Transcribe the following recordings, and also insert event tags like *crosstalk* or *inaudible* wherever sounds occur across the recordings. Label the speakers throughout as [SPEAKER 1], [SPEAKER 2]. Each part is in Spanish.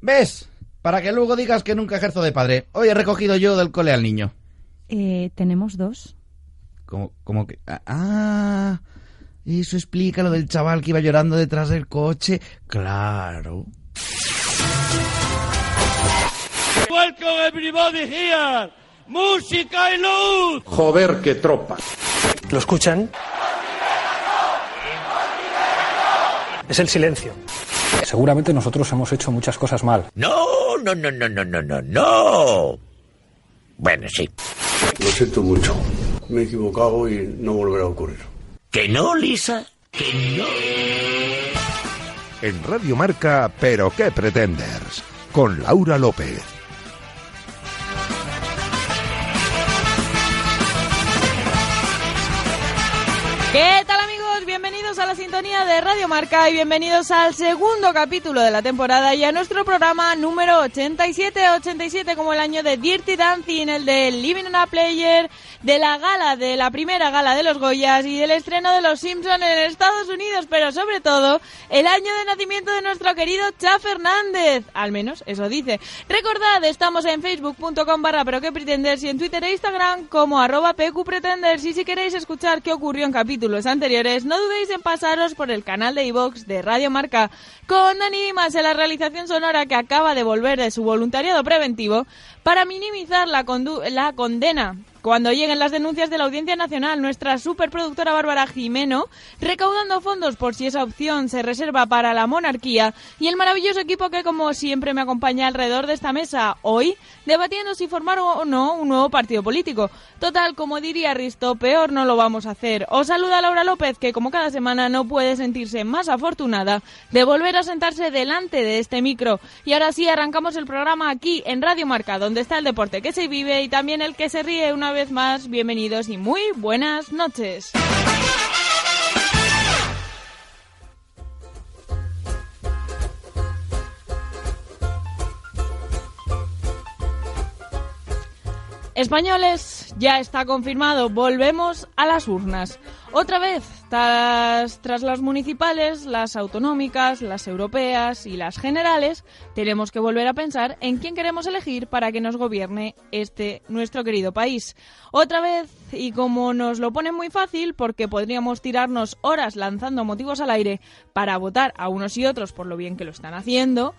[SPEAKER 1] ¿Ves? Para que luego digas que nunca ejerzo de padre. Hoy he recogido yo del cole al niño.
[SPEAKER 2] Eh, tenemos dos.
[SPEAKER 1] Como, como que... Ah, eso explica lo del chaval que iba llorando detrás del coche. Claro.
[SPEAKER 3] Welcome everybody here. Música y luz.
[SPEAKER 4] Joder, qué tropa.
[SPEAKER 5] ¿Lo escuchan? Es el silencio.
[SPEAKER 6] Seguramente nosotros hemos hecho muchas cosas mal.
[SPEAKER 7] No, no, no, no, no, no, no, no. Bueno, sí.
[SPEAKER 8] Lo siento mucho. Me he equivocado y no volverá a ocurrir.
[SPEAKER 7] Que no, Lisa. Que no.
[SPEAKER 9] En Radio Marca, pero qué pretenders. Con Laura López.
[SPEAKER 10] ¿Qué tal amigos? Bienvenidos a la sintonía de Radio Marca y bienvenidos al segundo capítulo de la temporada y a nuestro programa número 87, 87 como el año de Dirty Dancing, el de Living on a Player, de la gala, de la primera gala de los Goyas y del estreno de Los Simpson en Estados Unidos, pero sobre todo el año de nacimiento de nuestro querido Cha Fernández, al menos eso dice. Recordad, estamos en facebook.com barra pero que pretenders y en Twitter e Instagram como arroba pqpretenders y si queréis escuchar qué ocurrió en capítulo capítulos anteriores, no dudéis en pasaros por el canal de iVox de Radio Marca con Dani Mas en la realización sonora que acaba de volver de su voluntariado preventivo para minimizar la, la condena. Cuando lleguen las denuncias de la Audiencia Nacional, nuestra superproductora Bárbara Jimeno, recaudando fondos por si esa opción se reserva para la monarquía, y el maravilloso equipo que, como siempre, me acompaña alrededor de esta mesa hoy, debatiendo si formar o no un nuevo partido político. Total, como diría Risto, peor no lo vamos a hacer. Os saluda Laura López, que como cada semana no puede sentirse más afortunada de volver a sentarse delante de este micro. Y ahora sí, arrancamos el programa aquí en Radio Marca, donde está el deporte que se vive y también el que se ríe una vez más. Bienvenidos y muy buenas noches. Españoles, ya está confirmado, volvemos a las urnas. Otra vez, tras, tras, las municipales, las autonómicas, las europeas y las generales, tenemos que volver a pensar en quién queremos elegir para que nos gobierne este nuestro querido país. Otra vez, y como nos lo ponen muy fácil, porque podríamos tirarnos horas lanzando motivos al aire para votar a unos y otros por lo bien que lo están haciendo,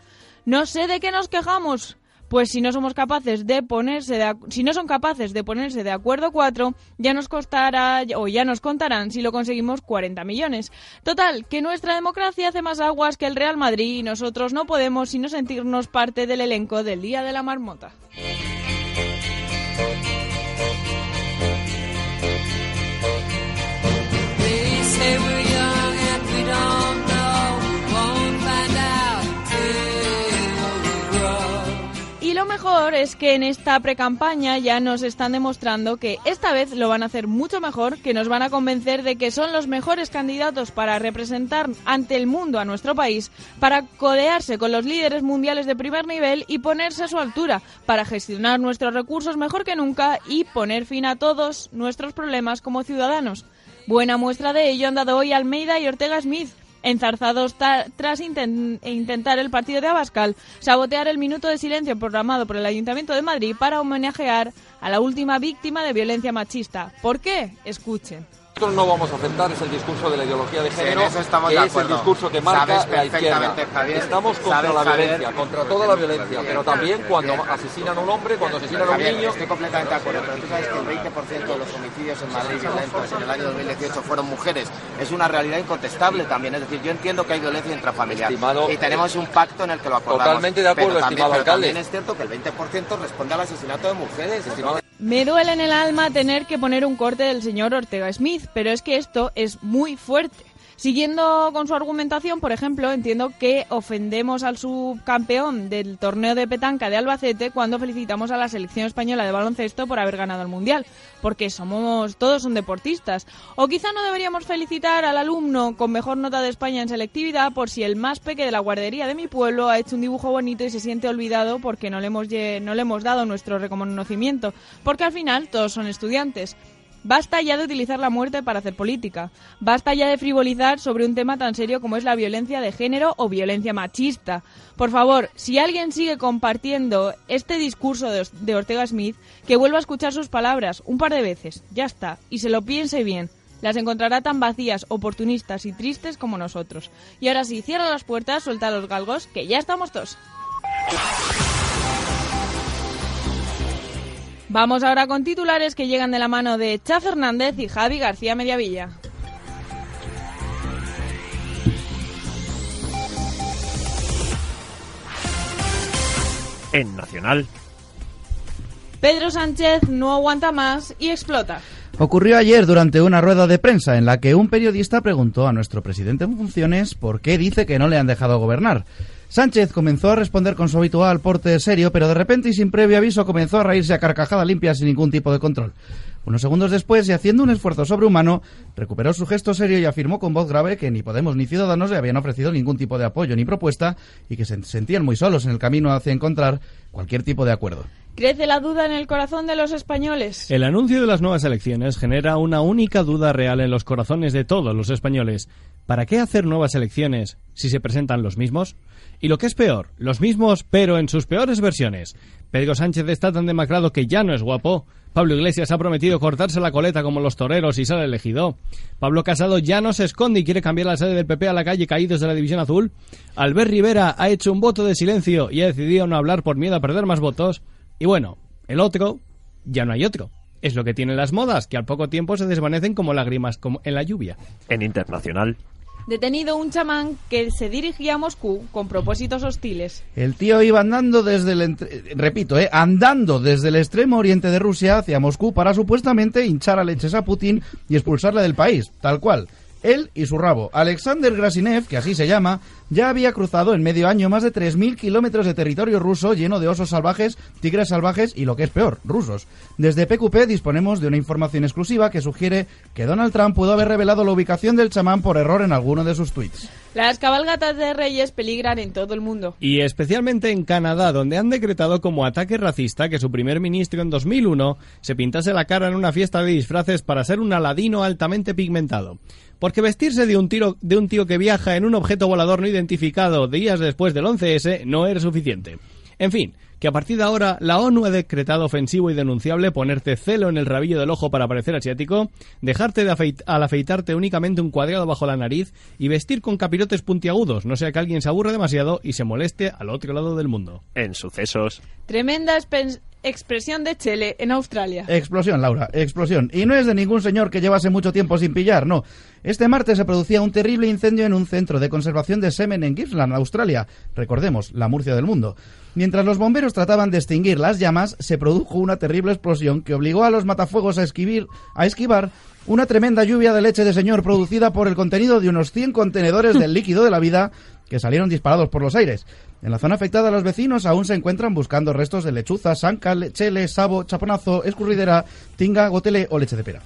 [SPEAKER 10] no sé de qué nos quejamos, pues si no somos capaces de ponerse de, si no son capaces de ponerse de acuerdo cuatro ya nos costará o ya nos contarán si lo conseguimos 40 millones total que nuestra democracia hace más aguas que el Real Madrid y nosotros no podemos sino sentirnos parte del elenco del día de la marmota Y lo mejor es que en esta precampaña ya nos están demostrando que esta vez lo van a hacer mucho mejor, que nos van a convencer de que son los mejores candidatos para representar ante el mundo a nuestro país, para codearse con los líderes mundiales de primer nivel y ponerse a su altura, para gestionar nuestros recursos mejor que nunca y poner fin a todos nuestros problemas como ciudadanos. Buena muestra de ello han dado hoy Almeida y Ortega Smith, enzarzados tras intent intentar el partido de Abascal sabotear el minuto de silencio programado por el Ayuntamiento de Madrid para homenajear a la última víctima de violencia machista. ¿Por qué? Escuchen.
[SPEAKER 11] Nosotros no vamos a aceptar es el discurso de la ideología de género,
[SPEAKER 12] sí, en eso estamos
[SPEAKER 11] que
[SPEAKER 12] de
[SPEAKER 11] es el discurso que marca
[SPEAKER 12] Sabes
[SPEAKER 11] la izquierda.
[SPEAKER 12] Javier,
[SPEAKER 11] Estamos contra
[SPEAKER 12] sabes,
[SPEAKER 11] la
[SPEAKER 12] Javier,
[SPEAKER 11] violencia, contra toda la violencia, pero también cuando asesinan a un hombre, cuando asesinan a un
[SPEAKER 12] Javier,
[SPEAKER 11] niño,
[SPEAKER 12] Estoy completamente de acuerdo, pero tú sabes que el 20% de los homicidios en Madrid violentos en el año 2018 fueron mujeres. Es una realidad incontestable también. Es decir, yo entiendo que hay violencia intrafamiliar.
[SPEAKER 11] Estimado- eh,
[SPEAKER 12] y tenemos un pacto en el que lo acordamos.
[SPEAKER 11] Totalmente de acuerdo,
[SPEAKER 12] pero también,
[SPEAKER 11] estimado
[SPEAKER 12] pero
[SPEAKER 11] alcalde.
[SPEAKER 12] también es cierto que el 20% responde al asesinato de mujeres.
[SPEAKER 11] Estimado-
[SPEAKER 10] Me duele en el alma tener que poner un corte del señor Ortega Smith, pero es que esto es muy fuerte. Siguiendo con su argumentación, por ejemplo, entiendo que ofendemos al subcampeón del torneo de petanca de Albacete cuando felicitamos a la selección española de baloncesto por haber ganado el Mundial, porque somos todos son deportistas. O quizá no deberíamos felicitar al alumno con mejor nota de España en selectividad por si el más peque de la guardería de mi pueblo ha hecho un dibujo bonito y se siente olvidado porque no le hemos, lle- no le hemos dado nuestro reconocimiento, porque al final todos son estudiantes. Basta ya de utilizar la muerte para hacer política. Basta ya de frivolizar sobre un tema tan serio como es la violencia de género o violencia machista. Por favor, si alguien sigue compartiendo este discurso de Os- de Ortega Smith, que vuelva a escuchar sus palabras un par de veces, ya está, y se lo piense bien. Las encontrará tan vacías, oportunistas y tristes como nosotros. Y ahora sí, cierra las puertas, suelta los galgos, que ya estamos todos. Vamos ahora con titulares que llegan de la mano de Cha Fernández y Javi García Mediavilla.
[SPEAKER 4] En Nacional.
[SPEAKER 10] Pedro Sánchez no aguanta más y explota.
[SPEAKER 1] Ocurrió ayer durante una rueda de prensa en la que un periodista preguntó a nuestro presidente en funciones por qué dice que no le han dejado gobernar. Sánchez comenzó a responder con su habitual porte serio, pero de repente y sin previo aviso comenzó a reírse a carcajada limpia sin ningún tipo de control. Unos segundos después, y haciendo un esfuerzo sobrehumano, recuperó su gesto serio y afirmó con voz grave que ni Podemos ni Ciudadanos le habían ofrecido ningún tipo de apoyo ni propuesta y que se sentían muy solos en el camino hacia encontrar cualquier tipo de acuerdo.
[SPEAKER 10] Crece la duda en el corazón de los españoles.
[SPEAKER 13] El anuncio de las nuevas elecciones genera una única duda real en los corazones de todos los españoles. ¿Para qué hacer nuevas elecciones si se presentan los mismos? Y lo que es peor, los mismos pero en sus peores versiones. Pedro Sánchez está tan demacrado que ya no es guapo. Pablo Iglesias ha prometido cortarse la coleta como los toreros y sale elegido. Pablo Casado ya no se esconde y quiere cambiar la sede del PP a la calle Caídos de la División Azul. Albert Rivera ha hecho un voto de silencio y ha decidido no hablar por miedo a perder más votos. Y bueno, el otro, ya no hay otro. Es lo que tienen las modas, que al poco tiempo se desvanecen como lágrimas como en la lluvia.
[SPEAKER 4] En Internacional.
[SPEAKER 10] Detenido un chamán que se dirigía a Moscú con propósitos hostiles.
[SPEAKER 1] El tío iba andando desde el entre- eh, repito, eh, andando desde el extremo oriente de Rusia hacia Moscú para supuestamente hinchar a leches a Putin y expulsarle del país, tal cual. Él y su rabo, Alexander Grasinev, que así se llama, ya había cruzado en medio año más de 3.000 kilómetros de territorio ruso lleno de osos salvajes, tigres salvajes y, lo que es peor, rusos. Desde PQP disponemos de una información exclusiva que sugiere que Donald Trump pudo haber revelado la ubicación del chamán por error en alguno de sus tweets.
[SPEAKER 10] Las cabalgatas de reyes peligran en todo el mundo.
[SPEAKER 13] Y especialmente en Canadá, donde han decretado como ataque racista que su primer ministro en 2001 se pintase la cara en una fiesta de disfraces para ser un aladino altamente pigmentado. Porque vestirse de un, tiro, de un tío que viaja en un objeto volador no identificado días después del 11S no era suficiente. En fin, que a partir de ahora la ONU ha decretado ofensivo y denunciable ponerte celo en el rabillo del ojo para parecer asiático, dejarte de afeit- al afeitarte únicamente un cuadrado bajo la nariz y vestir con capirotes puntiagudos, no sea que alguien se aburra demasiado y se moleste al otro lado del mundo.
[SPEAKER 4] En Sucesos.
[SPEAKER 10] Tremenda espen- expresión de Chele en Australia.
[SPEAKER 1] Explosión, Laura, explosión. Y no es de ningún señor que llevase mucho tiempo sin pillar, no. Este martes se producía un terrible incendio en un centro de conservación de semen en Gippsland, Australia. Recordemos, la Murcia del mundo. Mientras los bomberos trataban de extinguir las llamas, se produjo una terrible explosión que obligó a los matafuegos a, esquivir- a esquivar una tremenda lluvia de leche de señor producida por el contenido de unos 100 contenedores del líquido de la vida que salieron disparados por los aires. En la zona afectada los vecinos aún se encuentran buscando restos de lechuza, sanca, lechele, sabo, chaponazo, escurridera, tinga, gotele o leche de pera.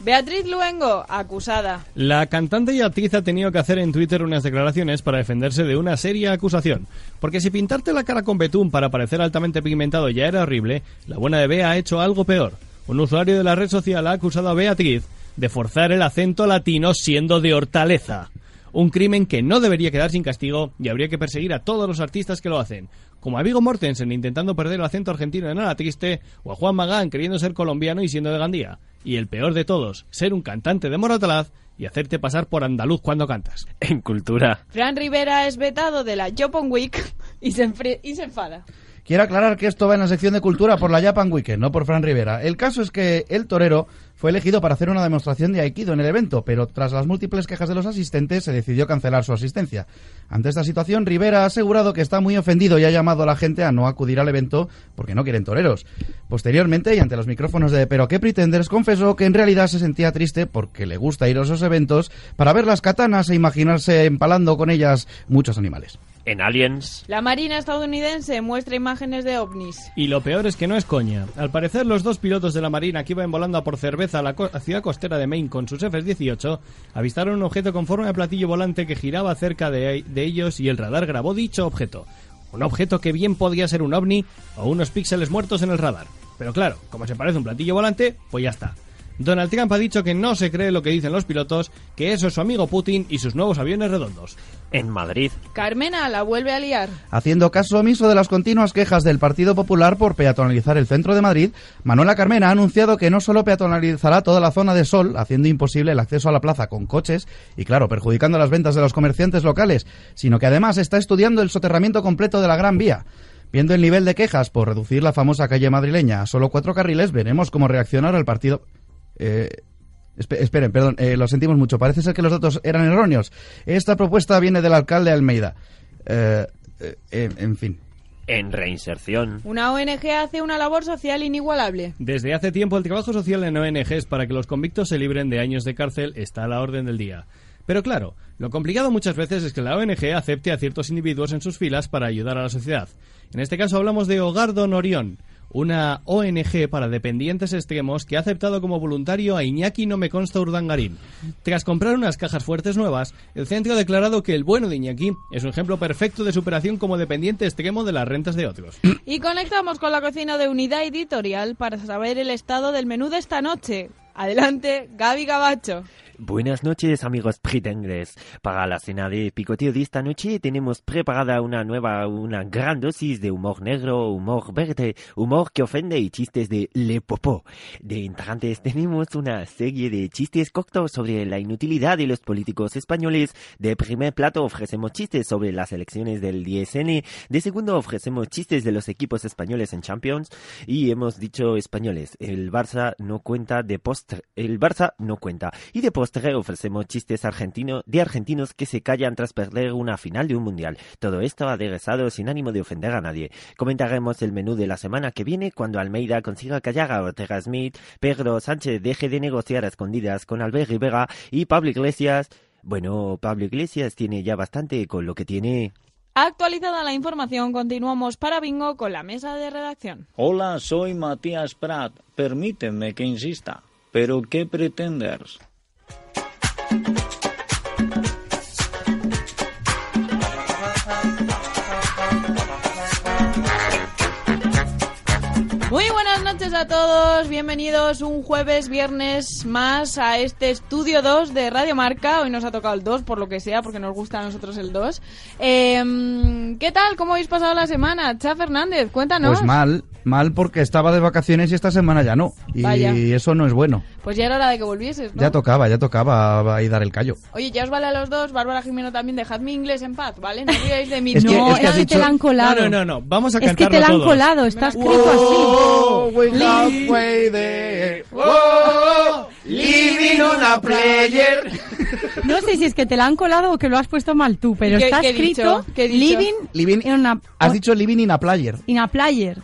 [SPEAKER 10] Beatriz Luengo, acusada.
[SPEAKER 13] La cantante y actriz ha tenido que hacer en Twitter unas declaraciones para defenderse de una seria acusación. Porque si pintarte la cara con betún para parecer altamente pigmentado ya era horrible, la buena de Bea ha hecho algo peor. Un usuario de la red social ha acusado a Beatriz de forzar el acento latino siendo de hortaleza. Un crimen que no debería quedar sin castigo y habría que perseguir a todos los artistas que lo hacen. Como a Vigo Mortensen intentando perder el acento argentino en Ana Triste o a Juan Magán queriendo ser colombiano y siendo de Gandía. Y el peor de todos, ser un cantante de Moratalaz y hacerte pasar por andaluz cuando cantas.
[SPEAKER 4] En Cultura.
[SPEAKER 10] Fran Rivera es vetado de la Japan Week y se, enfre- y se enfada.
[SPEAKER 1] Quiero aclarar que esto va en la sección de cultura por la Japan Weekend, no por Fran Rivera. El caso es que el torero fue elegido para hacer una demostración de aikido en el evento, pero tras las múltiples quejas de los asistentes se decidió cancelar su asistencia. Ante esta situación, Rivera ha asegurado que está muy ofendido y ha llamado a la gente a no acudir al evento porque no quieren toreros. Posteriormente, y ante los micrófonos de Pero qué pretenders, confesó que en realidad se sentía triste porque le gusta ir a esos eventos para ver las katanas e imaginarse empalando con ellas muchos animales.
[SPEAKER 4] En Aliens.
[SPEAKER 10] La Marina estadounidense muestra imágenes de ovnis.
[SPEAKER 13] Y lo peor es que no es coña. Al parecer, los dos pilotos de la Marina que iban volando a por cerveza a la co- ciudad costera de Maine con sus F-18 avistaron un objeto con forma de platillo volante que giraba cerca de, de ellos y el radar grabó dicho objeto. Un objeto que bien podía ser un ovni o unos píxeles muertos en el radar. Pero claro, como se parece a un platillo volante, pues ya está. Donald Trump ha dicho que no se cree lo que dicen los pilotos, que eso es su amigo Putin y sus nuevos aviones redondos.
[SPEAKER 4] En Madrid.
[SPEAKER 10] Carmena la vuelve a liar.
[SPEAKER 1] Haciendo caso omiso de las continuas quejas del Partido Popular por peatonalizar el centro de Madrid, Manuela Carmena ha anunciado que no solo peatonalizará toda la zona de Sol, haciendo imposible el acceso a la plaza con coches y, claro, perjudicando las ventas de los comerciantes locales, sino que además está estudiando el soterramiento completo de la Gran Vía. Viendo el nivel de quejas por reducir la famosa calle madrileña a solo cuatro carriles, veremos cómo reaccionará el partido. Eh, espe- esperen, perdón, eh, lo sentimos mucho. Parece ser que los datos eran erróneos. Esta propuesta viene del alcalde Almeida. Eh, eh, en- en fin.
[SPEAKER 4] En reinserción.
[SPEAKER 10] Una ONG hace una labor social inigualable.
[SPEAKER 13] Desde hace tiempo el trabajo social en ONGs para que los convictos se libren de años de cárcel está a la orden del día. Pero claro, lo complicado muchas veces es que la ONG acepte a ciertos individuos en sus filas para ayudar a la sociedad. En este caso hablamos de Hogar Don Orión, una ONG para dependientes extremos que ha aceptado como voluntario a Iñaki No Me Consta Urdangarín. Tras comprar unas cajas fuertes nuevas, el centro ha declarado que el bueno de Iñaki es un ejemplo perfecto de superación como dependiente extremo de las rentas de otros.
[SPEAKER 10] Y conectamos con la cocina de Unidad Editorial para saber el estado del menú de esta noche. Adelante, Gaby Gabacho.
[SPEAKER 4] Buenas noches, amigos pritengres. Para la cena de picoteo de esta noche tenemos preparada una nueva, una gran dosis de humor negro, humor verde, humor que ofende y chistes de le popó. De entrantes tenemos una serie de chistes cortos sobre la inutilidad de los políticos españoles. De primer plato ofrecemos chistes sobre las elecciones del 10N. De segundo ofrecemos chistes de los equipos españoles en Champions. Y hemos dicho españoles, el Barça no cuenta de postre, el Barça no cuenta. Y de postre ofrecemos chistes argentinos de argentinos que se callan tras perder una final de un mundial. Todo esto aderezado sin ánimo de ofender a nadie. Comentaremos el menú de la semana que viene cuando Almeida consiga callar a Ortega Smith, Pedro Sánchez deje de negociar a escondidas con Albert Rivera y Pablo Iglesias. Bueno, Pablo Iglesias tiene ya bastante con lo que tiene.
[SPEAKER 10] Actualizada la información, continuamos para Bingo con la mesa de redacción.
[SPEAKER 14] Hola, soy Matías Prat. Permíteme que insista. ¿Pero qué pretenders?
[SPEAKER 10] Muy buenas noches a todos, bienvenidos un jueves, viernes más a este estudio 2 de Radio Marca. Hoy nos ha tocado el 2 por lo que sea, porque nos gusta a nosotros el 2. Em, ¿Qué tal? ¿Cómo habéis pasado la semana? Cha Fernández, cuéntanos.
[SPEAKER 1] Pues mal, mal porque estaba de vacaciones y esta semana ya no. Y
[SPEAKER 10] Vaya.
[SPEAKER 1] eso no es bueno.
[SPEAKER 10] Pues ya era hora de que volvieses, ¿no?
[SPEAKER 1] Ya tocaba, ya tocaba ahí dar el callo.
[SPEAKER 10] Oye, ya os vale a los dos, Bárbara Jimeno también, dejadme inglés en paz, ¿vale? No olvidéis de mí.
[SPEAKER 1] Es que-
[SPEAKER 10] no,
[SPEAKER 1] es que has
[SPEAKER 10] era de
[SPEAKER 1] dicho-
[SPEAKER 10] te la han colado.
[SPEAKER 13] No, no, no, no. Vamos a
[SPEAKER 2] Es que
[SPEAKER 13] cantarlo
[SPEAKER 2] te la han
[SPEAKER 13] todos.
[SPEAKER 2] colado, está escrito
[SPEAKER 1] Oh,
[SPEAKER 2] así.
[SPEAKER 1] wake up, wake
[SPEAKER 2] oh,
[SPEAKER 1] living on a prayer.
[SPEAKER 2] No sé si es que te la han colado o que lo has puesto mal tú, pero
[SPEAKER 10] ¿Qué-
[SPEAKER 2] está
[SPEAKER 10] qué he
[SPEAKER 2] escrito
[SPEAKER 10] dicho? ¿Qué he dicho?
[SPEAKER 2] living,
[SPEAKER 1] Living-
[SPEAKER 2] en una
[SPEAKER 1] Has dicho living in a player.
[SPEAKER 2] in a player.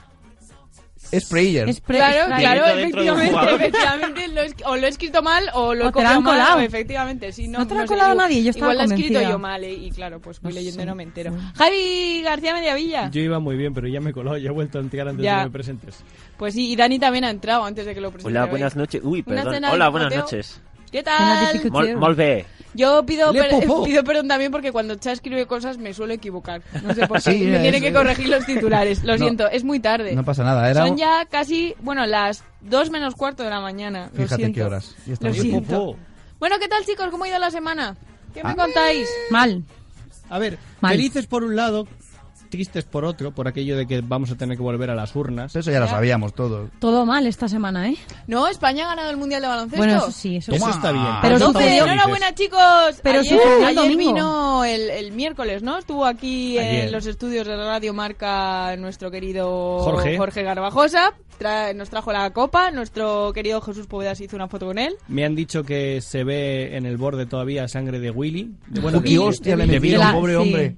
[SPEAKER 1] Es prayer.
[SPEAKER 2] Es pre-
[SPEAKER 10] Claro,
[SPEAKER 2] es
[SPEAKER 10] claro,
[SPEAKER 2] player.
[SPEAKER 10] efectivamente, *laughs* efectivamente, lo he esqui- o lo he escrito mal o lo he
[SPEAKER 2] O te la
[SPEAKER 10] copiado
[SPEAKER 2] han
[SPEAKER 10] mal,
[SPEAKER 2] colado.
[SPEAKER 10] o efectivamente, sí, no,
[SPEAKER 2] No te la ha
[SPEAKER 10] sé,
[SPEAKER 2] colado
[SPEAKER 10] digo,
[SPEAKER 2] nadie, yo estaba
[SPEAKER 10] Igual lo he escrito
[SPEAKER 2] convencida.
[SPEAKER 10] yo mal eh, y, claro, pues voy
[SPEAKER 2] No
[SPEAKER 10] leyendo y
[SPEAKER 2] sé,
[SPEAKER 10] no me entero.
[SPEAKER 2] bueno.
[SPEAKER 10] Javi García *laughs* Mediavilla.
[SPEAKER 13] Yo iba muy bien, pero ya me he colado, ya he vuelto a entrar antes
[SPEAKER 10] Ya.
[SPEAKER 13] de que me presentes.
[SPEAKER 10] Pues sí, y Dani también ha entrado antes de que lo presente.
[SPEAKER 4] Hola,
[SPEAKER 10] Pues hoy.
[SPEAKER 4] buenas noches. Uy,
[SPEAKER 10] Una
[SPEAKER 4] perdón.
[SPEAKER 10] cena de
[SPEAKER 4] Hola, buenas
[SPEAKER 10] picoteo.
[SPEAKER 4] noches.
[SPEAKER 10] ¿Qué
[SPEAKER 4] Cena de
[SPEAKER 10] tal?
[SPEAKER 4] picoteo. Mol- molve.
[SPEAKER 10] Yo pido,
[SPEAKER 4] Le
[SPEAKER 10] per- *laughs* eh,
[SPEAKER 4] popó.
[SPEAKER 10] pido perdón también porque cuando Cha escribe cosas me suelo equivocar. No sé
[SPEAKER 2] *laughs*
[SPEAKER 10] por qué.
[SPEAKER 1] Sí,
[SPEAKER 10] me
[SPEAKER 1] es-
[SPEAKER 10] tiene que corregir los titulares. Lo
[SPEAKER 1] No.
[SPEAKER 10] siento, es muy tarde.
[SPEAKER 1] No pasa nada, era
[SPEAKER 10] Son
[SPEAKER 1] un-
[SPEAKER 10] ya casi, bueno, las 2 menos cuarto de la mañana. Lo
[SPEAKER 1] Fíjate
[SPEAKER 10] siento.
[SPEAKER 1] qué horas. Ya está
[SPEAKER 10] Lo
[SPEAKER 1] bien.
[SPEAKER 10] siento. Bueno, ¿qué tal chicos? ¿Cómo ha ido la semana? ¿Qué me
[SPEAKER 13] Ah.
[SPEAKER 10] contáis?
[SPEAKER 2] Mal.
[SPEAKER 13] A ver,
[SPEAKER 2] Mal.
[SPEAKER 13] felices por un lado, tristes por otro, por aquello de que vamos a tener que volver a las urnas.
[SPEAKER 1] Eso ya lo sabíamos todos.
[SPEAKER 2] Todo mal esta semana, ¿eh?
[SPEAKER 10] No, España ha ganado el Mundial de Baloncesto.
[SPEAKER 2] Bueno, eso sí, eso,
[SPEAKER 13] Eso
[SPEAKER 2] sí.
[SPEAKER 13] está bien.
[SPEAKER 2] Pero
[SPEAKER 13] Estamos
[SPEAKER 10] ¡Doce!
[SPEAKER 13] felices.
[SPEAKER 10] enhorabuena chicos.
[SPEAKER 2] Pero
[SPEAKER 10] ayer,
[SPEAKER 2] sucedió el
[SPEAKER 10] ayer
[SPEAKER 2] domingo.
[SPEAKER 10] vino el, el miércoles, ¿no? Estuvo aquí
[SPEAKER 13] Ayer.
[SPEAKER 10] en los estudios de Radio Marca nuestro querido
[SPEAKER 13] Jorge.
[SPEAKER 10] Garbajosa. Tra- nos trajo la copa. Nuestro querido Jesús Povedas hizo una foto con él.
[SPEAKER 13] Me han dicho que se ve en el borde todavía sangre de Willy. De, bueno,
[SPEAKER 1] Uy, hostia, le metieron, pobre hombre.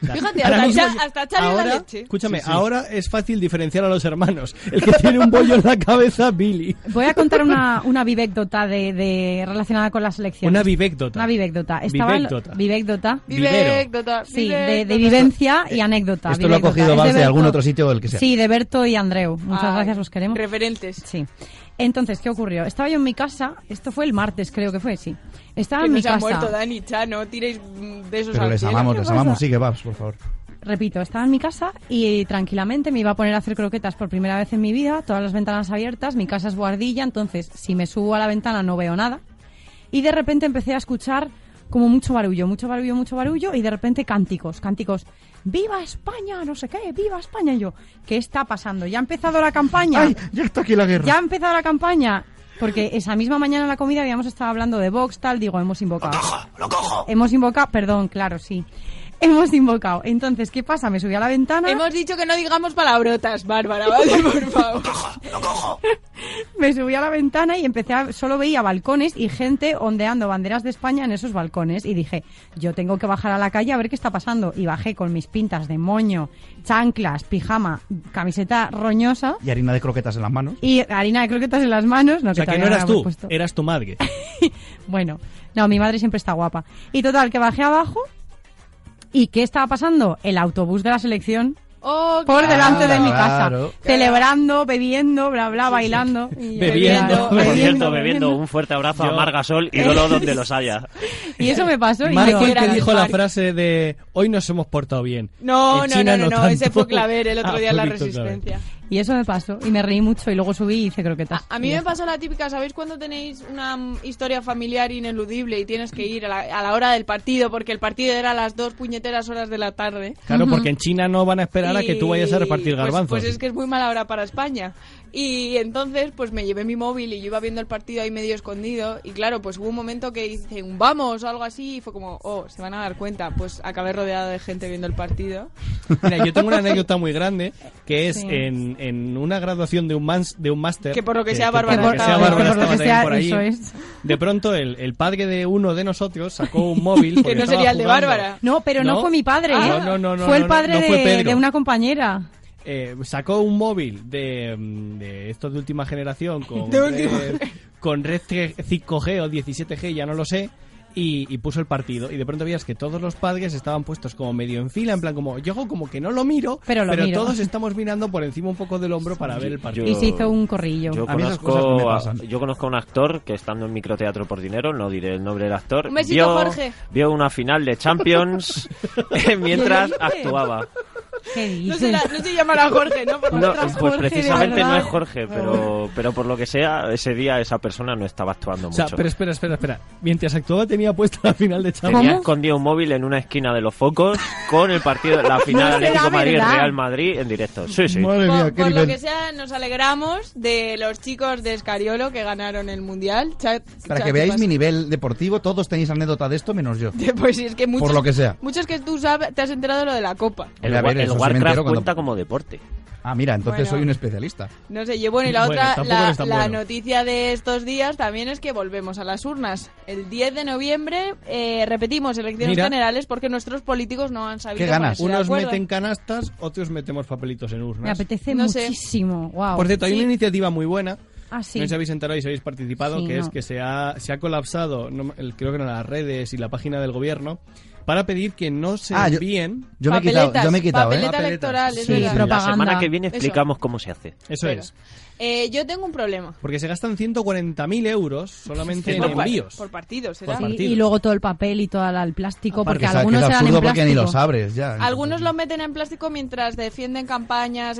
[SPEAKER 10] Fíjate,
[SPEAKER 13] Ahora
[SPEAKER 10] hasta,
[SPEAKER 13] mismo
[SPEAKER 10] Cha-
[SPEAKER 13] yo-
[SPEAKER 10] hasta Char y la
[SPEAKER 13] ahora-
[SPEAKER 10] leche.
[SPEAKER 13] Escúchame, ahora es fácil diferenciar a los hermanos. El que tiene un bollo en la cabeza, Billy.
[SPEAKER 2] Voy a contar una, una vivécdota de, de- relacionada con la selección.
[SPEAKER 13] Una vivécdota.
[SPEAKER 2] Una vivécdota. Estaba
[SPEAKER 13] Vivécdota.
[SPEAKER 2] vivécdota.
[SPEAKER 13] Vivero.
[SPEAKER 10] Vivécdota,
[SPEAKER 2] Sí, de,
[SPEAKER 10] vivécdota.
[SPEAKER 2] de vivencia y anécdota.
[SPEAKER 1] Esto lo ha
[SPEAKER 2] vivécdota.
[SPEAKER 1] cogido
[SPEAKER 2] Es
[SPEAKER 1] Valls de
[SPEAKER 2] Berto-
[SPEAKER 1] algún otro sitio del que sea. Ah,
[SPEAKER 2] Sí, de Berto y Andreu. Muchas
[SPEAKER 10] Ay,
[SPEAKER 2] gracias, los queremos.
[SPEAKER 10] Ah, Referentes.
[SPEAKER 2] Sí. Entonces, ¿qué ocurrió? Estaba yo en mi casa, esto fue el martes, creo que fue, sí. Estaba
[SPEAKER 10] Que
[SPEAKER 2] en
[SPEAKER 10] no
[SPEAKER 2] mi
[SPEAKER 10] se ha
[SPEAKER 2] casa.
[SPEAKER 10] muerto Dani, Cha, no tiréis mm, besos
[SPEAKER 1] Pero
[SPEAKER 10] al
[SPEAKER 1] les
[SPEAKER 10] cielo.
[SPEAKER 1] amamos,
[SPEAKER 10] ¿Qué
[SPEAKER 1] les
[SPEAKER 10] pasa?
[SPEAKER 1] amamos. Sigue, Babs, por favor.
[SPEAKER 2] repito, estaba en mi casa y tranquilamente me iba a poner a hacer croquetas por primera vez en mi vida, todas las ventanas abiertas, mi casa es guardilla, entonces si me subo a la ventana no veo nada. Y de repente empecé a escuchar como mucho barullo, mucho barullo, mucho barullo y de repente cánticos, cánticos. ¡Viva España! No sé qué, ¡viva España! Y yo, ¿qué está pasando? ¿Ya ha empezado la campaña?
[SPEAKER 1] ¡Ay, ya está aquí la guerra!
[SPEAKER 2] Ya ha empezado la campaña. Porque esa misma mañana en la comida habíamos estado hablando de Vox, tal, digo, hemos invocado. ¡Lo cojo!
[SPEAKER 7] ¡Lo cojo!
[SPEAKER 2] Hemos invocado, perdón, claro, sí. Hemos invocado. Entonces, ¿qué pasa? Me subí a la ventana.
[SPEAKER 10] Hemos dicho que no digamos palabrotas, Bárbara, *laughs* ¿vale? Por favor.
[SPEAKER 2] me subí a la ventana y empecé a, solo veía balcones y gente ondeando banderas de España en esos balcones y dije, yo tengo que bajar a la calle a ver qué está pasando y bajé con mis pintas de moño, chanclas, pijama, camiseta roñosa
[SPEAKER 1] Y harina de croquetas en las manos.
[SPEAKER 2] y harina de croquetas en las manos, no
[SPEAKER 13] o sea, que
[SPEAKER 2] todavía
[SPEAKER 13] no eras
[SPEAKER 2] habíamos
[SPEAKER 13] tú,
[SPEAKER 2] puesto.
[SPEAKER 13] eras tu
[SPEAKER 10] *laughs*
[SPEAKER 13] madre.
[SPEAKER 2] Bueno, no, mi madre siempre está guapa. Y total que bajé abajo y ¿qué estaba pasando? El autobús de la selección
[SPEAKER 10] Oh,
[SPEAKER 13] Ah,
[SPEAKER 2] por
[SPEAKER 10] claro.
[SPEAKER 2] delante de mi casa,
[SPEAKER 4] Claro.
[SPEAKER 2] celebrando, bebiendo, bla bla,
[SPEAKER 10] *laughs*
[SPEAKER 2] bailando, y-
[SPEAKER 4] Por cierto, bebiendo un fuerte abrazo a
[SPEAKER 13] Yo-
[SPEAKER 4] Marga Sol y Dolo donde los haya.
[SPEAKER 2] Y eso me pasó. y yo-
[SPEAKER 13] Marco el que dijo la frase de hoy nos hemos portado bien.
[SPEAKER 10] No,
[SPEAKER 13] En
[SPEAKER 10] no,
[SPEAKER 13] China
[SPEAKER 10] no, no, no,
[SPEAKER 13] tanto.
[SPEAKER 10] ese fue Claver el otro
[SPEAKER 13] *laughs* Ah,
[SPEAKER 10] día en la
[SPEAKER 13] fue Víctor Claver.
[SPEAKER 10] Resistencia.
[SPEAKER 2] Y eso me pasó. Y me reí mucho y luego subí y hice croquetas.
[SPEAKER 10] A
[SPEAKER 2] Y
[SPEAKER 10] mí
[SPEAKER 2] ya
[SPEAKER 10] me
[SPEAKER 2] está.
[SPEAKER 10] pasó la típica, ¿sabéis cuando tenéis una mm, historia familiar ineludible y tienes que ir a la, a la hora del partido? Porque el partido era a las dos puñeteras horas de la tarde.
[SPEAKER 13] Claro,
[SPEAKER 10] *laughs*
[SPEAKER 13] porque en China no van a esperar a que tú vayas a
[SPEAKER 10] Y,
[SPEAKER 13] repartir
[SPEAKER 10] pues-
[SPEAKER 13] garbanzos.
[SPEAKER 10] Pues, es que es muy mala hora para España. Y entonces, pues me llevé mi móvil y yo iba viendo el partido ahí medio escondido. Y claro, pues hubo un momento que hice un vamos o algo así. Y fue como, oh, se van a dar cuenta. Pues acabé rodeado de gente viendo el partido.
[SPEAKER 13] Mira, yo tengo una anécdota muy grande que es
[SPEAKER 10] Sí.
[SPEAKER 13] en, en una graduación de un mans- de un máster
[SPEAKER 10] Que por lo que
[SPEAKER 13] sea
[SPEAKER 10] sea Bárbara
[SPEAKER 13] por lo que
[SPEAKER 10] estaba-
[SPEAKER 13] sea Bárbara
[SPEAKER 10] que por lo
[SPEAKER 13] estaba
[SPEAKER 10] que sea,
[SPEAKER 13] también por ahí.
[SPEAKER 10] eso
[SPEAKER 13] De pronto el, el padre de uno de nosotros sacó
[SPEAKER 10] *laughs*
[SPEAKER 13] un móvil
[SPEAKER 2] Que
[SPEAKER 13] porque
[SPEAKER 2] no
[SPEAKER 13] estaba
[SPEAKER 2] sería el de
[SPEAKER 13] jugando.
[SPEAKER 2] Bárbara. No, pero no fue mi padre,
[SPEAKER 13] No,
[SPEAKER 2] ¿eh?
[SPEAKER 13] no, no, no,
[SPEAKER 2] Fue el
[SPEAKER 13] no, no,
[SPEAKER 2] padre
[SPEAKER 13] no fue
[SPEAKER 2] de-
[SPEAKER 13] Pedro.
[SPEAKER 2] de una compañera.
[SPEAKER 13] Eh, sacó un móvil de, mm, de estos de última generación con
[SPEAKER 2] De
[SPEAKER 13] red-
[SPEAKER 2] última-
[SPEAKER 13] con red 3 5G o 17G, ya no lo sé. Y, y puso el partido y de pronto veías que todos los padres estaban puestos como medio en fila en plan como yo hago como que no lo miro
[SPEAKER 2] Pero lo miro.
[SPEAKER 13] todos estamos mirando por encima un poco del hombro para ver el partido
[SPEAKER 2] Y se hizo un corrillo.
[SPEAKER 4] *laughs* Yo
[SPEAKER 13] A mí esas
[SPEAKER 4] conozco,
[SPEAKER 13] cosas me
[SPEAKER 4] a-
[SPEAKER 13] pasan.
[SPEAKER 4] yo conozco a un actor que estando en microteatro por dinero, no diré el nombre del actor,
[SPEAKER 2] Un besito,
[SPEAKER 4] vio,
[SPEAKER 2] Jorge.
[SPEAKER 4] vio una final de Champions *laughs* eh, mientras actuaba.
[SPEAKER 10] No se, la- no se llamará Jorge, ¿no?
[SPEAKER 4] *laughs*
[SPEAKER 10] Por
[SPEAKER 4] No,
[SPEAKER 10] otras
[SPEAKER 4] pues
[SPEAKER 10] Jorge,
[SPEAKER 4] precisamente
[SPEAKER 10] ¿verdad?
[SPEAKER 4] no es Jorge, pero, pero por lo que sea, ese día esa persona no estaba actuando
[SPEAKER 13] O
[SPEAKER 4] mucho.
[SPEAKER 13] sea, pero espera, espera, espera. Mientras actuaba tenía puesta la final de Champions.
[SPEAKER 4] Tenía escondido un móvil en una esquina de los focos con el partido, *laughs* la
[SPEAKER 13] No
[SPEAKER 4] final
[SPEAKER 13] será
[SPEAKER 4] Atlético
[SPEAKER 13] verdad.
[SPEAKER 4] Madrid-Real Madrid en directo. Sí, sí.
[SPEAKER 10] Por, por lo que sea, nos alegramos de los chicos de Escariolo que ganaron el Mundial. Cha-
[SPEAKER 1] Para
[SPEAKER 10] cha-
[SPEAKER 1] que veáis
[SPEAKER 10] chicas.
[SPEAKER 1] mi nivel deportivo, todos tenéis anécdota de esto menos yo.
[SPEAKER 10] *laughs* Pues sí, es que muchos,
[SPEAKER 1] Por lo que sea.
[SPEAKER 10] Muchos que tú sabes, te has enterado de lo de la Copa.
[SPEAKER 4] El,
[SPEAKER 1] Voy a ver,
[SPEAKER 4] wa- el
[SPEAKER 1] eso sí me
[SPEAKER 4] Warcraft
[SPEAKER 1] entero cuando-
[SPEAKER 4] cuenta como deporte.
[SPEAKER 1] Ah, mira, entonces
[SPEAKER 10] Bueno.
[SPEAKER 1] soy un especialista.
[SPEAKER 10] No sé, y bueno, y la
[SPEAKER 1] Bueno,
[SPEAKER 10] otra,
[SPEAKER 1] tampoco
[SPEAKER 10] la,
[SPEAKER 1] eres tan
[SPEAKER 10] la
[SPEAKER 1] bueno.
[SPEAKER 10] noticia de estos días también es que volvemos a las urnas. El 10 de noviembre eh, repetimos elecciones
[SPEAKER 13] Mira.
[SPEAKER 10] generales porque nuestros políticos no han sabido.
[SPEAKER 13] ¿Qué ganas?
[SPEAKER 10] ponerse de
[SPEAKER 13] Unos
[SPEAKER 10] acuerdo.
[SPEAKER 13] meten canastas, otros metemos papelitos en urnas.
[SPEAKER 2] Me apetece
[SPEAKER 10] No sé.
[SPEAKER 2] muchísimo. Wow.
[SPEAKER 13] Por cierto, hay una iniciativa muy buena.
[SPEAKER 2] Ah, sí.
[SPEAKER 13] No sé si habéis enterado y si habéis participado,
[SPEAKER 2] Sí,
[SPEAKER 13] que
[SPEAKER 2] no.
[SPEAKER 13] es que se ha, se ha colapsado, no me- el- creo que en las redes y la página del gobierno, para pedir que no se
[SPEAKER 1] Ah, yo-
[SPEAKER 13] envíen.
[SPEAKER 1] yo me he quitado, Papeletas, yo me he quitado, ¿eh? papeleta
[SPEAKER 10] electoral, es
[SPEAKER 13] sí,
[SPEAKER 10] verdad.
[SPEAKER 13] sí.
[SPEAKER 4] La semana que viene
[SPEAKER 10] Eso.
[SPEAKER 4] explicamos cómo se
[SPEAKER 10] *laughs*
[SPEAKER 4] hace.
[SPEAKER 13] Eso
[SPEAKER 10] Pero-
[SPEAKER 13] es.
[SPEAKER 10] Eh, yo tengo un problema.
[SPEAKER 13] Porque se gastan 140.000 euros solamente en
[SPEAKER 10] Por pa-
[SPEAKER 13] envíos.
[SPEAKER 10] Por partidos, ¿eh?
[SPEAKER 13] Por
[SPEAKER 10] será.
[SPEAKER 2] Sí, y luego todo el papel y todo el plástico, porque
[SPEAKER 1] sa-
[SPEAKER 2] algunos
[SPEAKER 1] es
[SPEAKER 2] eran
[SPEAKER 1] absurdo
[SPEAKER 2] en
[SPEAKER 1] porque
[SPEAKER 2] plástico.
[SPEAKER 1] ni los abres ya.
[SPEAKER 10] Algunos lo meten en plástico mientras defienden campañas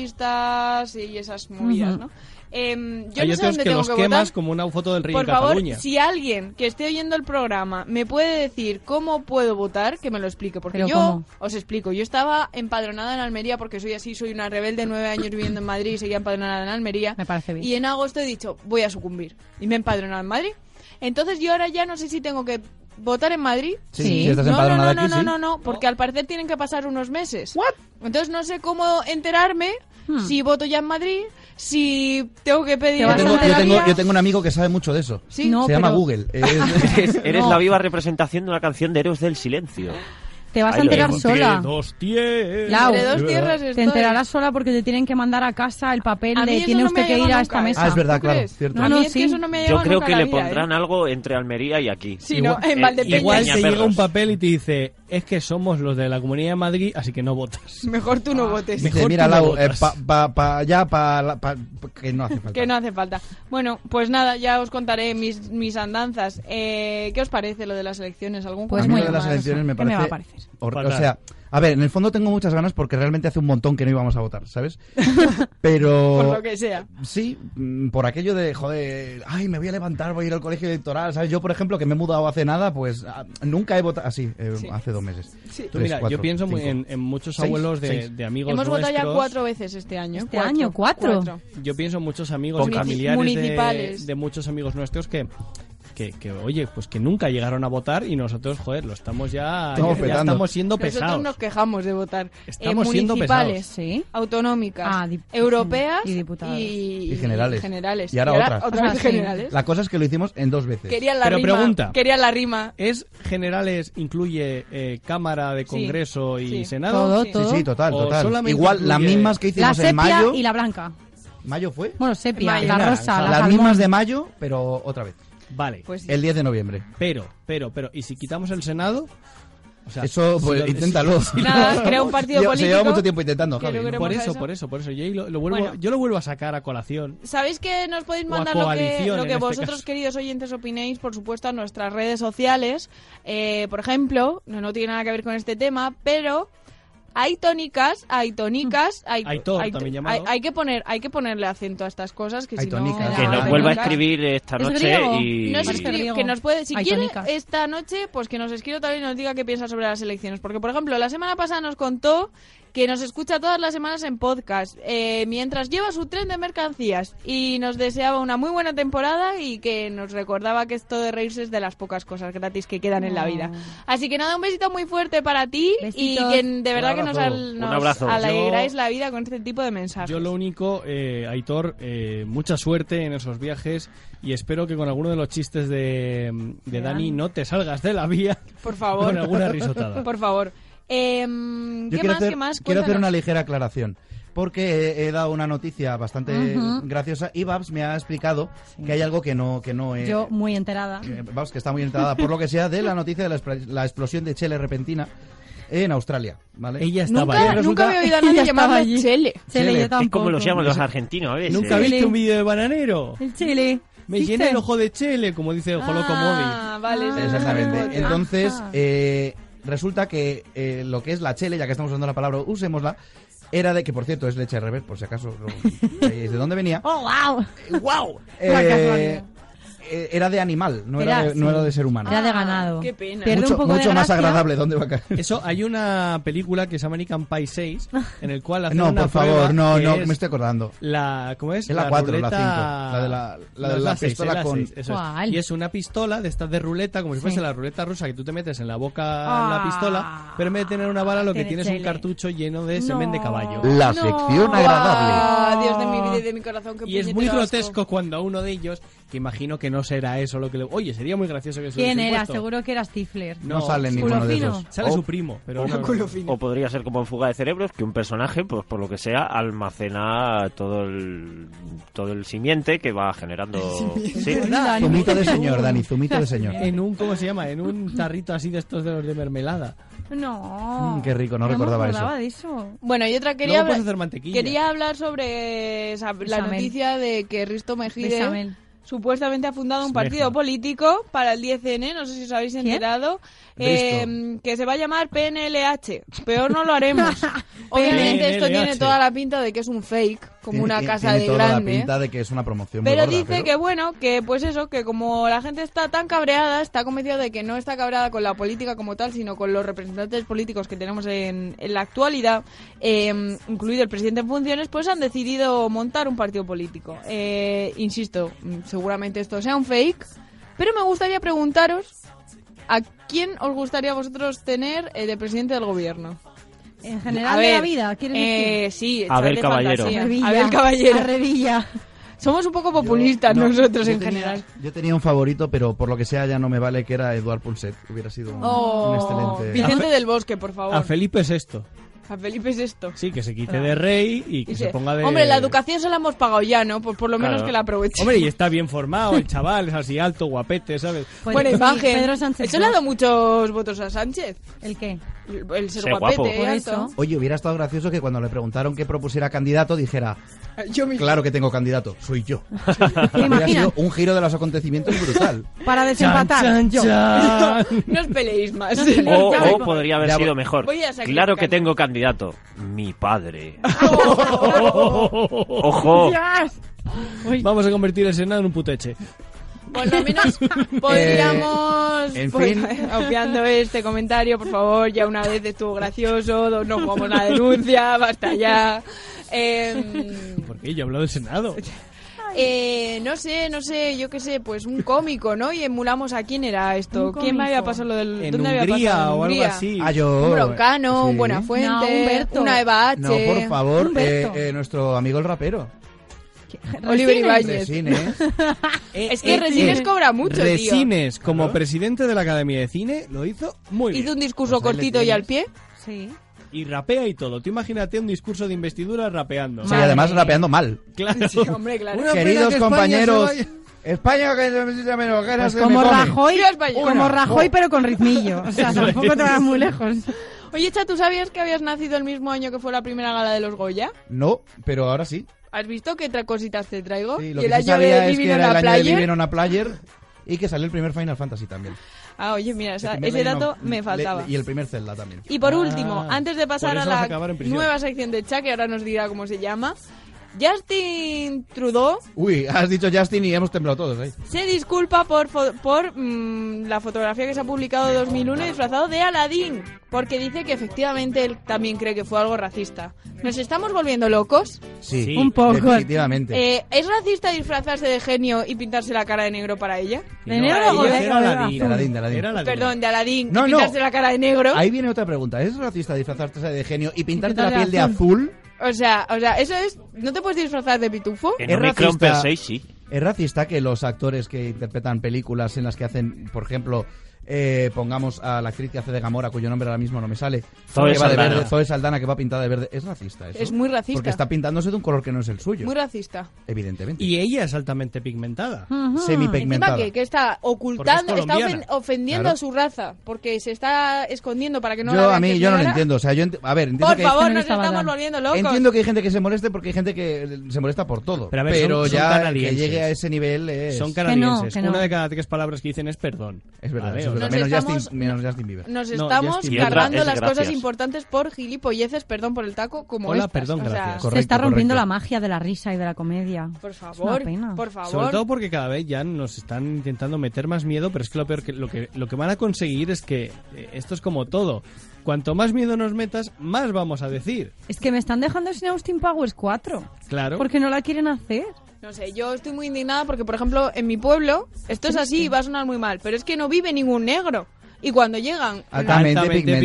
[SPEAKER 10] ecologistas y esas movidas,
[SPEAKER 13] Ujú.
[SPEAKER 10] ¿no? Em, yo
[SPEAKER 13] Hay
[SPEAKER 10] no
[SPEAKER 13] otros
[SPEAKER 10] sé dónde
[SPEAKER 13] que
[SPEAKER 10] tengo
[SPEAKER 13] los
[SPEAKER 10] que
[SPEAKER 13] quemas
[SPEAKER 10] votar.
[SPEAKER 13] como una foto del rey
[SPEAKER 10] Por
[SPEAKER 13] en
[SPEAKER 10] favor,
[SPEAKER 13] Cataluña.
[SPEAKER 10] si alguien que esté oyendo el programa me puede decir cómo puedo votar, que me lo explique. Porque
[SPEAKER 2] Pero
[SPEAKER 10] yo
[SPEAKER 2] ¿cómo?
[SPEAKER 10] os explico. Yo estaba empadronada en Almería porque soy así, soy una rebelde, nueve años viviendo en Madrid y seguía empadronada en Almería.
[SPEAKER 2] Me parece bien.
[SPEAKER 10] Y en agosto he dicho, voy a sucumbir. Y me he empadronado en Madrid. Entonces yo ahora ya no sé si tengo que votar en Madrid.
[SPEAKER 1] Sí, Sí. si estás
[SPEAKER 10] no, no, no,
[SPEAKER 1] empadronada
[SPEAKER 10] no,
[SPEAKER 1] aquí,
[SPEAKER 10] no,
[SPEAKER 1] sí.
[SPEAKER 10] no, no, porque al parecer tienen que pasar unos meses. Entonces no sé cómo enterarme
[SPEAKER 2] Hmm.
[SPEAKER 10] si voto ya en Madrid, si tengo que pedir...
[SPEAKER 1] Yo
[SPEAKER 10] a
[SPEAKER 1] tengo, yo,
[SPEAKER 10] Saladería.
[SPEAKER 1] tengo, yo tengo un amigo que sabe mucho de eso.
[SPEAKER 10] Sí. No,
[SPEAKER 1] Se llama
[SPEAKER 10] pero-
[SPEAKER 1] Google.
[SPEAKER 10] Ah,
[SPEAKER 1] Es-
[SPEAKER 4] Eres, eres
[SPEAKER 1] No.
[SPEAKER 4] la viva representación de una canción de Héroes del Silencio.
[SPEAKER 2] Te vas a
[SPEAKER 4] Ahí lo
[SPEAKER 2] enterar
[SPEAKER 4] vemos.
[SPEAKER 2] sola. Lau,
[SPEAKER 10] Entre dos tierras
[SPEAKER 2] te
[SPEAKER 10] estoy.
[SPEAKER 2] enterarás sola porque te tienen que mandar a casa el papel
[SPEAKER 10] A mí
[SPEAKER 2] de
[SPEAKER 10] eso
[SPEAKER 2] tiene
[SPEAKER 10] no
[SPEAKER 2] usted
[SPEAKER 10] me
[SPEAKER 2] que ir
[SPEAKER 10] llega
[SPEAKER 2] a
[SPEAKER 10] nunca,
[SPEAKER 2] esta
[SPEAKER 10] ¿eh?
[SPEAKER 2] mesa.
[SPEAKER 1] Ah, es verdad,
[SPEAKER 2] ¿Tú
[SPEAKER 1] claro,
[SPEAKER 2] crees?
[SPEAKER 1] cierto.
[SPEAKER 2] No,
[SPEAKER 1] A
[SPEAKER 2] no,
[SPEAKER 1] mí
[SPEAKER 10] es
[SPEAKER 2] sí.
[SPEAKER 10] que eso no me ha
[SPEAKER 4] Yo
[SPEAKER 10] llegado
[SPEAKER 4] creo
[SPEAKER 10] nunca
[SPEAKER 4] que
[SPEAKER 10] a la
[SPEAKER 4] le
[SPEAKER 10] vida, ¿eh?
[SPEAKER 4] pondrán algo entre Almería y aquí.
[SPEAKER 10] Sí, no, en Valdepeñas.
[SPEAKER 13] Igual te llega
[SPEAKER 4] Peñaperros.
[SPEAKER 13] un papel y te dice, es que somos los de la Comunidad de Madrid, así que no votas.
[SPEAKER 10] Mejor tú no votes.
[SPEAKER 1] Dice,
[SPEAKER 13] Mejor
[SPEAKER 1] mira,
[SPEAKER 13] tú no
[SPEAKER 1] Lau, eh,
[SPEAKER 13] votas".
[SPEAKER 1] pa, pa, pa- ya, pa, la- pa- pa- que no hace falta.
[SPEAKER 10] Que no hace falta. Bueno, pues nada, ya os contaré mis, mis andanzas. Eh, ¿Qué os parece lo de las elecciones?
[SPEAKER 1] a mí
[SPEAKER 10] ¿Algún
[SPEAKER 1] lo de
[SPEAKER 10] consejo
[SPEAKER 1] las
[SPEAKER 10] más?
[SPEAKER 2] Pues
[SPEAKER 1] elecciones me
[SPEAKER 10] ¿Qué va a
[SPEAKER 1] parece
[SPEAKER 10] parecer?
[SPEAKER 2] horribles.
[SPEAKER 1] Hor- o sea, a ver, en el fondo tengo muchas ganas porque realmente hace un montón que no íbamos a votar, ¿sabes? Pero...
[SPEAKER 10] Por lo que sea.
[SPEAKER 1] Sí, mm, por aquello de, joder, ay, me voy a levantar, voy a ir al colegio electoral, ¿sabes? Yo, por ejemplo, que me he mudado hace nada, pues ah, nunca he votado... Así,
[SPEAKER 10] Sí.
[SPEAKER 1] hace dos meses.
[SPEAKER 10] Sí.
[SPEAKER 1] Tres,
[SPEAKER 13] Mira,
[SPEAKER 1] pues, cuatro,
[SPEAKER 13] yo pienso muy
[SPEAKER 1] cinco.
[SPEAKER 13] en, en muchos
[SPEAKER 1] Seis,
[SPEAKER 13] abuelos de,
[SPEAKER 1] seis.
[SPEAKER 13] de amigos
[SPEAKER 10] Hemos votado ya
[SPEAKER 13] nuestros.
[SPEAKER 10] cuatro veces este año.
[SPEAKER 2] Este año, cuatro.
[SPEAKER 13] Yo pienso en muchos amigos
[SPEAKER 10] Munici-
[SPEAKER 13] familiares de- de,
[SPEAKER 10] municipales.
[SPEAKER 13] muchos amigos nuestros que, que, que, oye, pues que nunca llegaron a votar y nosotros, joder, lo estamos ya,
[SPEAKER 1] Estamos
[SPEAKER 13] ya
[SPEAKER 1] petando.
[SPEAKER 13] estamos siendo
[SPEAKER 10] Nosotros
[SPEAKER 13] pesados.
[SPEAKER 10] nos quejamos de votar.
[SPEAKER 13] Estamos
[SPEAKER 10] Eh,
[SPEAKER 13] siendo
[SPEAKER 10] municipales,
[SPEAKER 13] pesados.
[SPEAKER 2] Sí.
[SPEAKER 10] autonómicas,
[SPEAKER 2] Ah, dip-
[SPEAKER 10] europeas
[SPEAKER 2] y diputados.
[SPEAKER 10] y,
[SPEAKER 1] Y generales.
[SPEAKER 10] y generales.
[SPEAKER 1] Y ahora otras.
[SPEAKER 2] Ah,
[SPEAKER 10] vez
[SPEAKER 2] sí.
[SPEAKER 10] generales.
[SPEAKER 1] La cosa es que lo hicimos en dos veces.
[SPEAKER 10] Querían la
[SPEAKER 13] Pero
[SPEAKER 10] rima.
[SPEAKER 13] pregunta.
[SPEAKER 10] Querían la rima.
[SPEAKER 13] ¿Es generales, incluye eh, Cámara de
[SPEAKER 10] Sí,
[SPEAKER 13] Congreso y
[SPEAKER 10] sí.
[SPEAKER 13] Senado?
[SPEAKER 2] Todo,
[SPEAKER 1] Sí, sí, total,
[SPEAKER 13] O
[SPEAKER 1] total.
[SPEAKER 13] solamente
[SPEAKER 1] Igual las
[SPEAKER 13] incluye-
[SPEAKER 1] mismas que
[SPEAKER 2] La
[SPEAKER 1] hicimos
[SPEAKER 2] sepia
[SPEAKER 1] en mayo.
[SPEAKER 2] y la blanca.
[SPEAKER 1] ¿Mayo fue?
[SPEAKER 2] Bueno, sepia,
[SPEAKER 10] Mayo.
[SPEAKER 2] la
[SPEAKER 13] Naranja.
[SPEAKER 2] rosa, la
[SPEAKER 1] las
[SPEAKER 2] salmón.
[SPEAKER 1] mismas de mayo, pero otra vez.
[SPEAKER 13] Vale,
[SPEAKER 10] Pues sí.
[SPEAKER 1] El 10 de noviembre.
[SPEAKER 13] pero, pero, pero, ¿y si quitamos el Senado? O sea,
[SPEAKER 1] Eso,
[SPEAKER 13] si
[SPEAKER 1] pues,
[SPEAKER 13] lo-
[SPEAKER 1] inténtalo.
[SPEAKER 10] Nada,
[SPEAKER 13] *laughs*
[SPEAKER 1] *laughs*
[SPEAKER 10] crea un partido
[SPEAKER 1] Yo- Se
[SPEAKER 10] político.
[SPEAKER 1] lleva mucho tiempo intentando,
[SPEAKER 10] que
[SPEAKER 1] Javi.
[SPEAKER 10] logre-
[SPEAKER 13] Por
[SPEAKER 10] ¿Queremos
[SPEAKER 13] eso,
[SPEAKER 10] eso?
[SPEAKER 13] por eso, por eso. Yo ahí lo, lo vuelvo,
[SPEAKER 10] Bueno.
[SPEAKER 13] yo lo vuelvo a sacar a colación.
[SPEAKER 10] Sabéis que nos podéis
[SPEAKER 13] O a
[SPEAKER 10] mandar lo que,
[SPEAKER 13] coalición,
[SPEAKER 10] lo
[SPEAKER 13] en
[SPEAKER 10] que
[SPEAKER 13] este
[SPEAKER 10] vosotros,
[SPEAKER 13] caso.
[SPEAKER 10] queridos oyentes, opinéis, por supuesto, a nuestras redes sociales. Eh, por ejemplo, no, no tiene nada que ver con este tema, pero hay tónicas, hay tónicas, hay,
[SPEAKER 13] Aitor,
[SPEAKER 10] hay-
[SPEAKER 13] también llamado.
[SPEAKER 10] hay, hay que poner, hay que ponerle acento a estas cosas que si no-
[SPEAKER 1] Aitónicas.
[SPEAKER 4] Que
[SPEAKER 1] Ah,
[SPEAKER 4] nos vuelva a
[SPEAKER 10] Aitónicas.
[SPEAKER 4] escribir esta
[SPEAKER 2] Es
[SPEAKER 4] noche
[SPEAKER 2] griego.
[SPEAKER 4] y...
[SPEAKER 10] Nos
[SPEAKER 2] Sí.
[SPEAKER 10] escribe-
[SPEAKER 2] Diego.
[SPEAKER 10] que nos puede, si
[SPEAKER 2] Hay
[SPEAKER 10] quiere
[SPEAKER 2] tónicas.
[SPEAKER 10] esta noche, pues que nos escriba también y nos diga qué piensa sobre las elecciones. Porque, por ejemplo, la semana pasada nos contó que nos escucha todas las semanas en podcast, eh, mientras lleva su tren de mercancías y nos deseaba una muy buena temporada y que nos recordaba que esto de reírse es de las pocas cosas gratis que quedan en la vida. Así que nada, un besito muy fuerte para ti
[SPEAKER 2] Besitos.
[SPEAKER 10] y que de verdad
[SPEAKER 13] Un
[SPEAKER 10] que nos,
[SPEAKER 13] abrazo.
[SPEAKER 10] al-
[SPEAKER 4] Un
[SPEAKER 10] nos
[SPEAKER 4] abrazo.
[SPEAKER 10] alegráis la vida con este tipo de mensajes.
[SPEAKER 13] Yo lo único, eh, Aitor, eh, mucha suerte en esos viajes y espero que con alguno de los chistes de, de
[SPEAKER 2] De
[SPEAKER 13] Dani
[SPEAKER 2] Dani.
[SPEAKER 13] no te salgas de la
[SPEAKER 10] *laughs*
[SPEAKER 13] vía
[SPEAKER 10] Por favor.
[SPEAKER 13] con alguna risotada.
[SPEAKER 10] Por favor.
[SPEAKER 1] Yo
[SPEAKER 10] Em, ¿Qué
[SPEAKER 1] quiero,
[SPEAKER 10] más?
[SPEAKER 1] hacer,
[SPEAKER 10] ¿Qué más?
[SPEAKER 1] quiero hacer
[SPEAKER 10] Cuéntanos.
[SPEAKER 1] una ligera aclaración. Porque he, he dado una noticia bastante
[SPEAKER 2] Ujú.
[SPEAKER 1] graciosa y Babs me ha explicado
[SPEAKER 2] Sí.
[SPEAKER 1] que hay algo que no, que no he,
[SPEAKER 2] Yo muy enterada.
[SPEAKER 1] Eh, vamos, que está muy entrada por lo que sea de la noticia de la, expl- la explosión de Chele repentina en Australia, ¿vale?
[SPEAKER 13] Ella estaba
[SPEAKER 10] Nunca,
[SPEAKER 13] ahí.
[SPEAKER 10] nunca había
[SPEAKER 2] *laughs*
[SPEAKER 10] oído a nadie
[SPEAKER 2] Ella estaba
[SPEAKER 10] llamarlo
[SPEAKER 2] allí.
[SPEAKER 10] Chele.
[SPEAKER 2] Chile,
[SPEAKER 1] Chile,
[SPEAKER 2] yo
[SPEAKER 1] es
[SPEAKER 2] tampoco.
[SPEAKER 4] Es como los llaman los argentinos a veces.
[SPEAKER 13] ¿Nunca
[SPEAKER 4] ¿eh?
[SPEAKER 13] viste un vídeo de bananero?
[SPEAKER 2] El chile.
[SPEAKER 13] Me
[SPEAKER 2] ¿Viste?
[SPEAKER 13] llena el ojo de chele, como dice el Joloco Móvil.
[SPEAKER 10] Ah, vale. sí.
[SPEAKER 2] Ah,
[SPEAKER 1] Exactamente. Entonces,
[SPEAKER 2] ajá.
[SPEAKER 1] eh, resulta que eh, lo que es la chele, ya que estamos usando la palabra, usémosla, era de que, por cierto, es leche al revés, por si acaso no sabéis de dónde venía.
[SPEAKER 2] *laughs* ¡Oh, wow!
[SPEAKER 1] ¡Wow!
[SPEAKER 2] Una casualidad.
[SPEAKER 1] eh, era de animal, no era,
[SPEAKER 2] Era,
[SPEAKER 1] de, no
[SPEAKER 2] sí.
[SPEAKER 1] era de ser humano.
[SPEAKER 2] Era de ganado.
[SPEAKER 10] qué pena.
[SPEAKER 2] Pierde
[SPEAKER 1] mucho
[SPEAKER 2] un poco de
[SPEAKER 1] mucho más
[SPEAKER 2] gracia.
[SPEAKER 1] agradable, ¿dónde va a caer?
[SPEAKER 13] Eso, hay una película que es American Pie
[SPEAKER 10] *laughs*
[SPEAKER 13] 6, en el cual hacen
[SPEAKER 1] No,
[SPEAKER 13] una
[SPEAKER 1] por
[SPEAKER 13] prueba
[SPEAKER 1] favor, no,
[SPEAKER 13] que
[SPEAKER 1] no,
[SPEAKER 13] es
[SPEAKER 1] me estoy acordando.
[SPEAKER 13] La, ¿Cómo es?
[SPEAKER 1] Es la cuatro, la
[SPEAKER 13] ruleta-
[SPEAKER 1] cinco, la de la-
[SPEAKER 13] No,
[SPEAKER 1] la de
[SPEAKER 13] es
[SPEAKER 1] la
[SPEAKER 13] seis,
[SPEAKER 1] pistola
[SPEAKER 13] es la
[SPEAKER 1] con-
[SPEAKER 13] seis, eso es.
[SPEAKER 2] ¿Cuál?
[SPEAKER 13] Y es una pistola de estas de ruleta, como si fuese la ruleta rusa que tú te metes en la boca
[SPEAKER 2] Ah.
[SPEAKER 13] la pistola, pero en vez de tener una bala lo que
[SPEAKER 2] Tiene
[SPEAKER 13] tienes es un
[SPEAKER 2] chile.
[SPEAKER 13] cartucho lleno de
[SPEAKER 2] No.
[SPEAKER 13] semen de caballo.
[SPEAKER 9] La
[SPEAKER 10] No.
[SPEAKER 9] sección agradable.
[SPEAKER 10] Ah, Dios de mi vida y de mi corazón. qué
[SPEAKER 13] Y es
[SPEAKER 10] puñetero
[SPEAKER 13] muy
[SPEAKER 10] asco.
[SPEAKER 13] grotesco cuando a uno de ellos, que imagino que no será eso lo que le... Oye, sería muy gracioso que se
[SPEAKER 2] ¿Quién
[SPEAKER 13] hubiese
[SPEAKER 2] era?
[SPEAKER 13] puesto.
[SPEAKER 2] Seguro que era Stifler.
[SPEAKER 1] No,
[SPEAKER 13] No,
[SPEAKER 1] sale
[SPEAKER 2] culo
[SPEAKER 1] ninguno de
[SPEAKER 2] fino.
[SPEAKER 1] esos.
[SPEAKER 13] Sale
[SPEAKER 4] O-
[SPEAKER 13] su primo, pero
[SPEAKER 1] Oh.
[SPEAKER 4] o-
[SPEAKER 13] no-
[SPEAKER 4] O podría ser como en Fuga de Cerebros, que un personaje, pues por lo que sea, almacena todo el, todo el simiente que va generando...
[SPEAKER 1] *laughs*
[SPEAKER 4] Sí.
[SPEAKER 2] Dani.
[SPEAKER 1] Zumito de señor, Dani, zumito de
[SPEAKER 2] *laughs* Eh,
[SPEAKER 1] señor.
[SPEAKER 13] en un, ¿cómo se llama? En un tarrito así de estos de los de mermelada.
[SPEAKER 2] No.
[SPEAKER 1] Mm, qué rico, no recordaba
[SPEAKER 2] me
[SPEAKER 1] eso.
[SPEAKER 2] acordaba de eso.
[SPEAKER 10] Bueno, y otra quería
[SPEAKER 13] Luego puedes
[SPEAKER 10] hablar,
[SPEAKER 13] hacer mantequilla.
[SPEAKER 10] quería hablar sobre esa- la
[SPEAKER 2] Besamel.
[SPEAKER 10] noticia de que Risto
[SPEAKER 2] Pues,
[SPEAKER 10] Mejide
[SPEAKER 2] Besamel.
[SPEAKER 10] supuestamente ha fundado un
[SPEAKER 13] Esmeja.
[SPEAKER 10] partido político para el 10N, no sé si os habéis enterado, eh, que se va a llamar PNLH. Peor no
[SPEAKER 13] *laughs*
[SPEAKER 10] lo haremos. Obviamente esto tiene
[SPEAKER 13] PNLH.
[SPEAKER 10] toda la pinta de que es un fake, como una
[SPEAKER 1] Tiene-
[SPEAKER 10] casa
[SPEAKER 1] tiene
[SPEAKER 10] de
[SPEAKER 1] toda
[SPEAKER 10] grande. ¿eh?
[SPEAKER 1] la pinta de que es una promoción muy
[SPEAKER 10] Pero
[SPEAKER 1] gorda,
[SPEAKER 10] dice
[SPEAKER 1] pero-
[SPEAKER 10] que bueno, que pues eso, que como la gente está tan cabreada, está convencida de que no está cabreada con la política como tal, sino con los representantes políticos que tenemos en, en la actualidad, eh, incluido el presidente en funciones, pues han decidido montar un partido político. Eh, insisto, mm, seguramente esto sea un fake, pero me gustaría preguntaros a quién os gustaría a vosotros tener eh, de presidente del gobierno.
[SPEAKER 2] En general
[SPEAKER 10] A
[SPEAKER 2] de la
[SPEAKER 10] ver,
[SPEAKER 2] vida, ¿quieres
[SPEAKER 10] eh, sí, echad
[SPEAKER 4] Abel
[SPEAKER 10] de
[SPEAKER 4] Caballero.
[SPEAKER 10] fantasía.
[SPEAKER 2] decir?
[SPEAKER 10] Abel Caballero.
[SPEAKER 2] Arrevilla.
[SPEAKER 10] Somos un poco
[SPEAKER 1] Yo-
[SPEAKER 10] populistas
[SPEAKER 1] no,
[SPEAKER 10] nosotros
[SPEAKER 1] yo
[SPEAKER 10] en
[SPEAKER 1] tenía-
[SPEAKER 10] general.
[SPEAKER 1] Yo tenía un favorito, pero por lo que sea ya no me vale que era Eduard Pulset. Hubiera sido un, un
[SPEAKER 10] Oh,
[SPEAKER 1] excelente. Ah,
[SPEAKER 10] Vicente del Bosque, por favor.
[SPEAKER 13] A Felipe es esto.
[SPEAKER 10] A Felipe es esto.
[SPEAKER 13] Sí, que se quite de rey y que se
[SPEAKER 10] Dice,
[SPEAKER 13] ponga de...
[SPEAKER 10] Hombre, la educación se la hemos pagado ya, ¿no? Pues por lo menos
[SPEAKER 13] Claro.
[SPEAKER 10] que la aproveche.
[SPEAKER 13] Hombre, y está bien formado el chaval, es así alto, guapete, ¿sabes?
[SPEAKER 10] Buena imagen.
[SPEAKER 2] Pues, Pedro Sánchez
[SPEAKER 10] Eso le ha dado muchos votos a Sánchez.
[SPEAKER 2] ¿El qué?
[SPEAKER 10] El, el ser
[SPEAKER 13] Ser
[SPEAKER 10] guapete,
[SPEAKER 13] guapo.
[SPEAKER 10] ¿eh,
[SPEAKER 2] Por
[SPEAKER 10] alto.
[SPEAKER 2] eso.
[SPEAKER 1] Oye, hubiera estado gracioso que cuando le preguntaron que propusiera candidato dijera,
[SPEAKER 10] Yo mismo.
[SPEAKER 1] claro que tengo candidato, soy
[SPEAKER 10] *laughs*
[SPEAKER 1] yo.
[SPEAKER 2] ¿Te
[SPEAKER 1] Hubiera
[SPEAKER 2] imaginas?
[SPEAKER 1] sido un giro de los acontecimientos brutal.
[SPEAKER 2] Para desempatar.
[SPEAKER 13] Chan, chan,
[SPEAKER 2] yo.
[SPEAKER 13] chan.
[SPEAKER 10] *laughs* No os peleéis más.
[SPEAKER 13] Oh,
[SPEAKER 4] O, o podría haber
[SPEAKER 1] Ya,
[SPEAKER 4] sido
[SPEAKER 1] voy-
[SPEAKER 4] mejor.
[SPEAKER 10] voy a sacrificar.
[SPEAKER 4] Claro que tengo candidato. Mi
[SPEAKER 10] *laughs*
[SPEAKER 4] padre. Ojo.
[SPEAKER 10] Yes.
[SPEAKER 13] *laughs*
[SPEAKER 10] Uy.
[SPEAKER 13] Vamos a convertir el Senado en un puteche.
[SPEAKER 10] Por lo
[SPEAKER 13] *laughs*
[SPEAKER 10] menos podríamos.
[SPEAKER 13] oh. Eh, en
[SPEAKER 10] por-
[SPEAKER 13] fin.
[SPEAKER 10] *laughs* Obviando este comentario, por favor, ya una vez estuvo gracioso, no- no jugamos la denuncia,
[SPEAKER 13] *laughs*
[SPEAKER 10] basta ya. Eh,
[SPEAKER 13] ¿Por qué? Yo hablo del Senado.
[SPEAKER 10] eh, no sé, no sé, yo qué sé, pues un cómico, ¿no? Y emulamos a quién era esto.
[SPEAKER 2] Un
[SPEAKER 10] ¿Quién me había
[SPEAKER 2] cómico.
[SPEAKER 10] pasado lo del.
[SPEAKER 13] En
[SPEAKER 10] ¿Dónde había
[SPEAKER 13] Hungría
[SPEAKER 10] pasado? En
[SPEAKER 13] o algo
[SPEAKER 10] Hungría.
[SPEAKER 13] así.
[SPEAKER 1] Ah, yo- eh,
[SPEAKER 10] Un Broncano,
[SPEAKER 1] Sí.
[SPEAKER 10] un Buenafuente,
[SPEAKER 2] No, Humberto.
[SPEAKER 10] una Eva H.
[SPEAKER 1] No, por favor,
[SPEAKER 2] Humberto.
[SPEAKER 1] eh, eh, nuestro amigo el rapero. ¿eh?
[SPEAKER 10] Oliver Ibáñez. *laughs*
[SPEAKER 1] Resines.
[SPEAKER 10] Es que Resines cobra mucho, tío.
[SPEAKER 13] Eh, Resines, como presidente de la Academia de Cine, lo hizo muy bien.
[SPEAKER 10] Hizo un discurso
[SPEAKER 1] Pues ahí le
[SPEAKER 10] cortito y
[SPEAKER 1] tienes.
[SPEAKER 10] al pie.
[SPEAKER 2] Sí.
[SPEAKER 13] Y rapea y todo. Tú imagínate un discurso de investidura rapeando.
[SPEAKER 1] Sí, además rapeando mal.
[SPEAKER 13] Claro.
[SPEAKER 10] *laughs* Sí, hombre, claro.
[SPEAKER 13] Una pena
[SPEAKER 1] Queridos
[SPEAKER 13] que España
[SPEAKER 1] compañeros,
[SPEAKER 13] se vaya.
[SPEAKER 1] España que se necesita menos
[SPEAKER 2] Pues
[SPEAKER 1] ganas se
[SPEAKER 2] como
[SPEAKER 1] me come.
[SPEAKER 2] Rajoy,
[SPEAKER 10] Yo español.
[SPEAKER 2] como
[SPEAKER 10] Una.
[SPEAKER 2] Rajoy, pero con ritmillo. O
[SPEAKER 10] *laughs*
[SPEAKER 2] sea, tampoco te vas muy lejos.
[SPEAKER 10] Oye, Cha, ¿tú sabías que habías nacido el mismo año que fue la primera gala de los Goya?
[SPEAKER 1] No, pero ahora sí.
[SPEAKER 10] ¿Has visto qué tra- cositas te traigo?
[SPEAKER 1] Sí,
[SPEAKER 10] Y
[SPEAKER 1] lo
[SPEAKER 10] el
[SPEAKER 1] que sí
[SPEAKER 10] año de
[SPEAKER 1] sabía es que
[SPEAKER 10] Living on
[SPEAKER 1] era
[SPEAKER 10] a
[SPEAKER 1] el año de
[SPEAKER 10] Player.
[SPEAKER 1] Vivir on a Player y que salió el primer Final Fantasy también.
[SPEAKER 10] Ah, oye, mira, o sea,
[SPEAKER 1] El primer
[SPEAKER 10] ese
[SPEAKER 1] Legend
[SPEAKER 10] dato
[SPEAKER 1] of-
[SPEAKER 10] me
[SPEAKER 1] le-
[SPEAKER 10] faltaba.
[SPEAKER 1] y el primer Zelda también.
[SPEAKER 10] Y por
[SPEAKER 13] Ah,
[SPEAKER 10] último, antes de pasar
[SPEAKER 13] por
[SPEAKER 10] a
[SPEAKER 13] eso vas a
[SPEAKER 10] la
[SPEAKER 13] acabar en prisión.
[SPEAKER 10] nueva sección de Cha, que ahora nos dirá cómo se llama, Justin Trudeau
[SPEAKER 1] Uy, has dicho Justin y hemos temblado todos ahí.
[SPEAKER 10] se disculpa por, fo- por mm, la fotografía que se ha publicado en 2001 disfrazado de Aladdin, porque dice que efectivamente él también cree que fue algo racista. ¿Nos estamos volviendo locos?
[SPEAKER 1] Sí,
[SPEAKER 2] Un poco.
[SPEAKER 1] Definitivamente.
[SPEAKER 10] Eh, ¿Es racista disfrazarse de genio y pintarse la cara de negro para ella?
[SPEAKER 2] ¿De negro o de-
[SPEAKER 13] Era
[SPEAKER 2] o de
[SPEAKER 13] Aladín.
[SPEAKER 1] azul? Aladín, de Aladín.
[SPEAKER 13] Era Aladín.
[SPEAKER 10] Perdón, de Aladdin
[SPEAKER 1] No,
[SPEAKER 10] y
[SPEAKER 1] no.
[SPEAKER 10] pintarse la cara de negro.
[SPEAKER 1] Ahí viene otra pregunta. ¿Es racista disfrazarte de genio y pintarte la
[SPEAKER 2] pintarle
[SPEAKER 1] piel de azul?
[SPEAKER 10] O sea, o sea, eso es... ¿No te puedes disfrazar de pitufo?
[SPEAKER 4] En
[SPEAKER 1] Es
[SPEAKER 4] Omicron
[SPEAKER 1] racista.
[SPEAKER 4] per 6, sí.
[SPEAKER 1] ¿Es racista que los actores que interpretan películas en las que hacen, por ejemplo, eh, pongamos a la actriz que hace de Gamora, cuyo nombre ahora mismo no me sale,
[SPEAKER 4] Zoe
[SPEAKER 1] que va de
[SPEAKER 4] Saldana.
[SPEAKER 1] verde- Zoe Saldana, que va pintada de verde, es racista eso?
[SPEAKER 10] Es muy racista.
[SPEAKER 1] Porque está pintándose de un color que no es el suyo,
[SPEAKER 10] Muy racista.
[SPEAKER 1] evidentemente.
[SPEAKER 13] Y ella es altamente pigmentada.
[SPEAKER 10] Mm.
[SPEAKER 2] Ujú.
[SPEAKER 1] Semipigmentada.
[SPEAKER 10] Encima que, que está
[SPEAKER 13] Porque
[SPEAKER 10] ocultando,
[SPEAKER 13] es
[SPEAKER 10] está
[SPEAKER 13] colombiana.
[SPEAKER 10] ofen- ofendiendo
[SPEAKER 1] Claro.
[SPEAKER 10] a su raza, porque se está escondiendo para que no la
[SPEAKER 1] yo
[SPEAKER 10] vean
[SPEAKER 1] a
[SPEAKER 10] que
[SPEAKER 1] mí
[SPEAKER 10] es
[SPEAKER 1] yo no lo
[SPEAKER 10] negra.
[SPEAKER 1] entiendo, o sea, yo ent- a ver, entiendo
[SPEAKER 10] Por
[SPEAKER 1] que hay-
[SPEAKER 10] favor,
[SPEAKER 2] no
[SPEAKER 10] nos
[SPEAKER 2] estaba
[SPEAKER 10] estamos
[SPEAKER 2] dando.
[SPEAKER 10] volviendo locos.
[SPEAKER 1] Entiendo que hay gente que se moleste porque hay gente que eh, se molesta por todo.
[SPEAKER 13] Pero
[SPEAKER 1] Pero,
[SPEAKER 13] a ver, son- son
[SPEAKER 1] ya que
[SPEAKER 13] canadienses.
[SPEAKER 1] llegue a ese nivel es,
[SPEAKER 13] Son
[SPEAKER 2] no,
[SPEAKER 13] canadienses.
[SPEAKER 2] que no.
[SPEAKER 13] Una de cada tres palabras que dicen es perdón.
[SPEAKER 1] es verdad.
[SPEAKER 13] Vale,
[SPEAKER 1] eso es verdad.
[SPEAKER 10] Nos
[SPEAKER 1] Menos,
[SPEAKER 10] estamos-
[SPEAKER 1] Justin, menos Justin Bieber.
[SPEAKER 10] Nos
[SPEAKER 13] No,
[SPEAKER 10] estamos
[SPEAKER 13] Justin
[SPEAKER 4] Bieber. Y
[SPEAKER 10] cargando
[SPEAKER 4] otra
[SPEAKER 10] las
[SPEAKER 4] es
[SPEAKER 10] cosas
[SPEAKER 4] gracias.
[SPEAKER 10] importantes por gilipolleces, perdón por el taco, como
[SPEAKER 13] Hola,
[SPEAKER 10] estas.
[SPEAKER 13] perdón,
[SPEAKER 10] O sea,
[SPEAKER 13] gracias.
[SPEAKER 1] Correcto,
[SPEAKER 2] Se está rompiendo
[SPEAKER 1] correcto.
[SPEAKER 2] la magia de la risa y de la comedia.
[SPEAKER 10] Por
[SPEAKER 2] Es una pena.
[SPEAKER 10] favor,
[SPEAKER 13] Sobre
[SPEAKER 10] por favor.
[SPEAKER 13] todo porque cada vez ya nos están intentando meter más miedo, pero es que lo peor que lo que lo que van a conseguir es que eh, esto es como todo. Cuanto más miedo nos metas, más vamos a decir.
[SPEAKER 2] Es que me están dejando sin Austin Powers 4.
[SPEAKER 13] Claro. *laughs*
[SPEAKER 2] Porque no la quieren hacer.
[SPEAKER 10] No sé, yo estoy muy indignada porque, por ejemplo, en mi pueblo, esto es así y va a sonar muy mal, pero es que no vive ningún negro. Y cuando llegan
[SPEAKER 1] Altamente,
[SPEAKER 13] Altamente
[SPEAKER 1] pigmentada.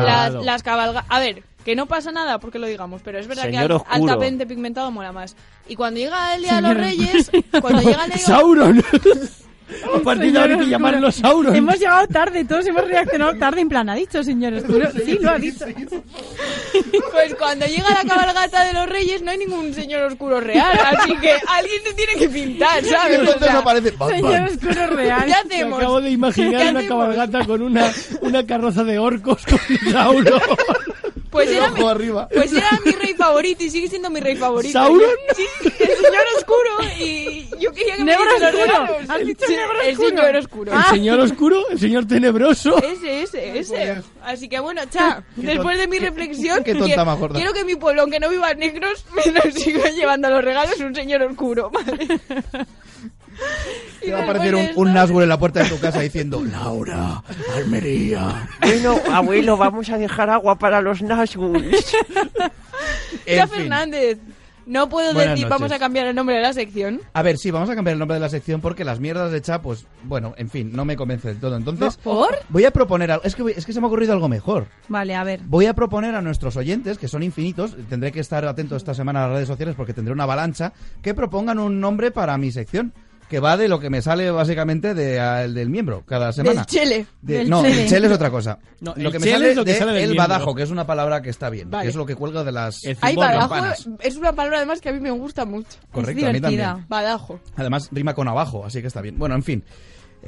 [SPEAKER 13] pigmentada.
[SPEAKER 10] las,
[SPEAKER 13] Claro.
[SPEAKER 10] las cabalga- A ver, que no pasa nada porque lo digamos, pero es verdad
[SPEAKER 4] Señor
[SPEAKER 10] que al-
[SPEAKER 4] oscuro.
[SPEAKER 10] altamente pigmentado mola más. Y cuando llega el Día de
[SPEAKER 2] Señor-
[SPEAKER 10] los Reyes, cuando llega el Día de los- *laughs*
[SPEAKER 13] Sauron. a partir de ahora hay que llamarlo Sauron.
[SPEAKER 2] Hemos llegado tarde, todos hemos reaccionado tarde. En plan, ha dicho, señor Oscuro. Sí, lo ha dicho.
[SPEAKER 10] pues cuando llega la cabalgata de los Reyes no hay ningún señor oscuro real, así que alguien se tiene que pintar,
[SPEAKER 1] Y
[SPEAKER 10] ¿sabes? O
[SPEAKER 1] entonces
[SPEAKER 10] sea,
[SPEAKER 1] aparece Batman.
[SPEAKER 2] Señor Oscuro real.
[SPEAKER 1] *laughs*
[SPEAKER 10] ¿Qué
[SPEAKER 13] Me
[SPEAKER 10] hacemos?
[SPEAKER 13] acabo de
[SPEAKER 10] ¿Qué
[SPEAKER 13] imaginar una
[SPEAKER 10] hacemos?
[SPEAKER 13] cabalgata con
[SPEAKER 10] *laughs*
[SPEAKER 13] una, una carroza de orcos con Sauron.
[SPEAKER 10] Pues
[SPEAKER 1] El
[SPEAKER 10] era,
[SPEAKER 1] ojo
[SPEAKER 10] mi,
[SPEAKER 1] arriba.
[SPEAKER 10] pues era mi rey favorito y sigue siendo mi rey favorito.
[SPEAKER 13] ¿Sauron?
[SPEAKER 10] Sí, el señor oscuro y yo quería que
[SPEAKER 2] Negro
[SPEAKER 10] me diesen los
[SPEAKER 2] oscuro.
[SPEAKER 10] regalos.
[SPEAKER 2] Has dicho
[SPEAKER 10] Sí,
[SPEAKER 2] negro
[SPEAKER 10] el
[SPEAKER 2] oscuro.
[SPEAKER 10] señor oscuro. Ah,
[SPEAKER 13] El señor oscuro, el señor tenebroso.
[SPEAKER 10] Ese, ese, ese. Así que bueno,
[SPEAKER 1] *laughs*
[SPEAKER 10] cha, después de mi reflexión,
[SPEAKER 1] qué tonta más gorda.
[SPEAKER 10] quiero que mi pueblo, aunque no vivan negros, *laughs* me los siga llevando los regalos un señor oscuro, *laughs* ¿vale?
[SPEAKER 1] Te
[SPEAKER 10] Y
[SPEAKER 1] va a
[SPEAKER 10] después
[SPEAKER 1] aparecer
[SPEAKER 10] de
[SPEAKER 1] un,
[SPEAKER 10] esto-
[SPEAKER 1] un Nazgûl en la puerta de tu casa diciendo Laura, Almería.
[SPEAKER 4] Bueno, abuelo, vamos a dejar agua para los Nazgûl.
[SPEAKER 10] Cha
[SPEAKER 1] En fin.
[SPEAKER 10] Fernández, no puedo
[SPEAKER 1] Buenas
[SPEAKER 10] decir, vamos
[SPEAKER 1] noches.
[SPEAKER 10] a cambiar el nombre de la sección.
[SPEAKER 1] A ver, sí, vamos a cambiar el nombre de la sección porque las mierdas de Cha, pues, bueno, en fin, no me convence del todo. Entonces,
[SPEAKER 10] ¿Por?
[SPEAKER 1] voy a proponer algo. Es que, voy- es que se me ha ocurrido algo mejor.
[SPEAKER 2] Vale, a ver.
[SPEAKER 1] Voy a proponer a nuestros oyentes, que son infinitos, tendré que estar atento esta semana a las redes sociales porque tendré una avalancha, que propongan un nombre para mi sección. que va de lo que me sale básicamente de, al- del miembro cada semana.
[SPEAKER 10] chele,
[SPEAKER 1] De-
[SPEAKER 10] del
[SPEAKER 1] no,
[SPEAKER 10] chele.
[SPEAKER 1] el chele es otra cosa.
[SPEAKER 10] No,
[SPEAKER 1] lo
[SPEAKER 10] el
[SPEAKER 1] que me
[SPEAKER 10] chele
[SPEAKER 1] sale
[SPEAKER 10] es lo que
[SPEAKER 1] de
[SPEAKER 10] sale del
[SPEAKER 1] el
[SPEAKER 10] miembro.
[SPEAKER 1] badajo, que es una palabra que está bien,
[SPEAKER 10] Vale.
[SPEAKER 1] que es lo que cuelga de las
[SPEAKER 10] Ahí badajo
[SPEAKER 1] campanas.
[SPEAKER 10] es una palabra además que a mí me gusta mucho.
[SPEAKER 1] Correcto, a mí divertida. también.
[SPEAKER 10] Badajo.
[SPEAKER 1] Además, rima con abajo, así que está bien. Bueno, en fin.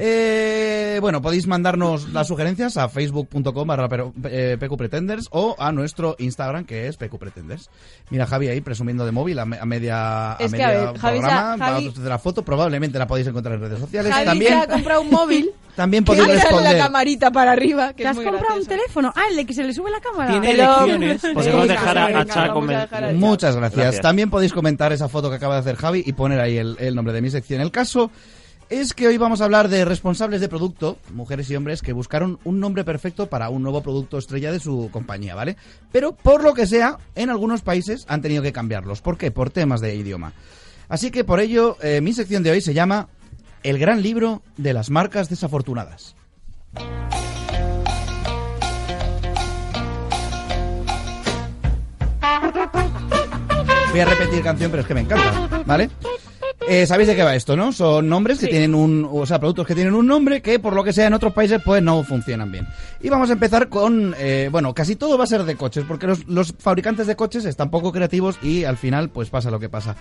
[SPEAKER 1] Eh, bueno, podéis mandarnos las sugerencias a facebook.com barra pero- eh, pqpretenders o a nuestro Instagram que es pqpretenders. Mira Javi ahí presumiendo de móvil a, me- a media, a
[SPEAKER 10] Es que,
[SPEAKER 1] media
[SPEAKER 10] a ver, Javi se ha-
[SPEAKER 1] programa. Va
[SPEAKER 10] Javi-
[SPEAKER 1] a hacer la foto probablemente la podéis encontrar en redes sociales.
[SPEAKER 10] Javi
[SPEAKER 1] también,
[SPEAKER 10] se ha comprado un móvil.
[SPEAKER 1] *laughs* también
[SPEAKER 10] que
[SPEAKER 1] podéis
[SPEAKER 10] le sale la
[SPEAKER 1] responder.
[SPEAKER 10] camarita para arriba. Que
[SPEAKER 2] ¿Te
[SPEAKER 10] es
[SPEAKER 2] has
[SPEAKER 10] muy
[SPEAKER 2] comprado un teléfono? Ah, el de que se le sube la cámara.
[SPEAKER 10] Tiene Pero- elecciones. *laughs* Podemos Venga, dejar a- venga, a Chá vamos a comer. dejar a Chá.
[SPEAKER 1] Muchas gracias.
[SPEAKER 10] Gracias.
[SPEAKER 1] También podéis comentar esa foto que acaba de hacer Javi y poner ahí el, el nombre de mi sección. El caso es que hoy vamos a hablar de responsables de producto, mujeres y hombres que buscaron un nombre perfecto para un nuevo producto estrella de su compañía, ¿vale? Pero por lo que sea, en algunos países han tenido que cambiarlos. ¿Por qué? Por temas de idioma. Así que por ello, eh, mi sección de hoy se llama El gran libro de las marcas desafortunadas. Voy a repetir canción, pero es que me encanta, ¿vale? Eh, Sabéis de qué va esto, ¿no? Son nombres que tienen un... O sea, productos que tienen un nombre que, por lo que sea, en otros países, pues no funcionan bien. Y vamos a empezar con... eh, bueno, casi todo va a ser de coches, porque los, los fabricantes de coches están poco creativos y al final, pues pasa lo que pasa.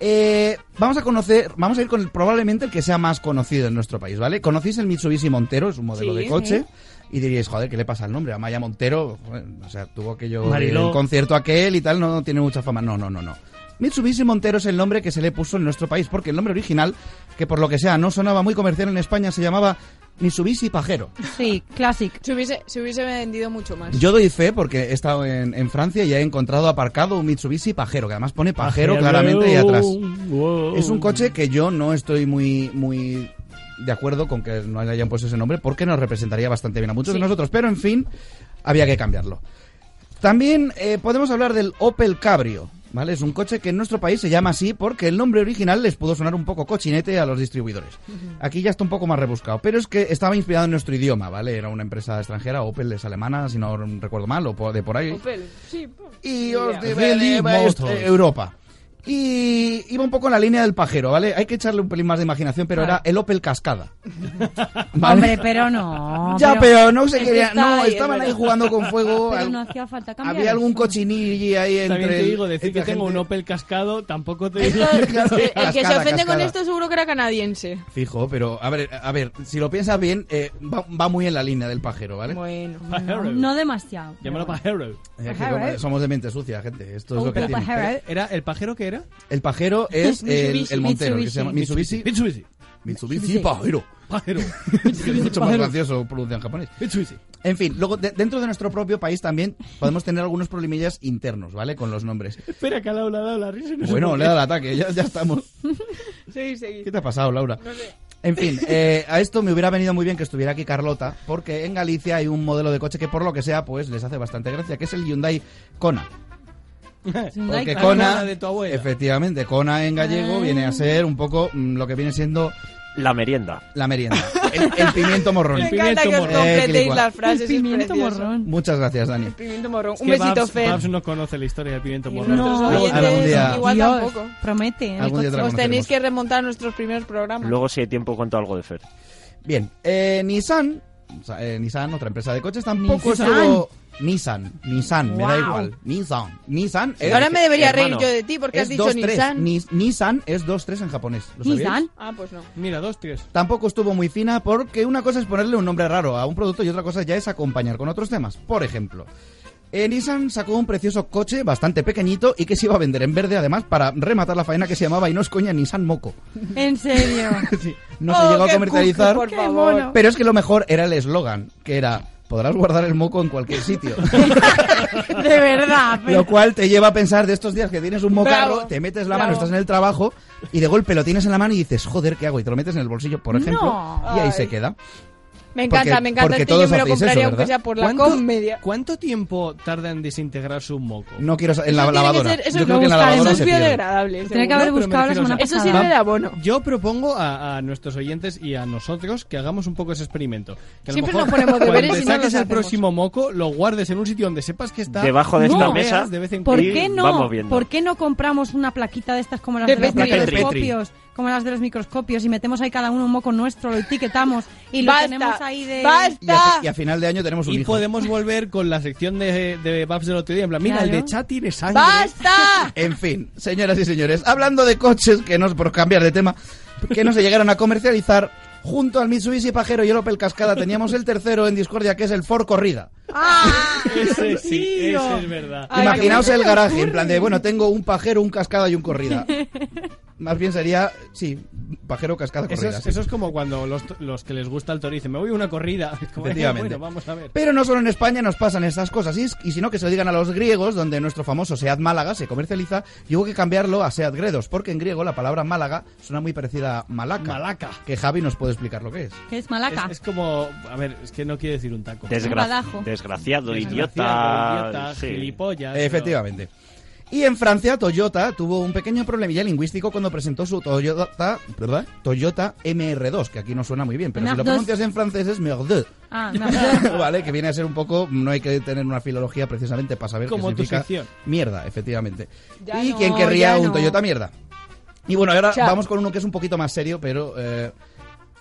[SPEAKER 1] Eh, vamos a conocer... Vamos a ir con el- probablemente el que sea más conocido en nuestro país, ¿vale? ¿Conocéis el Mitsubishi Montero? Es un modelo
[SPEAKER 15] Sí.
[SPEAKER 1] de coche.
[SPEAKER 15] Sí.
[SPEAKER 1] Y diríais, joder, ¿qué le pasa al nombre? A Maya Montero, bueno, o sea, tuvo aquello
[SPEAKER 15] Mariló.
[SPEAKER 1] el concierto aquel y tal, no, tiene mucha fama. No, no, no, no. Mitsubishi Montero es el nombre que se le puso en nuestro país, porque el nombre original, que por lo que sea no sonaba muy comercial en España, se llamaba Mitsubishi Pajero.
[SPEAKER 2] Sí, classic.
[SPEAKER 10] Se hubiese, se hubiese vendido mucho más.
[SPEAKER 1] Yo doy fe porque he estado en, en Francia y he encontrado aparcado un Mitsubishi Pajero, que además pone Pajero, claramente ahí atrás. Es un coche que yo no estoy muy, muy de acuerdo con que no le hayan puesto ese nombre porque nos representaría bastante bien a muchos de
[SPEAKER 15] Sí.
[SPEAKER 1] nosotros, pero en fin, había que cambiarlo. También eh, podemos hablar del Opel Cabrio, ¿vale? Es un coche que en nuestro país se llama así porque el nombre original les pudo sonar un poco cochinete a los distribuidores. Aquí ya está un poco más rebuscado, pero es que estaba inspirado en nuestro idioma, ¿vale? Era una empresa extranjera, Opel es alemana, si no recuerdo mal, o por- de por ahí. Y os
[SPEAKER 10] *laughs*
[SPEAKER 1] de- de- de- de- Europa. Y iba un poco en la línea del pajero, ¿vale? Hay que echarle un pelín más de imaginación, pero era el Opel Cascada. ¿Vale?
[SPEAKER 2] Hombre, pero no.
[SPEAKER 1] *laughs* Ya, pero no se
[SPEAKER 2] es que
[SPEAKER 1] quería-
[SPEAKER 2] está
[SPEAKER 1] no,
[SPEAKER 2] ahí, es
[SPEAKER 1] estaban ahí
[SPEAKER 2] verdad.
[SPEAKER 1] jugando con
[SPEAKER 2] *laughs*
[SPEAKER 1] fuego,
[SPEAKER 2] Pero
[SPEAKER 1] al-
[SPEAKER 2] no hacía falta cambiar.
[SPEAKER 1] Había algún cochinillo ahí entre...
[SPEAKER 15] También te
[SPEAKER 1] el-
[SPEAKER 15] digo, decir que
[SPEAKER 1] entre
[SPEAKER 15] tengo
[SPEAKER 1] gente.
[SPEAKER 15] un Opel cascado tampoco
[SPEAKER 1] *laughs*
[SPEAKER 15] te digo.
[SPEAKER 10] El que se
[SPEAKER 1] Cascada,
[SPEAKER 10] ofende con
[SPEAKER 1] cascada.
[SPEAKER 10] esto seguro que era canadiense.
[SPEAKER 1] Fijo, pero a ver, a ver, si lo piensas bien, eh, va, va muy en la línea del pajero, ¿vale? *laughs*
[SPEAKER 10] Bueno.
[SPEAKER 2] No, no demasiado.
[SPEAKER 13] Llámalo
[SPEAKER 2] *laughs*
[SPEAKER 13] pajero.
[SPEAKER 1] Eh, que como- somos de mente sucia, gente. Esto es
[SPEAKER 13] Oh,
[SPEAKER 1] lo que
[SPEAKER 13] pero
[SPEAKER 1] tiene.
[SPEAKER 13] pajero, ¿eh? ¿Era el pajero que era?
[SPEAKER 1] El pajero es el,
[SPEAKER 13] Mitsubishi.
[SPEAKER 1] el montero, que se llama
[SPEAKER 13] Mitsubishi.
[SPEAKER 1] Mitsubishi. Mitsubishi. Mitsubishi
[SPEAKER 13] Mitsubishi.
[SPEAKER 1] pajero.
[SPEAKER 13] *laughs* Pajero.
[SPEAKER 1] Es mucho más
[SPEAKER 13] Pajero.
[SPEAKER 1] gracioso pronunciado en japonés. En fin, luego de- dentro de nuestro propio país también podemos tener algunos problemillas internos, ¿vale? Con los nombres.
[SPEAKER 13] Espera, que ha dado, le ha dado la risa. y no sé
[SPEAKER 1] Bueno,
[SPEAKER 13] por
[SPEAKER 1] le he
[SPEAKER 13] qué.
[SPEAKER 1] dado el ataque, ya, ya estamos.
[SPEAKER 10] Sí, sí.
[SPEAKER 1] ¿Qué te ha pasado, Laura?
[SPEAKER 10] No sé.
[SPEAKER 1] En fin, eh, a esto me hubiera venido muy bien que estuviera aquí Carlota, porque en Galicia hay un modelo de coche que por lo que sea, pues les hace bastante gracia, que es el Hyundai Kona. Porque Kona,
[SPEAKER 13] de tu abuela.
[SPEAKER 1] efectivamente, Kona en gallego
[SPEAKER 10] Ah.
[SPEAKER 1] viene a ser un poco mm, lo que viene siendo
[SPEAKER 4] La merienda.
[SPEAKER 1] la merienda, el, el
[SPEAKER 10] *laughs*
[SPEAKER 1] pimiento morrón.
[SPEAKER 10] Me encanta que os
[SPEAKER 1] Eh,
[SPEAKER 10] completéis
[SPEAKER 1] igual.
[SPEAKER 10] las frases.
[SPEAKER 2] El
[SPEAKER 10] es
[SPEAKER 2] pimiento
[SPEAKER 10] precioso.
[SPEAKER 2] morrón.
[SPEAKER 1] Muchas gracias, Dani.
[SPEAKER 10] Pimiento morrón.
[SPEAKER 13] *laughs* Es
[SPEAKER 10] Un
[SPEAKER 13] que
[SPEAKER 10] besito,
[SPEAKER 13] Babs-
[SPEAKER 10] Fer.
[SPEAKER 13] Babs no conoce la historia del pimiento morrón.
[SPEAKER 10] nuestros
[SPEAKER 13] Luego
[SPEAKER 10] oyentes
[SPEAKER 13] tenemos-
[SPEAKER 10] igual
[SPEAKER 2] Dios,
[SPEAKER 10] tampoco.
[SPEAKER 2] Promete.
[SPEAKER 1] Algún día te la
[SPEAKER 10] Os tenéis
[SPEAKER 1] conoceremos.
[SPEAKER 10] que remontar a nuestros primeros programas.
[SPEAKER 4] Luego, si hay tiempo, cuento algo de Fer.
[SPEAKER 1] Bien, eh, Nissan, o sea, eh, Nissan, otra empresa de coches, tampoco
[SPEAKER 10] Nissan.
[SPEAKER 1] estuvo- Nissan, Nissan, me da
[SPEAKER 10] Wow.
[SPEAKER 1] igual. Nissan, Nissan.
[SPEAKER 10] Sí, ahora me debería reír yo de ti porque
[SPEAKER 1] es
[SPEAKER 10] has dicho
[SPEAKER 1] 2-3.
[SPEAKER 10] Nissan.
[SPEAKER 1] Ni- Nissan es 2-3 en japonés. ¿lo sabíais?
[SPEAKER 10] Ah, pues no.
[SPEAKER 13] Mira, dos, tres.
[SPEAKER 1] Tampoco estuvo muy fina porque una cosa es ponerle un nombre raro a un producto y otra cosa ya es acompañar con otros temas. Por ejemplo, eh, Nissan sacó un precioso coche bastante pequeñito y que se iba a vender en verde además para rematar la faena que se llamaba, y no es coña, Nissan Moco. *laughs*
[SPEAKER 2] En serio.
[SPEAKER 1] No se
[SPEAKER 2] Oh,
[SPEAKER 1] llegó a
[SPEAKER 2] qué
[SPEAKER 1] comercializar,
[SPEAKER 2] cuco, por Qué favor. mono.
[SPEAKER 1] pero es que lo mejor era el eslogan, que era... Podrás guardar el moco en
[SPEAKER 13] *laughs*
[SPEAKER 1] cualquier sitio.
[SPEAKER 2] De verdad. pero-
[SPEAKER 1] Lo cual te lleva a pensar de estos días que tienes un mocarro,
[SPEAKER 2] Bravo,
[SPEAKER 1] te metes la
[SPEAKER 2] bravo.
[SPEAKER 1] mano, estás en el trabajo y de golpe lo tienes en la mano y dices, joder, ¿qué hago? Y te lo metes en el bolsillo, por ejemplo,
[SPEAKER 10] No.
[SPEAKER 1] y ahí
[SPEAKER 10] Ay.
[SPEAKER 1] se queda.
[SPEAKER 10] Me encanta,
[SPEAKER 1] Porque-
[SPEAKER 10] me encanta.
[SPEAKER 1] porque
[SPEAKER 10] Este yo
[SPEAKER 1] todos
[SPEAKER 10] me lo
[SPEAKER 1] hacéis eso,
[SPEAKER 10] compraría aunque
[SPEAKER 1] ¿verdad?
[SPEAKER 10] sea por la
[SPEAKER 13] ¿Cuánto-
[SPEAKER 10] comedia.
[SPEAKER 13] ¿Cuánto tiempo tarda en desintegrarse un moco?
[SPEAKER 1] No quiero sa- en la
[SPEAKER 13] Eso tiene que
[SPEAKER 1] lavadora.
[SPEAKER 13] ser- eso
[SPEAKER 1] Yo
[SPEAKER 13] es
[SPEAKER 1] creo que en la
[SPEAKER 13] buscar,
[SPEAKER 1] lavadora
[SPEAKER 13] eso es
[SPEAKER 1] se pierde.
[SPEAKER 13] biodegradable,
[SPEAKER 10] Tiene seguro. que haber
[SPEAKER 13] No, pero me
[SPEAKER 10] buscado la
[SPEAKER 13] refiero,
[SPEAKER 10] semana
[SPEAKER 13] o sea,
[SPEAKER 10] pasada. Ah. Eso sirve de abono.
[SPEAKER 13] Yo propongo a, a nuestros oyentes y a nosotros que hagamos un poco ese experimento. Que a lo
[SPEAKER 10] Siempre
[SPEAKER 13] mejor
[SPEAKER 10] nos ponemos
[SPEAKER 13] cuando
[SPEAKER 10] deberes y
[SPEAKER 13] te
[SPEAKER 10] no
[SPEAKER 13] saques
[SPEAKER 10] los
[SPEAKER 13] el
[SPEAKER 10] hacemos.
[SPEAKER 13] próximo moco, lo guardes en un sitio donde sepas que está
[SPEAKER 4] Debajo de
[SPEAKER 13] y
[SPEAKER 4] esta
[SPEAKER 13] lo
[SPEAKER 4] mesa.
[SPEAKER 13] veas De vez en
[SPEAKER 4] Por
[SPEAKER 2] ¿Por
[SPEAKER 13] cuando.
[SPEAKER 4] Y
[SPEAKER 2] qué no?
[SPEAKER 4] vamos viendo.
[SPEAKER 2] ¿Por qué no compramos una plaquita de estas como las
[SPEAKER 10] De
[SPEAKER 2] de los
[SPEAKER 10] Petri.
[SPEAKER 2] microscopios? como las de los microscopios y metemos ahí cada uno un moco nuestro, lo etiquetamos y lo
[SPEAKER 10] Basta,
[SPEAKER 2] tenemos ahí de...
[SPEAKER 10] basta.
[SPEAKER 1] Y a, y a final de año tenemos un
[SPEAKER 13] Y
[SPEAKER 1] hijo.
[SPEAKER 13] podemos volver con la sección de, de Babs del otro día. En plan, mira, el de
[SPEAKER 1] Claro.
[SPEAKER 13] chat tiene sangre.
[SPEAKER 10] *laughs* ¡Basta!
[SPEAKER 1] En fin, señoras y señores, hablando de coches, que no es por cambiar de tema, que no se llegaron a comercializar, junto al Mitsubishi Pajero y el Opel Cascada teníamos el tercero en discordia, que es el Ford Corrida.
[SPEAKER 13] *laughs* Ese sí, ese es verdad.
[SPEAKER 10] Ay,
[SPEAKER 1] Imaginaos
[SPEAKER 10] qué
[SPEAKER 1] el
[SPEAKER 10] bueno.
[SPEAKER 1] garaje, en plan de, bueno, tengo un Pajero, un Cascada y un
[SPEAKER 10] *laughs*
[SPEAKER 1] Corrida. Más bien sería, sí, Pajero, Cascada,
[SPEAKER 13] Eso
[SPEAKER 1] Corrida.
[SPEAKER 13] es,
[SPEAKER 1] sí.
[SPEAKER 13] eso es como cuando los, los que les gusta el toro dicen, me voy a una corrida. *laughs* Es como, "Eh,
[SPEAKER 1] Efectivamente.
[SPEAKER 13] Bueno, vamos a ver.
[SPEAKER 1] Pero no solo en España nos pasan estas cosas, y, es- y sino que se lo digan a los griegos, donde nuestro famoso Seat Málaga se comercializa, y hubo que cambiarlo a Seat Gredos, porque en griego la palabra Málaga suena muy parecida a Malaca.
[SPEAKER 13] Malaca.
[SPEAKER 1] Que Javi nos puede explicar lo que es.
[SPEAKER 2] Que es malaca.
[SPEAKER 13] Es, es como, a ver, es que no quiere decir un taco.
[SPEAKER 2] Desgra- Badajo.
[SPEAKER 4] desgraciado,
[SPEAKER 13] Desgraciado,
[SPEAKER 4] idiota.
[SPEAKER 13] idiota,
[SPEAKER 4] sí.
[SPEAKER 13] gilipollas.
[SPEAKER 1] Efectivamente. Y en Francia, Toyota tuvo un pequeño problemilla lingüístico cuando presentó su Toyota, ¿verdad? Toyota MR2, que aquí no suena muy bien, pero si lo
[SPEAKER 2] MR2.
[SPEAKER 1] pronuncias en francés es merde.
[SPEAKER 10] *laughs*
[SPEAKER 2] Ah,
[SPEAKER 13] *laughs*
[SPEAKER 2] no.
[SPEAKER 1] vale, que viene a ser un poco, no hay que tener una filología precisamente para saber
[SPEAKER 13] Como
[SPEAKER 1] qué
[SPEAKER 13] tu
[SPEAKER 1] significa
[SPEAKER 13] sección.
[SPEAKER 1] mierda, efectivamente.
[SPEAKER 2] Ya
[SPEAKER 1] y
[SPEAKER 2] no,
[SPEAKER 1] quien querría
[SPEAKER 2] ya
[SPEAKER 1] un
[SPEAKER 2] no.
[SPEAKER 1] Toyota mierda. Y bueno, ahora
[SPEAKER 2] Chao.
[SPEAKER 1] vamos con uno que es un poquito más serio, pero eh,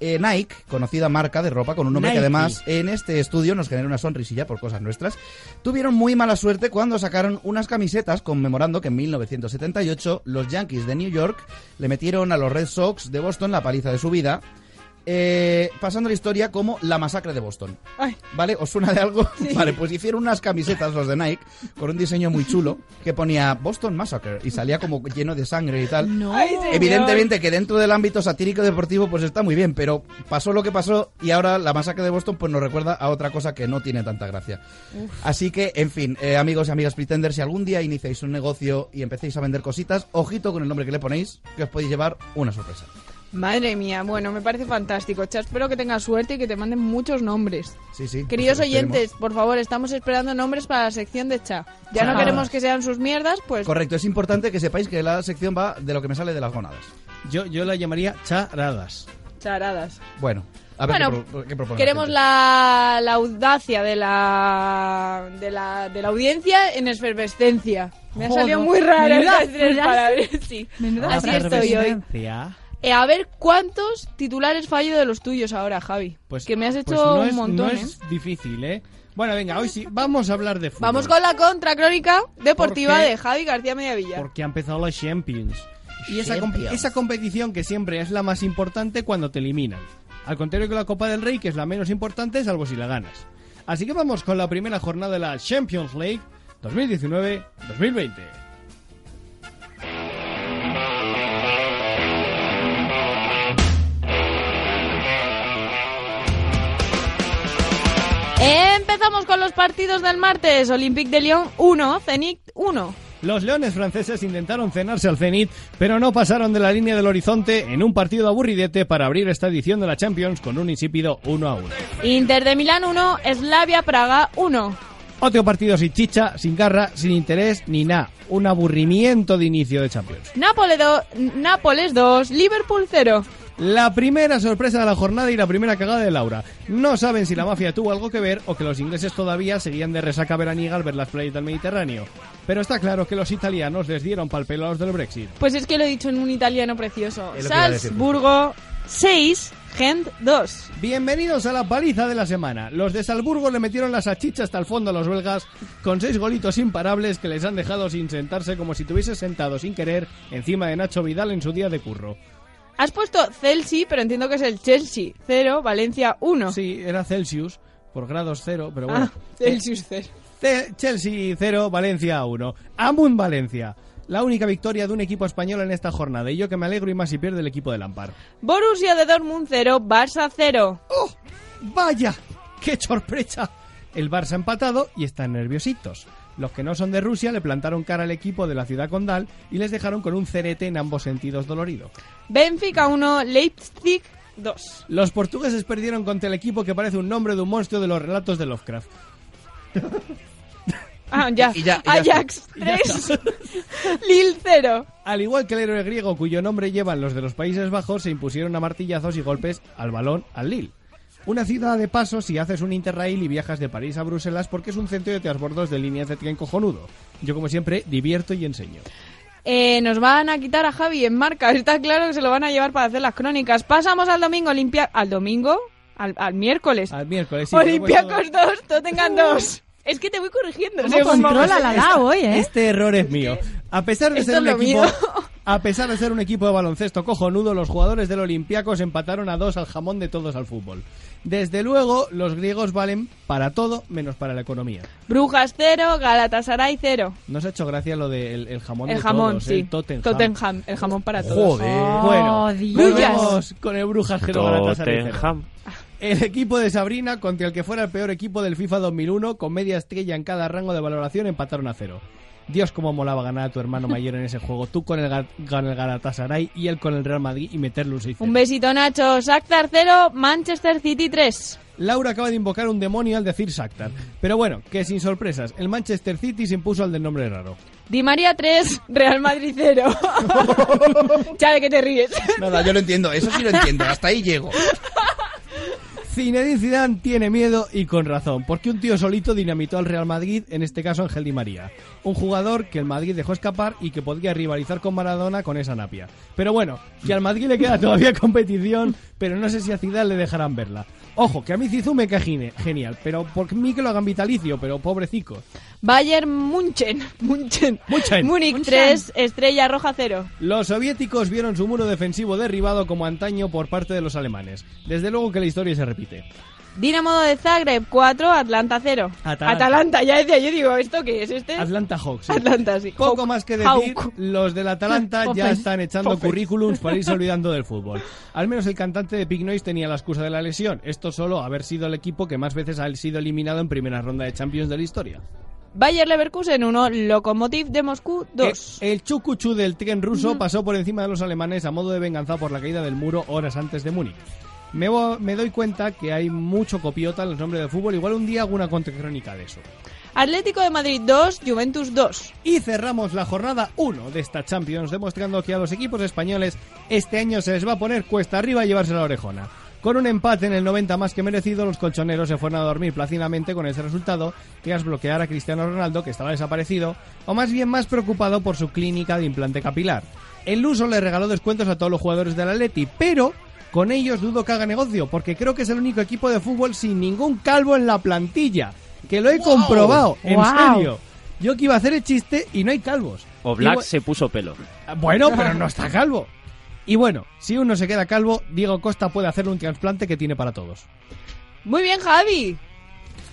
[SPEAKER 1] eh, Nike, conocida marca de ropa con un nombre que
[SPEAKER 13] Nike.
[SPEAKER 1] además en este estudio nos genera una sonrisilla por cosas nuestras, tuvieron muy mala suerte cuando sacaron unas camisetas conmemorando que en 1978 los Yankees de New York le metieron a los Red Sox de Boston la paliza de su vida. eh, pasando la historia como la masacre de Boston.
[SPEAKER 10] Ay.
[SPEAKER 1] ¿Vale? ¿Os suena de algo? Vale, pues hicieron unas camisetas los de Nike con un diseño muy chulo que ponía Boston Massacre y salía como lleno de sangre y tal.
[SPEAKER 10] Ay, señor.
[SPEAKER 1] Evidentemente que dentro del ámbito satírico deportivo pues está muy bien, pero pasó lo que pasó y ahora la masacre de Boston pues nos recuerda a otra cosa que no tiene tanta gracia. Así que, en fin, eh, amigos y amigas Pretender, si algún día iniciáis un negocio y empecéis a vender cositas, ojito con el nombre que le ponéis, que os podéis llevar una sorpresa.
[SPEAKER 10] Madre mía, bueno, me parece fantástico. Cha, espero que tengas suerte y que te manden muchos nombres.
[SPEAKER 1] Sí, sí.
[SPEAKER 10] Queridos
[SPEAKER 1] pues esperemos.
[SPEAKER 10] oyentes, por favor, estamos esperando nombres para la sección de Cha. Ya no
[SPEAKER 1] Cha.
[SPEAKER 10] queremos que sean sus mierdas, pues
[SPEAKER 1] Correcto, es importante que sepáis que la sección va de lo que me sale de las gonadas.
[SPEAKER 13] Yo, yo la llamaría charadas.
[SPEAKER 10] charadas.
[SPEAKER 1] Bueno, a ver
[SPEAKER 10] Bueno,
[SPEAKER 1] qué, pro- qué propone la
[SPEAKER 10] Queremos
[SPEAKER 1] gente.
[SPEAKER 10] la, la audacia de la, de la de la audiencia en efervescencia. Me ha
[SPEAKER 2] Joder,
[SPEAKER 10] salido muy raro
[SPEAKER 2] menuda
[SPEAKER 10] esas tres
[SPEAKER 2] frase.
[SPEAKER 10] palabras, sí.
[SPEAKER 2] Menuda
[SPEAKER 10] Así estoy hoy. Eh, a ver cuántos titulares fallo de los tuyos ahora, Javi.
[SPEAKER 13] Pues,
[SPEAKER 10] que me has hecho
[SPEAKER 13] pues no
[SPEAKER 10] un
[SPEAKER 13] es-
[SPEAKER 10] montón.
[SPEAKER 13] No
[SPEAKER 10] ¿eh?
[SPEAKER 13] es difícil, ¿eh? Bueno, venga, hoy sí, vamos a hablar de fútbol.
[SPEAKER 10] Vamos con la contracrónica deportiva
[SPEAKER 13] Porque-
[SPEAKER 10] de Javi García Mediavilla.
[SPEAKER 13] Porque ha empezado la Champions. Y esa, com-
[SPEAKER 1] Champions.
[SPEAKER 13] esa competición que siempre es la más importante cuando te eliminan. Al contrario que la Copa del Rey, que es la menos importante, salvo si la ganas. Así que vamos con la primera jornada de la Champions League 2019-2020.
[SPEAKER 10] Empezamos con los partidos del martes. Olympique de Lyon 1, Zenit 1.
[SPEAKER 13] Los leones franceses intentaron cenarse al Zenit, pero no pasaron de la línea del horizonte en un partido aburridete para abrir esta edición de la Champions con un insípido 1 a 1.
[SPEAKER 10] Inter de Milán 1, Slavia Praga 1.
[SPEAKER 13] Otro partido sin chicha, sin garra, sin interés ni nada. Un aburrimiento de inicio de Champions.
[SPEAKER 10] Nápoles 2, Nápoles 2, Liverpool 0.
[SPEAKER 13] La primera sorpresa de la jornada y la primera cagada de Laura. No saben si la mafia tuvo algo que ver o que los ingleses todavía seguían de resaca veraniega al ver las playas del Mediterráneo. Pero está claro que los italianos les dieron pal pelo a los del Brexit.
[SPEAKER 10] Pues es que lo he dicho en un italiano precioso.
[SPEAKER 13] Es lo que iba a decir.
[SPEAKER 10] Salzburgo 6, Gent 2.
[SPEAKER 13] Bienvenidos a la paliza de la semana. Los de Salzburgo le metieron las achichas hasta el fondo a los belgas con seis golitos imparables que les han dejado sin sentarse como si tuviese sentado sin querer encima de Nacho Vidal en su día de curro.
[SPEAKER 10] Has puesto Chelsea, pero entiendo que es el Chelsea 0, Valencia 1.
[SPEAKER 13] Sí, era Celsius por grados cero, pero bueno.
[SPEAKER 10] Ah, Celsius 0.
[SPEAKER 13] Te- Chelsea 0, Valencia 1. Amun Valencia. La única victoria de un equipo español en esta jornada. Y yo que me alegro y más si pierde el equipo de Lampard.
[SPEAKER 10] Borussia de Dortmund 0, Barça 0.
[SPEAKER 13] ¡Vaya! ¡Qué sorpresa! El Barça ha empatado y están nerviositos. Los que no son de Rusia le plantaron cara al equipo de la ciudad condal y les dejaron con un cerete en ambos sentidos dolorido.
[SPEAKER 10] Benfica 1, Leipzig 2.
[SPEAKER 13] Los portugueses perdieron contra el equipo que parece un nombre de un monstruo de los relatos de Lovecraft.
[SPEAKER 10] Ah, ya.
[SPEAKER 1] Y ya- y ya
[SPEAKER 10] Ajax 3, *laughs* Lille 0.
[SPEAKER 13] Al igual que el héroe griego cuyo nombre llevan los de los Países Bajos, se impusieron a martillazos y golpes al balón al Lille. Una ciudad de paso si haces un interrail y viajas de París a Bruselas porque es un centro de transbordos de líneas de tren cojonudo. Yo como siempre divierto y enseño.
[SPEAKER 10] Eh, nos van a quitar a Javi en marca. *laughs* Está claro que se lo van a llevar para hacer las crónicas. Pasamos al domingo, Olimpia... ¿Al domingo? Al, al miércoles.
[SPEAKER 13] Al miércoles,
[SPEAKER 10] Pues
[SPEAKER 13] sí.
[SPEAKER 10] Olympiacos 2,
[SPEAKER 13] *laughs*
[SPEAKER 10] Tottenham 2 Es que te voy corrigiendo.
[SPEAKER 2] ¿Cómo controla la
[SPEAKER 13] Este-
[SPEAKER 2] lao hoy, eh?
[SPEAKER 13] Este error es mío. A pesar de
[SPEAKER 10] Esto
[SPEAKER 13] ser un
[SPEAKER 10] es lo
[SPEAKER 13] equipo,
[SPEAKER 10] mío.
[SPEAKER 13] a pesar de ser un equipo de baloncesto cojonudo, los jugadores del Olympiacos empataron a dos al jamón de todos al fútbol. Desde luego, los griegos valen para todo menos para la economía.
[SPEAKER 10] Brujas 0, Galatasaray 0.
[SPEAKER 13] Nos ha hecho gracia lo del el jamón
[SPEAKER 10] El
[SPEAKER 13] de
[SPEAKER 10] jamón,
[SPEAKER 13] todos,
[SPEAKER 10] sí.
[SPEAKER 13] el Tottenham.
[SPEAKER 10] Tottenham, el jamón para todos.
[SPEAKER 13] Joder. bueno,
[SPEAKER 10] Brujas.
[SPEAKER 13] volvemos con el Brujas que no Galatasaray cero.
[SPEAKER 4] Tottenham.
[SPEAKER 13] El equipo de Sabrina contra el que fuera el peor equipo del FIFA 2001 con media estrella en cada rango de valoración empataron a cero. Dios, cómo molaba ganar a tu hermano mayor en ese juego. Tú con el, Ga- con el Galatasaray y él con el Real Madrid y meterlo un 6
[SPEAKER 10] Un besito, Nacho. Shakhtar 0, Manchester City 3.
[SPEAKER 13] Laura acaba de invocar un demonio al decir Shakhtar. Pero bueno, que sin sorpresas, el Manchester City se impuso al del nombre raro.
[SPEAKER 10] Di María 3, Real Madrid 0. *laughs*
[SPEAKER 13] *laughs*
[SPEAKER 10] Chávez, que te ríes.
[SPEAKER 1] Nada, yo lo entiendo, eso sí lo entiendo, hasta ahí llego.
[SPEAKER 13] Zinedine Zidane tiene miedo y con razón, porque un tío solito dinamitó al Real Madrid, en este caso Ángel Di María, un jugador que el Madrid dejó escapar y que podría rivalizar con Maradona con esa napia. Pero bueno, que al Madrid le queda todavía *laughs* competición, pero no sé si a Zidane le dejarán verla. Ojo, que a mí Zizou me cae gine- genial, pero por mí que lo hagan vitalicio, pero pobrecicos.
[SPEAKER 10] Bayern Munchen. *laughs* Munchen.
[SPEAKER 13] Munchen.
[SPEAKER 10] Múnich 3, Estrella Roja 0.
[SPEAKER 13] Los soviéticos vieron su muro defensivo derribado como antaño por parte de los alemanes. Desde luego que la historia se repite.
[SPEAKER 10] Dinamo de Zagreb 4, Atlanta 0.
[SPEAKER 13] Atalanta.
[SPEAKER 10] ya decía, yo digo, ¿esto qué es este?
[SPEAKER 13] Atlanta Hawks. sí.
[SPEAKER 10] Atlanta, sí.
[SPEAKER 13] Poco más que decir, los del Atalanta ya
[SPEAKER 10] Popes.
[SPEAKER 13] están echando
[SPEAKER 10] Popes.
[SPEAKER 13] currículums para irse olvidando del fútbol. Al menos el cantante de Pig Noise tenía la excusa de la lesión. Esto solo haber sido el equipo que más veces ha sido eliminado en primera ronda de Champions de la historia.
[SPEAKER 10] Bayer Leverkusen 1, Lokomotiv de Moscú 2.
[SPEAKER 13] El, el chucuchú del tren ruso pasó por encima de los alemanes a modo de venganza por la caída del muro horas antes de Múnich. Me, vo- me doy cuenta que hay mucho copiota en los nombres de fútbol. Igual un día hago una contracrónica de eso.
[SPEAKER 10] Atlético de Madrid 2, Juventus 2.
[SPEAKER 13] Y cerramos la jornada 1 de esta Champions, demostrando que a los equipos españoles este año se les va a poner cuesta arriba y llevarse la orejona. Con un empate en el 90 más que merecido, los colchoneros se fueron a dormir plácidamente con ese resultado, tras bloquear a Cristiano Ronaldo, que estaba desaparecido, o más bien más preocupado por su clínica de implante capilar. El uso le regaló descuentos a todos los jugadores del Atleti, pero con ellos dudo que haga negocio, porque creo que es el único equipo de fútbol sin ningún calvo en la plantilla. Que lo he comprobado, en
[SPEAKER 4] Wow.
[SPEAKER 13] serio. Yo que iba a hacer el chiste y no hay calvos.
[SPEAKER 4] O Black
[SPEAKER 13] Y bu-
[SPEAKER 4] se puso pelo.
[SPEAKER 13] Bueno, pero no está calvo. Y bueno, si uno se queda calvo, Diego Costa puede hacerle un trasplante que tiene para todos.
[SPEAKER 10] Muy bien, Javi.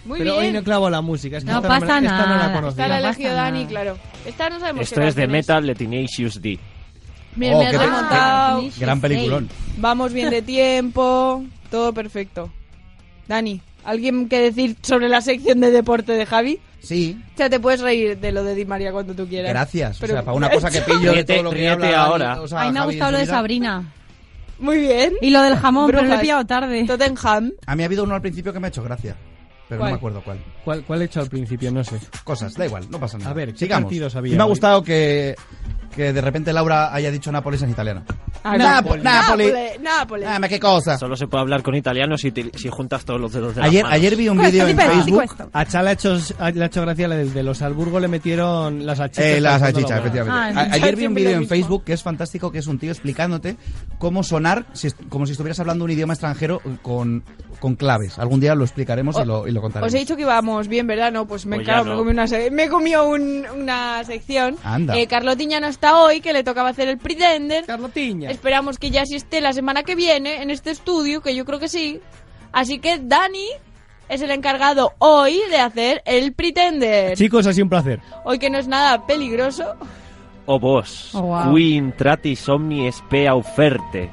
[SPEAKER 10] Muy
[SPEAKER 13] pero hoy
[SPEAKER 10] bien.
[SPEAKER 13] no clavo la música. Es que
[SPEAKER 10] No
[SPEAKER 13] esta me la-
[SPEAKER 10] pasa
[SPEAKER 13] esta no la
[SPEAKER 10] nada.
[SPEAKER 13] conocía.
[SPEAKER 10] Esta la elegido Dani, claro. Esta no sabemos
[SPEAKER 4] Esto
[SPEAKER 10] qué
[SPEAKER 4] es de
[SPEAKER 10] canción
[SPEAKER 4] Metal de Tenacious D.
[SPEAKER 10] Bien,
[SPEAKER 4] Oh,
[SPEAKER 10] me has
[SPEAKER 4] qué pe-
[SPEAKER 10] remontado.
[SPEAKER 4] qué gran peliculón.
[SPEAKER 10] Vamos bien de tiempo. Todo perfecto. Dani, ¿alguien que decir sobre la sección de deporte de Javi?
[SPEAKER 1] Sí.
[SPEAKER 10] O sea, te puedes reír de lo de Di María cuando tú quieras.
[SPEAKER 1] Gracias.
[SPEAKER 10] Pero-
[SPEAKER 1] o sea, para
[SPEAKER 10] *laughs*
[SPEAKER 1] una cosa que pillo de
[SPEAKER 4] Ríete-
[SPEAKER 1] todo lo que
[SPEAKER 4] ríete
[SPEAKER 1] habla Dani,
[SPEAKER 4] ahora.
[SPEAKER 1] o sea,
[SPEAKER 2] A mí me ha
[SPEAKER 1] Javi en
[SPEAKER 2] gustado
[SPEAKER 1] su
[SPEAKER 2] lo de
[SPEAKER 1] vida.
[SPEAKER 2] Sabrina.
[SPEAKER 10] Muy bien.
[SPEAKER 2] Y lo del jamón, pero lo he
[SPEAKER 10] Brujas.
[SPEAKER 2] pillado tarde.
[SPEAKER 10] Tottenham.
[SPEAKER 1] A mí ha habido uno al principio que me ha hecho gracia, pero
[SPEAKER 13] ¿Cuál?
[SPEAKER 1] no me acuerdo cuál.
[SPEAKER 13] ¿Cuál, ¿Cuál he hecho al principio? No sé.
[SPEAKER 1] Cosas, da igual, no pasa nada.
[SPEAKER 13] A ver, ¿qué
[SPEAKER 1] sigamos.
[SPEAKER 13] partidos
[SPEAKER 1] Y
[SPEAKER 13] había
[SPEAKER 1] me ha
[SPEAKER 13] hoy?
[SPEAKER 1] gustado que, que de repente Laura haya dicho Nápoles en italiano.
[SPEAKER 10] Ah,
[SPEAKER 1] Nápoles. Nápoles.
[SPEAKER 10] Nápoles. Nápoles.
[SPEAKER 1] Dame qué cosa.
[SPEAKER 4] Solo se puede hablar con italiano si, te- si juntas todos los dedos de las
[SPEAKER 1] Ayer,
[SPEAKER 4] manos.
[SPEAKER 1] ayer vi un vídeo en Facebook.
[SPEAKER 13] A Chal le ha hecho, le ha hecho gracia la del de los Salburgo, le metieron las salchichas.
[SPEAKER 1] Eh, la
[SPEAKER 13] para hacerlo
[SPEAKER 1] salchicha,
[SPEAKER 13] la broma.
[SPEAKER 1] efectivamente.
[SPEAKER 2] Ah,
[SPEAKER 1] A- Ayer vi un vídeo en Facebook que es fantástico, que es un tío explicándote cómo sonar si est- como si estuvieras hablando un idioma extranjero eh, con, con claves. Algún día lo explicaremos y, lo, y lo contaremos.
[SPEAKER 10] Os he dicho que íbamos bien, ¿verdad? No, pues me,
[SPEAKER 1] Pues ya
[SPEAKER 10] claro,
[SPEAKER 1] no.
[SPEAKER 10] me comí una, se- me comió un- una sección.
[SPEAKER 1] Anda.
[SPEAKER 10] Eh, Carlotiña no está hoy, que le tocaba hacer el Pretender.
[SPEAKER 13] Carlotiña.
[SPEAKER 10] Esperamos que ya sí esté la semana que viene en este estudio, que yo creo que sí. Así que Dani es el encargado hoy de hacer el Pretender.
[SPEAKER 13] Chicos, ha sido un
[SPEAKER 10] *laughs*
[SPEAKER 13] placer.
[SPEAKER 10] Hoy que no es nada peligroso.
[SPEAKER 4] O vos,
[SPEAKER 10] Oh, wow.
[SPEAKER 4] qui intratis omnis pea offerte.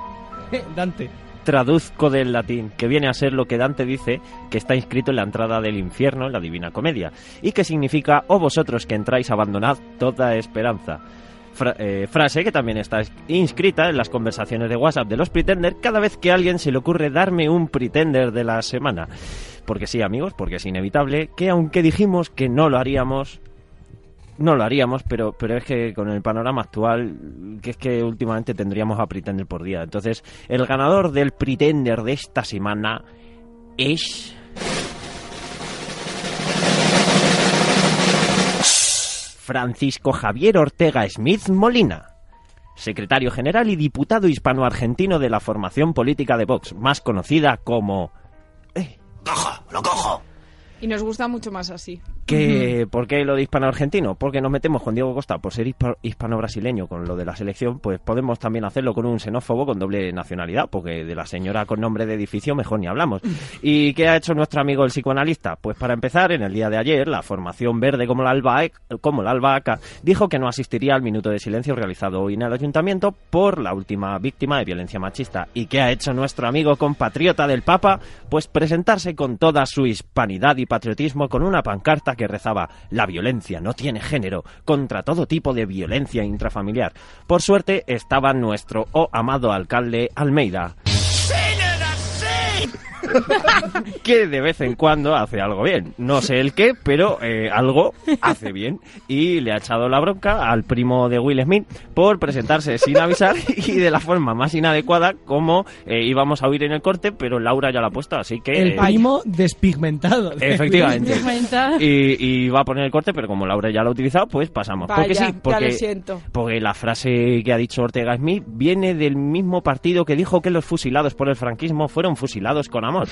[SPEAKER 13] Dante.
[SPEAKER 4] Eh, Traduzco del latín, que viene a ser lo que Dante dice, que está inscrito en la entrada del infierno en la Divina Comedia, y que significa, o vosotros que entráis, abandonad toda esperanza. Fra- eh, frase que también está es- inscrita en las conversaciones de WhatsApp de los Pretender cada vez que a alguien se le ocurre darme un Pretender de la semana. Porque sí, amigos, porque es inevitable que aunque dijimos que no lo haríamos, no lo haríamos, pero, pero es que con el panorama actual, que es que últimamente tendríamos a Pretender por día. Entonces, el ganador del Pretender de esta semana es... Francisco Javier Ortega Smith Molina, secretario general y diputado hispano-argentino de la formación política de Vox, más conocida como... ¡Eh! ¡Cojo! ¡Lo cojo!
[SPEAKER 10] Y nos gusta mucho más así.
[SPEAKER 4] que ¿Por qué lo de hispano-argentino? Porque nos metemos con Diego Costa por ser hispa- hispano-brasileño con lo de la selección, pues podemos también hacerlo con un xenófobo con doble nacionalidad, porque de la señora con nombre de edificio mejor ni hablamos. ¿Y qué ha hecho nuestro amigo el psicoanalista? Pues para empezar, en el día de ayer, la formación verde como la, albae- como la albahaca dijo que no asistiría al minuto de silencio realizado hoy en el ayuntamiento por la última víctima de violencia machista. ¿Y qué ha hecho nuestro amigo compatriota del Papa? Pues presentarse con toda su hispanidad y patriotismo con una pancarta que rezaba La violencia no tiene género contra todo tipo de violencia intrafamiliar. Por suerte estaba nuestro oh amado alcalde Almeida. que de vez en cuando hace algo bien. No sé el qué, pero eh, algo hace bien. Y le ha echado la bronca al primo de Will Smith por presentarse sin avisar *laughs* y de la forma más inadecuada como eh, íbamos a oír en el corte, pero Laura ya la ha puesto, así que...
[SPEAKER 13] El
[SPEAKER 4] eh,
[SPEAKER 13] primo despigmentado.
[SPEAKER 4] Efectivamente.
[SPEAKER 10] Despigmentado.
[SPEAKER 4] Y, y va a poner el corte, pero como Laura ya lo ha utilizado, pues pasamos. porque
[SPEAKER 10] Vaya,
[SPEAKER 4] sí, porque,
[SPEAKER 10] ya lo siento.
[SPEAKER 4] porque la frase que ha dicho Ortega Smith viene del mismo partido que dijo que los fusilados por el franquismo fueron fusilados con amor.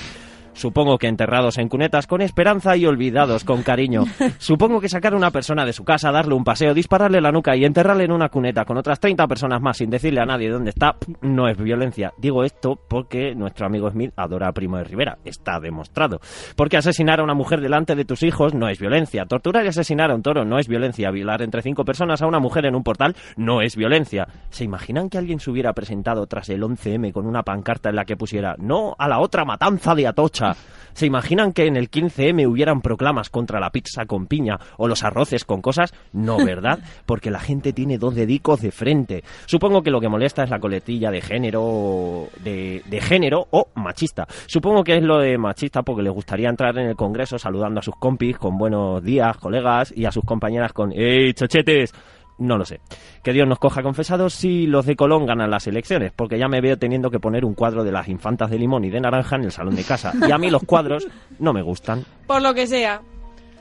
[SPEAKER 4] Supongo que enterrados en cunetas con esperanza y olvidados con
[SPEAKER 10] *laughs*
[SPEAKER 4] cariño. Supongo que sacar a una persona de su casa, darle un paseo, dispararle la nuca y enterrarle en una cuneta con otras 30 personas más sin decirle a nadie dónde está, no es violencia. Digo esto porque nuestro amigo Smith adora a Primo de Rivera. Está demostrado. Porque asesinar a una mujer delante de tus hijos no es violencia. Torturar y asesinar a un toro no es violencia. Violar entre cinco personas a una mujer en un portal no es violencia. ¿Se imaginan que alguien se hubiera presentado tras el 11M con una pancarta en la que pusiera no a la otra matanza de Atocha? ¿Se imaginan que en el 15M hubieran proclamas contra la pizza con piña o los arroces con cosas? No, ¿verdad? Porque la gente tiene dos dedicos de frente. Este, Supongo que lo que molesta es la coletilla de género de, de género o machista. Supongo que es lo de machista porque le gustaría entrar en el Congreso saludando a sus compis con buenos días, colegas, y a sus compañeras con ¡Ey, chochetes! No lo sé. Que Dios nos coja confesados si los de Colón ganan las elecciones, porque ya me veo teniendo que poner un cuadro de las infantas de limón y de naranja en el salón de casa. Y a mí los cuadros no me gustan.
[SPEAKER 10] *laughs* Por lo que sea.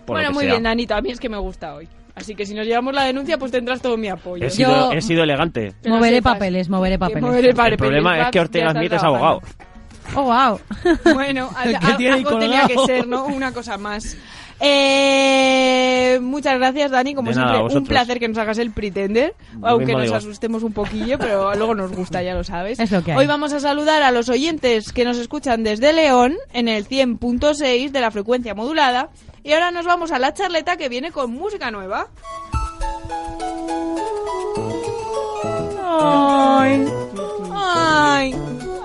[SPEAKER 4] Por lo
[SPEAKER 10] bueno,
[SPEAKER 4] que
[SPEAKER 10] muy
[SPEAKER 4] sea.
[SPEAKER 10] bien, Danita. A mí es que me gusta hoy. Así que si nos llevamos la denuncia, pues tendrás todo mi apoyo.
[SPEAKER 4] He sido, he sido elegante.
[SPEAKER 10] Que lo
[SPEAKER 2] Moveré
[SPEAKER 10] sepas.
[SPEAKER 2] papeles, moveré papeles.
[SPEAKER 10] moveré
[SPEAKER 4] El problema es que Ortega Smith es abogado.
[SPEAKER 2] Oh, wow.
[SPEAKER 10] *laughs* Bueno, al-
[SPEAKER 2] El que
[SPEAKER 10] al-
[SPEAKER 2] tiene ahí
[SPEAKER 10] algo tenía que
[SPEAKER 2] colgado.
[SPEAKER 10] ser, ¿no? Una cosa más. *laughs* Eh, muchas gracias, Dani. Como
[SPEAKER 4] De nada,
[SPEAKER 10] siempre,
[SPEAKER 4] a
[SPEAKER 10] un
[SPEAKER 4] vosotros.
[SPEAKER 10] placer que nos hagas el pretender,
[SPEAKER 4] Lo
[SPEAKER 10] aunque
[SPEAKER 4] mismo
[SPEAKER 10] nos
[SPEAKER 4] digo.
[SPEAKER 10] asustemos un poquillo,
[SPEAKER 4] *laughs*
[SPEAKER 10] pero luego nos gusta, ya lo sabes.
[SPEAKER 2] Es lo que hay.
[SPEAKER 10] Hoy vamos a saludar a los oyentes que nos escuchan desde León en el 100.6 de la frecuencia modulada. Y ahora nos vamos a la charleta que viene con música nueva. *laughs* Ay. Ay.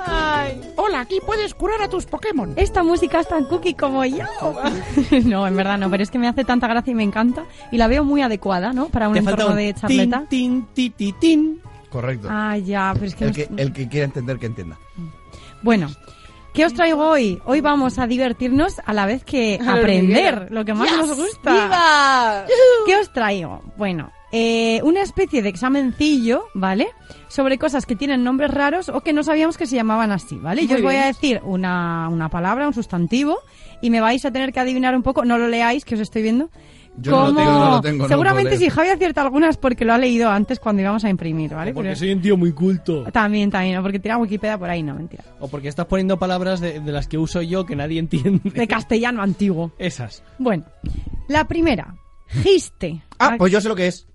[SPEAKER 10] Ay.
[SPEAKER 16] Hola, aquí puedes curar a tus Pokémon.
[SPEAKER 2] Esta música es tan cookie como yo. *laughs* no, en verdad no, pero es que me hace tanta gracia y me encanta. Y la veo muy adecuada, ¿no? Para un
[SPEAKER 13] Te falta
[SPEAKER 2] entorno
[SPEAKER 13] un
[SPEAKER 2] de charleta.
[SPEAKER 13] tin, tin, ti, ti, tin.
[SPEAKER 1] Correcto.
[SPEAKER 2] Ah, ya, pero es que
[SPEAKER 1] el,
[SPEAKER 2] no
[SPEAKER 1] que, el que quiera entender, que entienda.
[SPEAKER 2] Bueno, ¿qué os traigo hoy? Hoy vos vamos a divertirnos a la vez que
[SPEAKER 10] A la hormiguera.
[SPEAKER 2] aprender lo que más
[SPEAKER 10] Yes,
[SPEAKER 2] nos gusta.
[SPEAKER 10] viva.
[SPEAKER 2] ¿Qué os traigo? Bueno, eh, una especie de examencillo, ¿vale? Sobre cosas que tienen nombres raros o que no sabíamos que se llamaban así, ¿vale?
[SPEAKER 10] Muy
[SPEAKER 2] Yo os voy
[SPEAKER 10] bien.
[SPEAKER 2] a decir una, una palabra, un sustantivo, y me vais a tener que adivinar un poco, no lo leáis, que os estoy viendo.
[SPEAKER 1] Yo no lo
[SPEAKER 2] cómo-
[SPEAKER 1] tengo, no lo tengo, no
[SPEAKER 2] Seguramente
[SPEAKER 1] puedo
[SPEAKER 2] si
[SPEAKER 1] leer.
[SPEAKER 2] Javi acierta algunas porque lo ha leído antes cuando íbamos a imprimir, ¿vale?
[SPEAKER 13] Porque
[SPEAKER 2] Pero-
[SPEAKER 13] soy un tío muy culto.
[SPEAKER 2] También, también, o porque tira Wikipedia por ahí, no, mentira.
[SPEAKER 13] O porque estás poniendo palabras de, de las que uso yo que nadie entiende. *laughs*
[SPEAKER 2] De castellano antiguo.
[SPEAKER 13] Esas.
[SPEAKER 2] Bueno, la primera, giste.
[SPEAKER 1] Ah, pues yo sé lo que es.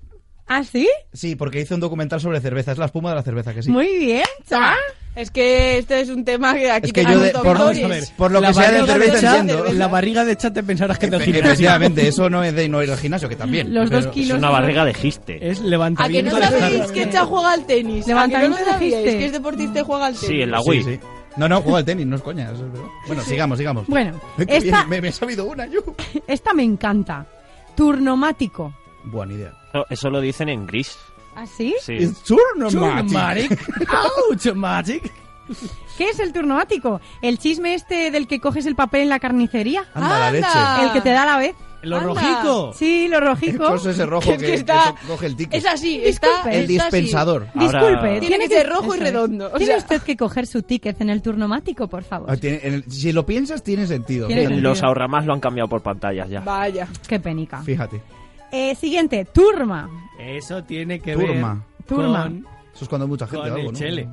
[SPEAKER 2] ¿Ah, sí?
[SPEAKER 1] Sí, porque hice un documental sobre cerveza. Es la espuma de la cerveza, que sí.
[SPEAKER 2] Muy bien, chaval.
[SPEAKER 10] Es que este es un tema que aquí
[SPEAKER 1] Es que yo,
[SPEAKER 10] tenemos
[SPEAKER 1] de- por,
[SPEAKER 10] doctores.
[SPEAKER 1] por lo
[SPEAKER 13] La
[SPEAKER 1] que sea de
[SPEAKER 13] barriga de
[SPEAKER 1] cerveza,
[SPEAKER 13] chat-
[SPEAKER 1] entiendo.
[SPEAKER 13] la barriga de chat te pensarás que te
[SPEAKER 1] Efe- Efectivamente, eso no es de no ir al gimnasio, que también.
[SPEAKER 2] Los dos kilos Es una de- barriga
[SPEAKER 4] de giste.
[SPEAKER 13] Es
[SPEAKER 10] ¿A que no
[SPEAKER 13] levantamiento de
[SPEAKER 10] sabéis
[SPEAKER 13] jarra.
[SPEAKER 10] que Echa juega al tenis? ¿A que no lo
[SPEAKER 2] Levantamiento de
[SPEAKER 10] sabíais?
[SPEAKER 2] giste.
[SPEAKER 10] Que es deportista y juega al tenis.
[SPEAKER 1] Wii. No, no, juego al tenis, no es coña. eso es verdad. Bueno, sigamos, sigamos.
[SPEAKER 2] Bueno,
[SPEAKER 1] Eh, *laughs* qué
[SPEAKER 2] esta-
[SPEAKER 1] bien, me, me he sabido una, yo.
[SPEAKER 2] Esta me encanta. Turnomático. ¿Ah,
[SPEAKER 1] Buena idea.
[SPEAKER 4] Eso, eso lo dicen en gris.
[SPEAKER 2] ¿Así?
[SPEAKER 4] Sí.
[SPEAKER 13] Turnomatic. Automatic.
[SPEAKER 2] ¿Qué es el turnomático? El chisme este del que coges el papel en la carnicería.
[SPEAKER 1] Anda, la leche.
[SPEAKER 2] El que te da a la vez.
[SPEAKER 13] Lo rojico.
[SPEAKER 2] Sí, lo rojico.
[SPEAKER 1] Cosa ese rojo que,
[SPEAKER 10] Es que está-
[SPEAKER 1] que coge el ticket.
[SPEAKER 10] Es así, está,
[SPEAKER 1] El
[SPEAKER 10] está así.
[SPEAKER 1] dispensador.
[SPEAKER 2] Disculpe,
[SPEAKER 10] Tiene que ser rojo y
[SPEAKER 2] eso es.
[SPEAKER 10] redondo, o
[SPEAKER 2] Tiene
[SPEAKER 10] sea.
[SPEAKER 2] usted que coger su ticket en el turnomático, por favor.
[SPEAKER 1] Ah, tiene- en el- si lo piensas, tiene sentido.
[SPEAKER 2] Tiene
[SPEAKER 1] fíjate.
[SPEAKER 2] sentido.
[SPEAKER 4] Los ahorramás lo han cambiado por pantallas ya.
[SPEAKER 10] Vaya.
[SPEAKER 2] Qué pénica.
[SPEAKER 1] Fíjate.
[SPEAKER 2] Eh, siguiente, Turma.
[SPEAKER 13] Eso tiene que
[SPEAKER 1] Turma.
[SPEAKER 13] ver.
[SPEAKER 2] Turma.
[SPEAKER 13] con-
[SPEAKER 1] Eso es cuando hay mucha gente
[SPEAKER 13] con
[SPEAKER 1] o algo,
[SPEAKER 13] el
[SPEAKER 1] ¿no? Ah.
[SPEAKER 13] chele.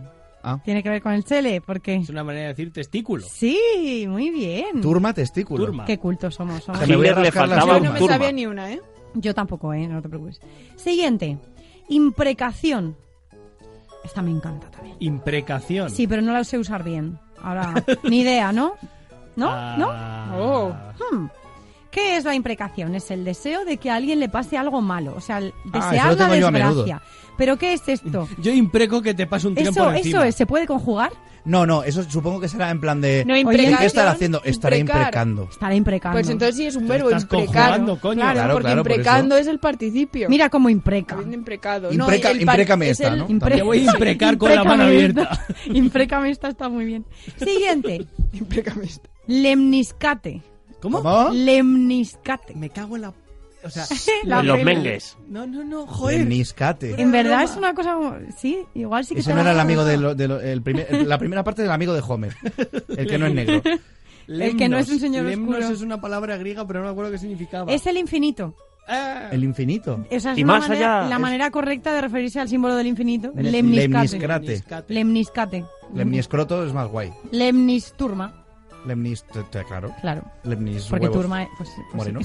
[SPEAKER 2] Tiene que ver con el chele, porque...
[SPEAKER 13] Es una manera de decir testículo.
[SPEAKER 2] Sí, muy bien.
[SPEAKER 1] Turma testículo.
[SPEAKER 13] Turma.
[SPEAKER 2] Qué cultos somos. somos.
[SPEAKER 1] O sea, me voy a
[SPEAKER 13] Hitler le
[SPEAKER 1] rascar las
[SPEAKER 13] faltaba un
[SPEAKER 1] palmas.
[SPEAKER 10] No me sabía ni una, ¿eh?
[SPEAKER 2] Yo tampoco, ¿eh? No te preocupes. Siguiente, imprecación. Esta me encanta también.
[SPEAKER 13] Imprecación.
[SPEAKER 2] Sí, pero no la sé usar bien. Ahora, ni idea, ¿no? ¿No?
[SPEAKER 13] Ah.
[SPEAKER 2] ¿No? Hmm. ¿Qué es la imprecación? Es el deseo de que a alguien le pase algo malo. O sea, el
[SPEAKER 13] Ah,
[SPEAKER 2] desear
[SPEAKER 13] eso lo
[SPEAKER 2] la
[SPEAKER 13] tengo yo a menudo.
[SPEAKER 2] desgracia. ¿Pero qué es esto?
[SPEAKER 13] Yo impreco que te pase un tren
[SPEAKER 2] Eso,
[SPEAKER 13] por
[SPEAKER 2] eso
[SPEAKER 13] encima.
[SPEAKER 2] es, ¿se puede conjugar?
[SPEAKER 1] No, no, eso supongo que será en plan de.
[SPEAKER 2] No,
[SPEAKER 1] "Oye, Eh, ¿Qué
[SPEAKER 2] imprecación,
[SPEAKER 1] estará haciendo? Estará
[SPEAKER 10] imprecar.
[SPEAKER 1] imprecando.
[SPEAKER 2] Estará imprecando.
[SPEAKER 10] Pues entonces sí es un verbo,
[SPEAKER 1] estás
[SPEAKER 10] imprecar.
[SPEAKER 1] conjugando, coño.
[SPEAKER 10] Claro,
[SPEAKER 1] Claro,
[SPEAKER 10] porque
[SPEAKER 1] claro, por
[SPEAKER 10] imprecando es el participio.
[SPEAKER 2] Mira cómo impreca.
[SPEAKER 10] Habiendo imprecado.
[SPEAKER 1] Impreca-
[SPEAKER 10] no, el par-
[SPEAKER 1] imprécame
[SPEAKER 10] es
[SPEAKER 1] esta,
[SPEAKER 10] el-
[SPEAKER 1] ¿no?
[SPEAKER 2] Impre- *laughs*
[SPEAKER 1] Te voy a imprecar con la
[SPEAKER 2] Imprécame
[SPEAKER 1] mano
[SPEAKER 2] esta.
[SPEAKER 1] abierta.
[SPEAKER 2] *laughs* Imprécame esta, está muy bien. Siguiente.
[SPEAKER 10] Imprécame esta.
[SPEAKER 2] Lemniscate.
[SPEAKER 13] ¿Cómo?
[SPEAKER 2] Lemniscate.
[SPEAKER 13] Me cago en la... O
[SPEAKER 2] *laughs*
[SPEAKER 13] sea,
[SPEAKER 2] La
[SPEAKER 4] los
[SPEAKER 2] pena.
[SPEAKER 4] mengues.
[SPEAKER 13] No, no, no,
[SPEAKER 1] El
[SPEAKER 13] joder.
[SPEAKER 1] niscate.
[SPEAKER 2] En verdad es una cosa como... Sí, igual sí que...
[SPEAKER 1] Ese
[SPEAKER 2] te
[SPEAKER 1] no era
[SPEAKER 2] vas
[SPEAKER 1] el
[SPEAKER 2] a-
[SPEAKER 1] amigo de, lo- de lo- el primer- la primera parte del amigo de Homer. El que no es negro.
[SPEAKER 2] El que no es un
[SPEAKER 13] Lemnos.
[SPEAKER 2] señor
[SPEAKER 13] Lemnos
[SPEAKER 2] oscuro.
[SPEAKER 13] es una palabra griega, pero no me acuerdo qué significaba.
[SPEAKER 2] Es el infinito.
[SPEAKER 1] El infinito.
[SPEAKER 2] Esa es
[SPEAKER 1] Y
[SPEAKER 2] una
[SPEAKER 1] más
[SPEAKER 2] manera,
[SPEAKER 1] allá
[SPEAKER 2] la
[SPEAKER 1] es-
[SPEAKER 2] manera correcta de referirse al símbolo del infinito.
[SPEAKER 1] El-
[SPEAKER 2] Lemniscate.
[SPEAKER 1] Lemniscate.
[SPEAKER 2] Lemniscate.
[SPEAKER 1] Lemniscroto es más guay.
[SPEAKER 2] Lemnisturma.
[SPEAKER 1] Lemnis, te- te- claro.
[SPEAKER 2] Claro.
[SPEAKER 1] Lemnis
[SPEAKER 2] Porque
[SPEAKER 1] huevos.
[SPEAKER 2] turma... es- Pues, pues sí.
[SPEAKER 1] Moreno.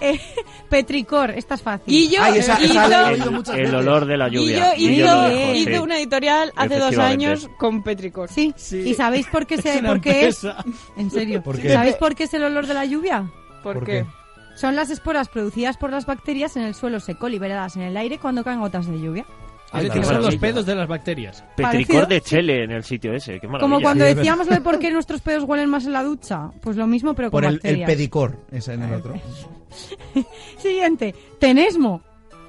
[SPEAKER 2] Eh, Petricor, esta es fácil.
[SPEAKER 10] Guillo,
[SPEAKER 1] Ay, esa- esa
[SPEAKER 10] Guillo-
[SPEAKER 1] la he oído
[SPEAKER 4] El, el olor de la lluvia.
[SPEAKER 10] Guillo
[SPEAKER 4] Guillo
[SPEAKER 10] hizo,
[SPEAKER 4] lo dijo,
[SPEAKER 10] hizo
[SPEAKER 4] sí.
[SPEAKER 10] una editorial hace dos
[SPEAKER 4] Efectivamente.
[SPEAKER 10] años con Petricor.
[SPEAKER 2] Sí. ¿Y sabéis
[SPEAKER 13] *laughs*
[SPEAKER 2] por qué
[SPEAKER 10] Es
[SPEAKER 2] se,
[SPEAKER 10] una
[SPEAKER 2] por qué es?
[SPEAKER 10] empresa.
[SPEAKER 2] En serio.
[SPEAKER 10] ¿Por qué?
[SPEAKER 2] ¿Sabéis por qué es el olor de la lluvia?
[SPEAKER 10] ¿Por, qué?
[SPEAKER 2] Son las esporas producidas por las bacterias en el suelo seco, liberadas en el aire cuando caen gotas de lluvia.
[SPEAKER 13] Es decir,
[SPEAKER 4] Qué
[SPEAKER 13] son los
[SPEAKER 4] maravilla.
[SPEAKER 13] pedos de las
[SPEAKER 2] *laughs*
[SPEAKER 13] bacterias.
[SPEAKER 4] Petricor de chele en el sitio ese. Qué maravilla.
[SPEAKER 2] Como cuando decíamos lo de por qué nuestros pedos huelen más en la ducha. Pues lo mismo, pero con
[SPEAKER 1] Por el, el
[SPEAKER 2] bacterias.
[SPEAKER 1] pedicor. Esa en el otro.
[SPEAKER 2] Siguiente. Tenesmo.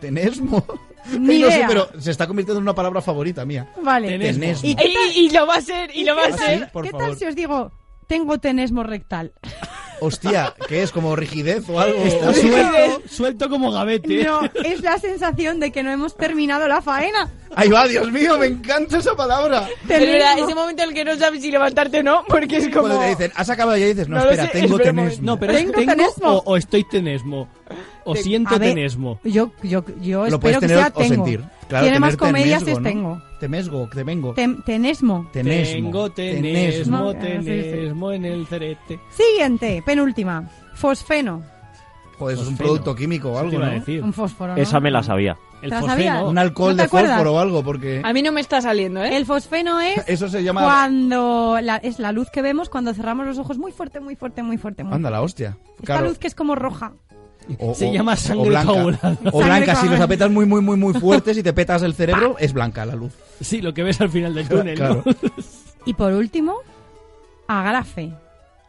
[SPEAKER 1] Tenesmo. *laughs*
[SPEAKER 2] Ni
[SPEAKER 1] no sé,
[SPEAKER 2] idea.
[SPEAKER 1] pero se está convirtiendo en una palabra favorita mía.
[SPEAKER 2] Vale.
[SPEAKER 1] Tenesmo.
[SPEAKER 2] ¿Y qué tal,
[SPEAKER 10] Y, y lo va a ser, y lo va a
[SPEAKER 1] ¿Ah,
[SPEAKER 10] ser.
[SPEAKER 1] sí? Por
[SPEAKER 2] qué tal
[SPEAKER 1] favor.
[SPEAKER 2] si os digo, tengo tenesmo
[SPEAKER 1] *laughs*
[SPEAKER 2] rectal?
[SPEAKER 1] Hostia, ¿qué es? ¿Como rigidez o algo?
[SPEAKER 13] Está suelto, suelto como gavete.
[SPEAKER 2] No, es la sensación de que no hemos terminado la faena.
[SPEAKER 1] ¡Ahí va, Dios mío! ¡Me encanta esa palabra!
[SPEAKER 10] Pero era
[SPEAKER 2] Tenesmo.
[SPEAKER 10] ese momento en el que no sabes si levantarte o no, porque es como...
[SPEAKER 1] Cuando te dicen, has acabado ya dices, no,
[SPEAKER 10] No lo
[SPEAKER 1] espera,
[SPEAKER 10] sé,
[SPEAKER 1] tengo
[SPEAKER 10] espera un
[SPEAKER 1] tenesmo.
[SPEAKER 13] No, pero es
[SPEAKER 2] Tengo
[SPEAKER 13] tengo
[SPEAKER 2] tenesmo.
[SPEAKER 13] o, o estoy tenesmo. O
[SPEAKER 10] Te-
[SPEAKER 13] siento
[SPEAKER 2] A ver,
[SPEAKER 13] tenesmo.
[SPEAKER 2] Yo, yo, yo
[SPEAKER 1] lo puedes
[SPEAKER 2] espero que
[SPEAKER 1] tener
[SPEAKER 2] sea
[SPEAKER 1] o
[SPEAKER 2] tengo.
[SPEAKER 1] sentir.
[SPEAKER 2] Tiene
[SPEAKER 1] Claro, tener
[SPEAKER 2] más comedias
[SPEAKER 1] temesgo,
[SPEAKER 2] es
[SPEAKER 1] ¿no?
[SPEAKER 2] tengo.
[SPEAKER 1] Temesgo, temengo.
[SPEAKER 2] Tem- tenesmo.
[SPEAKER 1] tenesmo.
[SPEAKER 13] Tengo tenesmo,
[SPEAKER 2] Tenesmo.
[SPEAKER 13] tenesmo en el cerete.
[SPEAKER 2] Siguiente, penúltima. Fosfeno.
[SPEAKER 1] Joder, eso es un
[SPEAKER 13] Fosfeno.
[SPEAKER 1] producto químico o
[SPEAKER 13] Eso te
[SPEAKER 1] algo,
[SPEAKER 13] iba a
[SPEAKER 1] ¿no?
[SPEAKER 13] decir.
[SPEAKER 2] Un fósforo. ¿no?
[SPEAKER 4] Esa me la sabía.
[SPEAKER 13] El
[SPEAKER 2] ¿Te la sabías?
[SPEAKER 13] fosfeno.
[SPEAKER 1] Un alcohol
[SPEAKER 2] ¿No te
[SPEAKER 1] de fósforo
[SPEAKER 2] acuerdas?
[SPEAKER 1] o algo, porque...
[SPEAKER 10] A mí no me está saliendo, ¿eh?
[SPEAKER 2] El
[SPEAKER 1] *laughs*
[SPEAKER 2] fosfeno es
[SPEAKER 1] Eso se llama...
[SPEAKER 2] cuando la- es la luz que vemos cuando cerramos los ojos muy fuerte, muy fuerte, muy fuerte. Muy
[SPEAKER 1] Anda, la hostia.
[SPEAKER 2] Esta
[SPEAKER 1] Claro.
[SPEAKER 2] luz que es como roja.
[SPEAKER 1] O-
[SPEAKER 13] Se
[SPEAKER 1] o-
[SPEAKER 13] llama sangre
[SPEAKER 1] o blanca.
[SPEAKER 13] coagulada.
[SPEAKER 2] Sangre
[SPEAKER 1] O blanca, si los
[SPEAKER 2] coagulada.
[SPEAKER 1] apetas muy, muy, muy, muy fuertes y te petas el cerebro, es blanca la luz.
[SPEAKER 13] Sí, lo que ves al final del túnel.
[SPEAKER 1] Claro.
[SPEAKER 13] ¿no? *laughs*
[SPEAKER 2] Y por último, agrafe.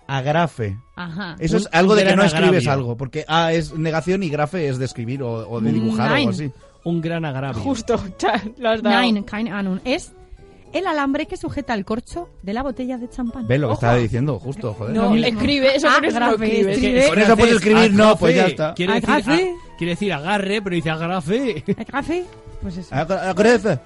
[SPEAKER 1] Agrafe.
[SPEAKER 2] Ajá.
[SPEAKER 1] Eso
[SPEAKER 13] Un-
[SPEAKER 1] es algo
[SPEAKER 13] un
[SPEAKER 1] de que
[SPEAKER 13] gran
[SPEAKER 1] no escribes
[SPEAKER 13] agravio.
[SPEAKER 1] algo, porque A es negación y grafe es de escribir o, o de dibujar o algo
[SPEAKER 2] Nine.
[SPEAKER 1] así.
[SPEAKER 13] Un gran
[SPEAKER 4] Ah,
[SPEAKER 13] agravio.
[SPEAKER 10] Justo, *laughs* cha, lo has dado.
[SPEAKER 2] Nine, kind anun. Es el alambre que sujeta el corcho de la botella de champán. Oh,
[SPEAKER 1] ¿Ves lo que
[SPEAKER 10] Ojo.
[SPEAKER 1] estaba diciendo? Justo, joder.
[SPEAKER 10] No, escribe, eso con eso no
[SPEAKER 2] Agrafe,
[SPEAKER 10] escribes.
[SPEAKER 2] Ah, escribe.
[SPEAKER 1] Con eso puedes escribir, no,
[SPEAKER 13] Agrafe.
[SPEAKER 1] pues ya
[SPEAKER 13] Ah,
[SPEAKER 1] está.
[SPEAKER 2] Ah,
[SPEAKER 13] Quiere decir,
[SPEAKER 2] Agrafe.
[SPEAKER 13] a- quiere decir agarre, pero dice agrafe.
[SPEAKER 2] Agrafe. Pues eso.
[SPEAKER 1] Agra- agrafe.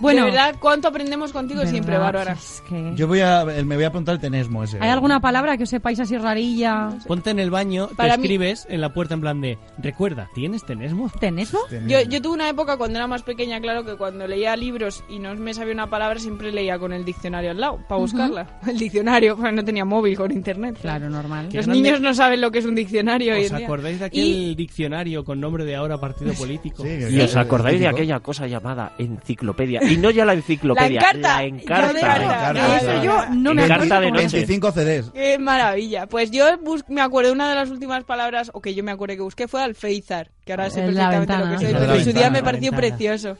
[SPEAKER 2] Bueno,
[SPEAKER 10] de verdad, ¿cuánto aprendemos contigo
[SPEAKER 2] ¿verdad?
[SPEAKER 10] siempre, Bárbara?
[SPEAKER 2] Es que-
[SPEAKER 1] Yo voy a, me voy a apuntar el tenesmo ese.
[SPEAKER 2] ¿Hay alguna palabra que os sepáis así rarilla?
[SPEAKER 13] Ponte en el baño,
[SPEAKER 10] Para
[SPEAKER 13] te
[SPEAKER 10] mí-
[SPEAKER 13] escribes en la puerta en plan de, recuerda, ¿tienes tenesmo?
[SPEAKER 2] ¿Tenesmo?
[SPEAKER 10] Yo, yo tuve una época cuando era más pequeña, claro, que cuando leía libros y no me sabía una palabra, siempre leía con el diccionario al lado, para buscarla. *laughs* El diccionario, pues, no tenía móvil con internet.
[SPEAKER 2] Claro, normal.
[SPEAKER 10] Los
[SPEAKER 13] grande-
[SPEAKER 10] niños no saben lo que es un diccionario hoy
[SPEAKER 13] ¿Os
[SPEAKER 10] en día.
[SPEAKER 13] acordáis de aquel
[SPEAKER 10] Y-
[SPEAKER 13] diccionario con nombre de ahora partido político?
[SPEAKER 1] Sí, que-
[SPEAKER 4] ¿Y os acordáis de
[SPEAKER 1] típico.
[SPEAKER 4] aquella cosa llamada enciclopedia? Y no ya la enciclopedia,
[SPEAKER 10] La Encarta.
[SPEAKER 4] la encarta.
[SPEAKER 10] La Encarta.
[SPEAKER 1] Encarta.
[SPEAKER 2] Eso yo no me
[SPEAKER 4] Encarta
[SPEAKER 2] acuerdo
[SPEAKER 4] de
[SPEAKER 2] cómo se
[SPEAKER 4] noche.
[SPEAKER 1] 25 CDs.
[SPEAKER 10] Qué maravilla. Pues yo bus- me acuerdo, una de las últimas palabras, o que yo me acuerdo que busqué, fue alfeizar, que ahora sé
[SPEAKER 2] Es la
[SPEAKER 10] perfectamente lo
[SPEAKER 2] ventana.
[SPEAKER 10] que soy,
[SPEAKER 1] Lo de
[SPEAKER 10] pero
[SPEAKER 1] la
[SPEAKER 10] en su día
[SPEAKER 1] ventana,
[SPEAKER 10] me
[SPEAKER 1] la
[SPEAKER 10] pareció
[SPEAKER 13] ventana.
[SPEAKER 10] precioso.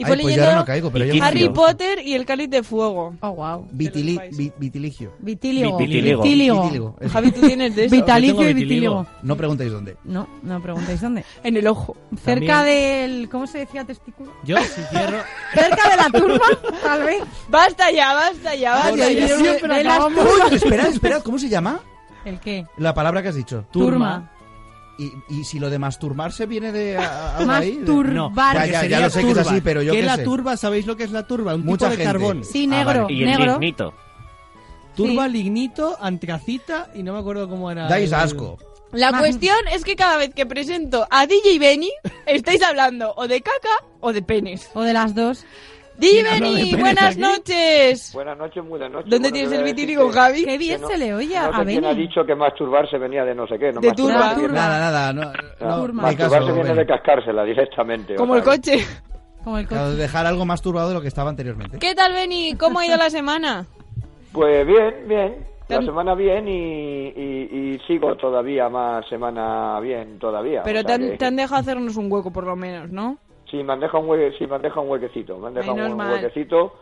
[SPEAKER 10] Y
[SPEAKER 1] Ay,
[SPEAKER 10] fue
[SPEAKER 1] pues yo ahora no
[SPEAKER 10] leyendo
[SPEAKER 1] caigo, pero
[SPEAKER 4] Y
[SPEAKER 1] yo me
[SPEAKER 10] Harry
[SPEAKER 1] acuerdo.
[SPEAKER 10] Potter y el cáliz de fuego.
[SPEAKER 2] Oh, wow.
[SPEAKER 1] Vitili-
[SPEAKER 10] de los
[SPEAKER 1] vi- vitiligio.
[SPEAKER 2] Vitíligo.
[SPEAKER 4] Vitíligo.
[SPEAKER 2] Vitíligo.
[SPEAKER 1] Vitíligo, eso.
[SPEAKER 10] Javi, tú tienes
[SPEAKER 2] *laughs*
[SPEAKER 10] de eso.
[SPEAKER 13] Yo
[SPEAKER 2] Vitalicio y
[SPEAKER 13] tengo
[SPEAKER 2] vitíligo.
[SPEAKER 1] No preguntéis dónde.
[SPEAKER 2] No, no preguntéis dónde.
[SPEAKER 10] En el ojo.
[SPEAKER 2] Cerca del... ¿Cómo se decía testículo?
[SPEAKER 13] Yo, si cierro...
[SPEAKER 2] Cerca de la turba, tal vez.
[SPEAKER 10] Basta ya, basta ya,
[SPEAKER 1] Ah, de
[SPEAKER 10] basta
[SPEAKER 1] ahí
[SPEAKER 10] ya.
[SPEAKER 1] viene-
[SPEAKER 2] siempre
[SPEAKER 1] de las-
[SPEAKER 2] acabamos.
[SPEAKER 1] Uy, esperad, esperad, ¿cómo se llama?
[SPEAKER 2] ¿El qué?
[SPEAKER 1] La palabra que has dicho.
[SPEAKER 2] Turma.
[SPEAKER 1] Y, y si lo de masturbarse viene de a- a- algo ahí, de-
[SPEAKER 2] Masturbar.
[SPEAKER 13] No,
[SPEAKER 1] Ya, ya, ya lo sé que es así, pero yo
[SPEAKER 13] ¿Qué
[SPEAKER 1] qué
[SPEAKER 13] la
[SPEAKER 1] sé.
[SPEAKER 13] turba? ¿Sabéis lo que es la turba? Un
[SPEAKER 1] Mucha
[SPEAKER 13] tipo de
[SPEAKER 1] gente.
[SPEAKER 13] carbón.
[SPEAKER 2] Sí,
[SPEAKER 1] Ah,
[SPEAKER 2] negro,
[SPEAKER 1] vale.
[SPEAKER 4] Y el
[SPEAKER 2] negro.
[SPEAKER 4] lignito.
[SPEAKER 13] Turba, lignito, antracita y no me acuerdo cómo era.
[SPEAKER 1] Dais
[SPEAKER 13] el-
[SPEAKER 1] asco.
[SPEAKER 10] La cuestión es que cada vez que presento a DJ Benny, estáis hablando o de caca o de penes.
[SPEAKER 2] O de las dos.
[SPEAKER 10] DJ
[SPEAKER 2] ¿Quién habla de
[SPEAKER 10] Benny,
[SPEAKER 2] penes
[SPEAKER 10] buenas
[SPEAKER 2] aquí?
[SPEAKER 10] noches.
[SPEAKER 17] Buenas noches, buenas noches.
[SPEAKER 10] ¿Dónde
[SPEAKER 17] Bueno,
[SPEAKER 10] tienes
[SPEAKER 17] yo
[SPEAKER 10] el
[SPEAKER 17] voy a decir
[SPEAKER 10] vitíligo,
[SPEAKER 17] que-
[SPEAKER 10] Javi?
[SPEAKER 2] Qué bien
[SPEAKER 17] que no-
[SPEAKER 2] se le oye
[SPEAKER 17] no
[SPEAKER 2] a
[SPEAKER 17] sé quién ha
[SPEAKER 2] Benny.
[SPEAKER 17] dicho que masturbarse venía de no sé qué. No
[SPEAKER 10] De
[SPEAKER 17] masturbarse
[SPEAKER 10] turba.
[SPEAKER 17] viene-
[SPEAKER 1] Nada, nada, no,
[SPEAKER 17] No,
[SPEAKER 1] no, ni
[SPEAKER 17] masturbarse
[SPEAKER 1] caso,
[SPEAKER 17] viene
[SPEAKER 1] Benny.
[SPEAKER 17] de cascársela directamente.
[SPEAKER 1] Como
[SPEAKER 17] o
[SPEAKER 1] el
[SPEAKER 17] sea,
[SPEAKER 10] Coche.
[SPEAKER 2] Como el
[SPEAKER 1] Claro,
[SPEAKER 2] coche.
[SPEAKER 1] dejar algo más turbado de lo que estaba anteriormente.
[SPEAKER 10] ¿Qué tal, Benny? ¿Cómo ha ido la semana?
[SPEAKER 17] Pues bien, bien. La semana bien y, y- y sigo todavía más semana bien todavía.
[SPEAKER 10] Pero
[SPEAKER 17] o
[SPEAKER 10] te
[SPEAKER 17] sea
[SPEAKER 10] han,
[SPEAKER 17] que-
[SPEAKER 10] te han dejado hacernos un hueco, por lo menos, ¿no?
[SPEAKER 17] Sí, me han dejado un, hue- sí, me han dejado un huequecito. Me han dejado
[SPEAKER 10] Menos
[SPEAKER 17] un
[SPEAKER 10] mal.
[SPEAKER 17] huequecito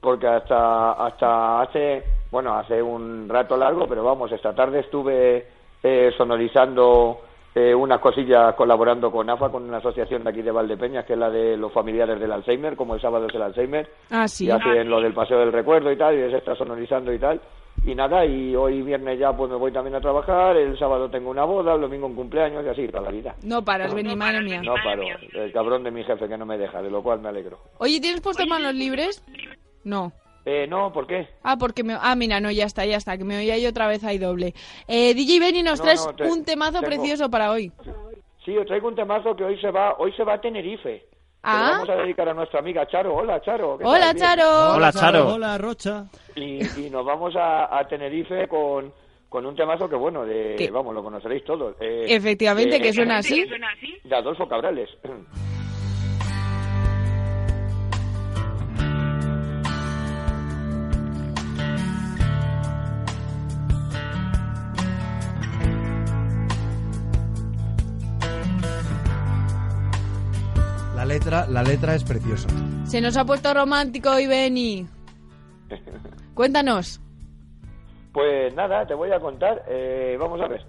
[SPEAKER 17] porque hasta, hasta hace, bueno, hace un rato largo, pero vamos, esta tarde estuve eh, sonorizando eh, unas cosillas colaborando con AFA, con una asociación de aquí de Valdepeñas, que es la de los familiares del Alzheimer, como el sábado es el Alzheimer.
[SPEAKER 10] Ah, sí.
[SPEAKER 17] Y hacen lo del paseo del recuerdo y tal, y se está sonorizando y tal. Y nada, y hoy viernes ya pues me voy también a trabajar, el sábado tengo una boda, el domingo un cumpleaños y así, toda la vida.
[SPEAKER 10] No paras, Benny, madre mía.
[SPEAKER 17] No paro, el cabrón de mi jefe que no me deja, de lo cual me alegro.
[SPEAKER 10] Oye, ¿tienes puesto manos libres? No.
[SPEAKER 17] Eh, no, ¿por qué?
[SPEAKER 10] Ah, porque me... Ah, mira, no, ya está, ya está, que me oía yo otra vez ahí doble. Eh, DJ Benny, nos
[SPEAKER 17] No,
[SPEAKER 10] traes
[SPEAKER 17] no, te-
[SPEAKER 10] un temazo
[SPEAKER 17] tengo-
[SPEAKER 10] precioso para hoy.
[SPEAKER 17] Sí, os traigo un temazo que hoy se va, hoy se va a Tenerife. Que
[SPEAKER 10] Ah.
[SPEAKER 17] le vamos a dedicar a nuestra amiga Charo. Hola, Charo. ¿qué tal?
[SPEAKER 10] Hola,
[SPEAKER 17] Bien. Ah,
[SPEAKER 10] Charo.
[SPEAKER 13] Hola, Rocha.
[SPEAKER 17] Y, y nos vamos a, a Tenerife con, con un temazo que, bueno, de,
[SPEAKER 10] ¿Qué?
[SPEAKER 17] vamos, lo conoceréis todos. Eh,
[SPEAKER 10] Efectivamente,
[SPEAKER 17] eh,
[SPEAKER 10] que suena así.
[SPEAKER 17] De Adolfo Cabrales.
[SPEAKER 1] La letra, la letra es preciosa.
[SPEAKER 10] Se nos ha puesto romántico
[SPEAKER 17] *laughs*
[SPEAKER 10] hoy, Benny. Cuéntanos.
[SPEAKER 17] Pues nada, te voy a contar. Eh, vamos a ver.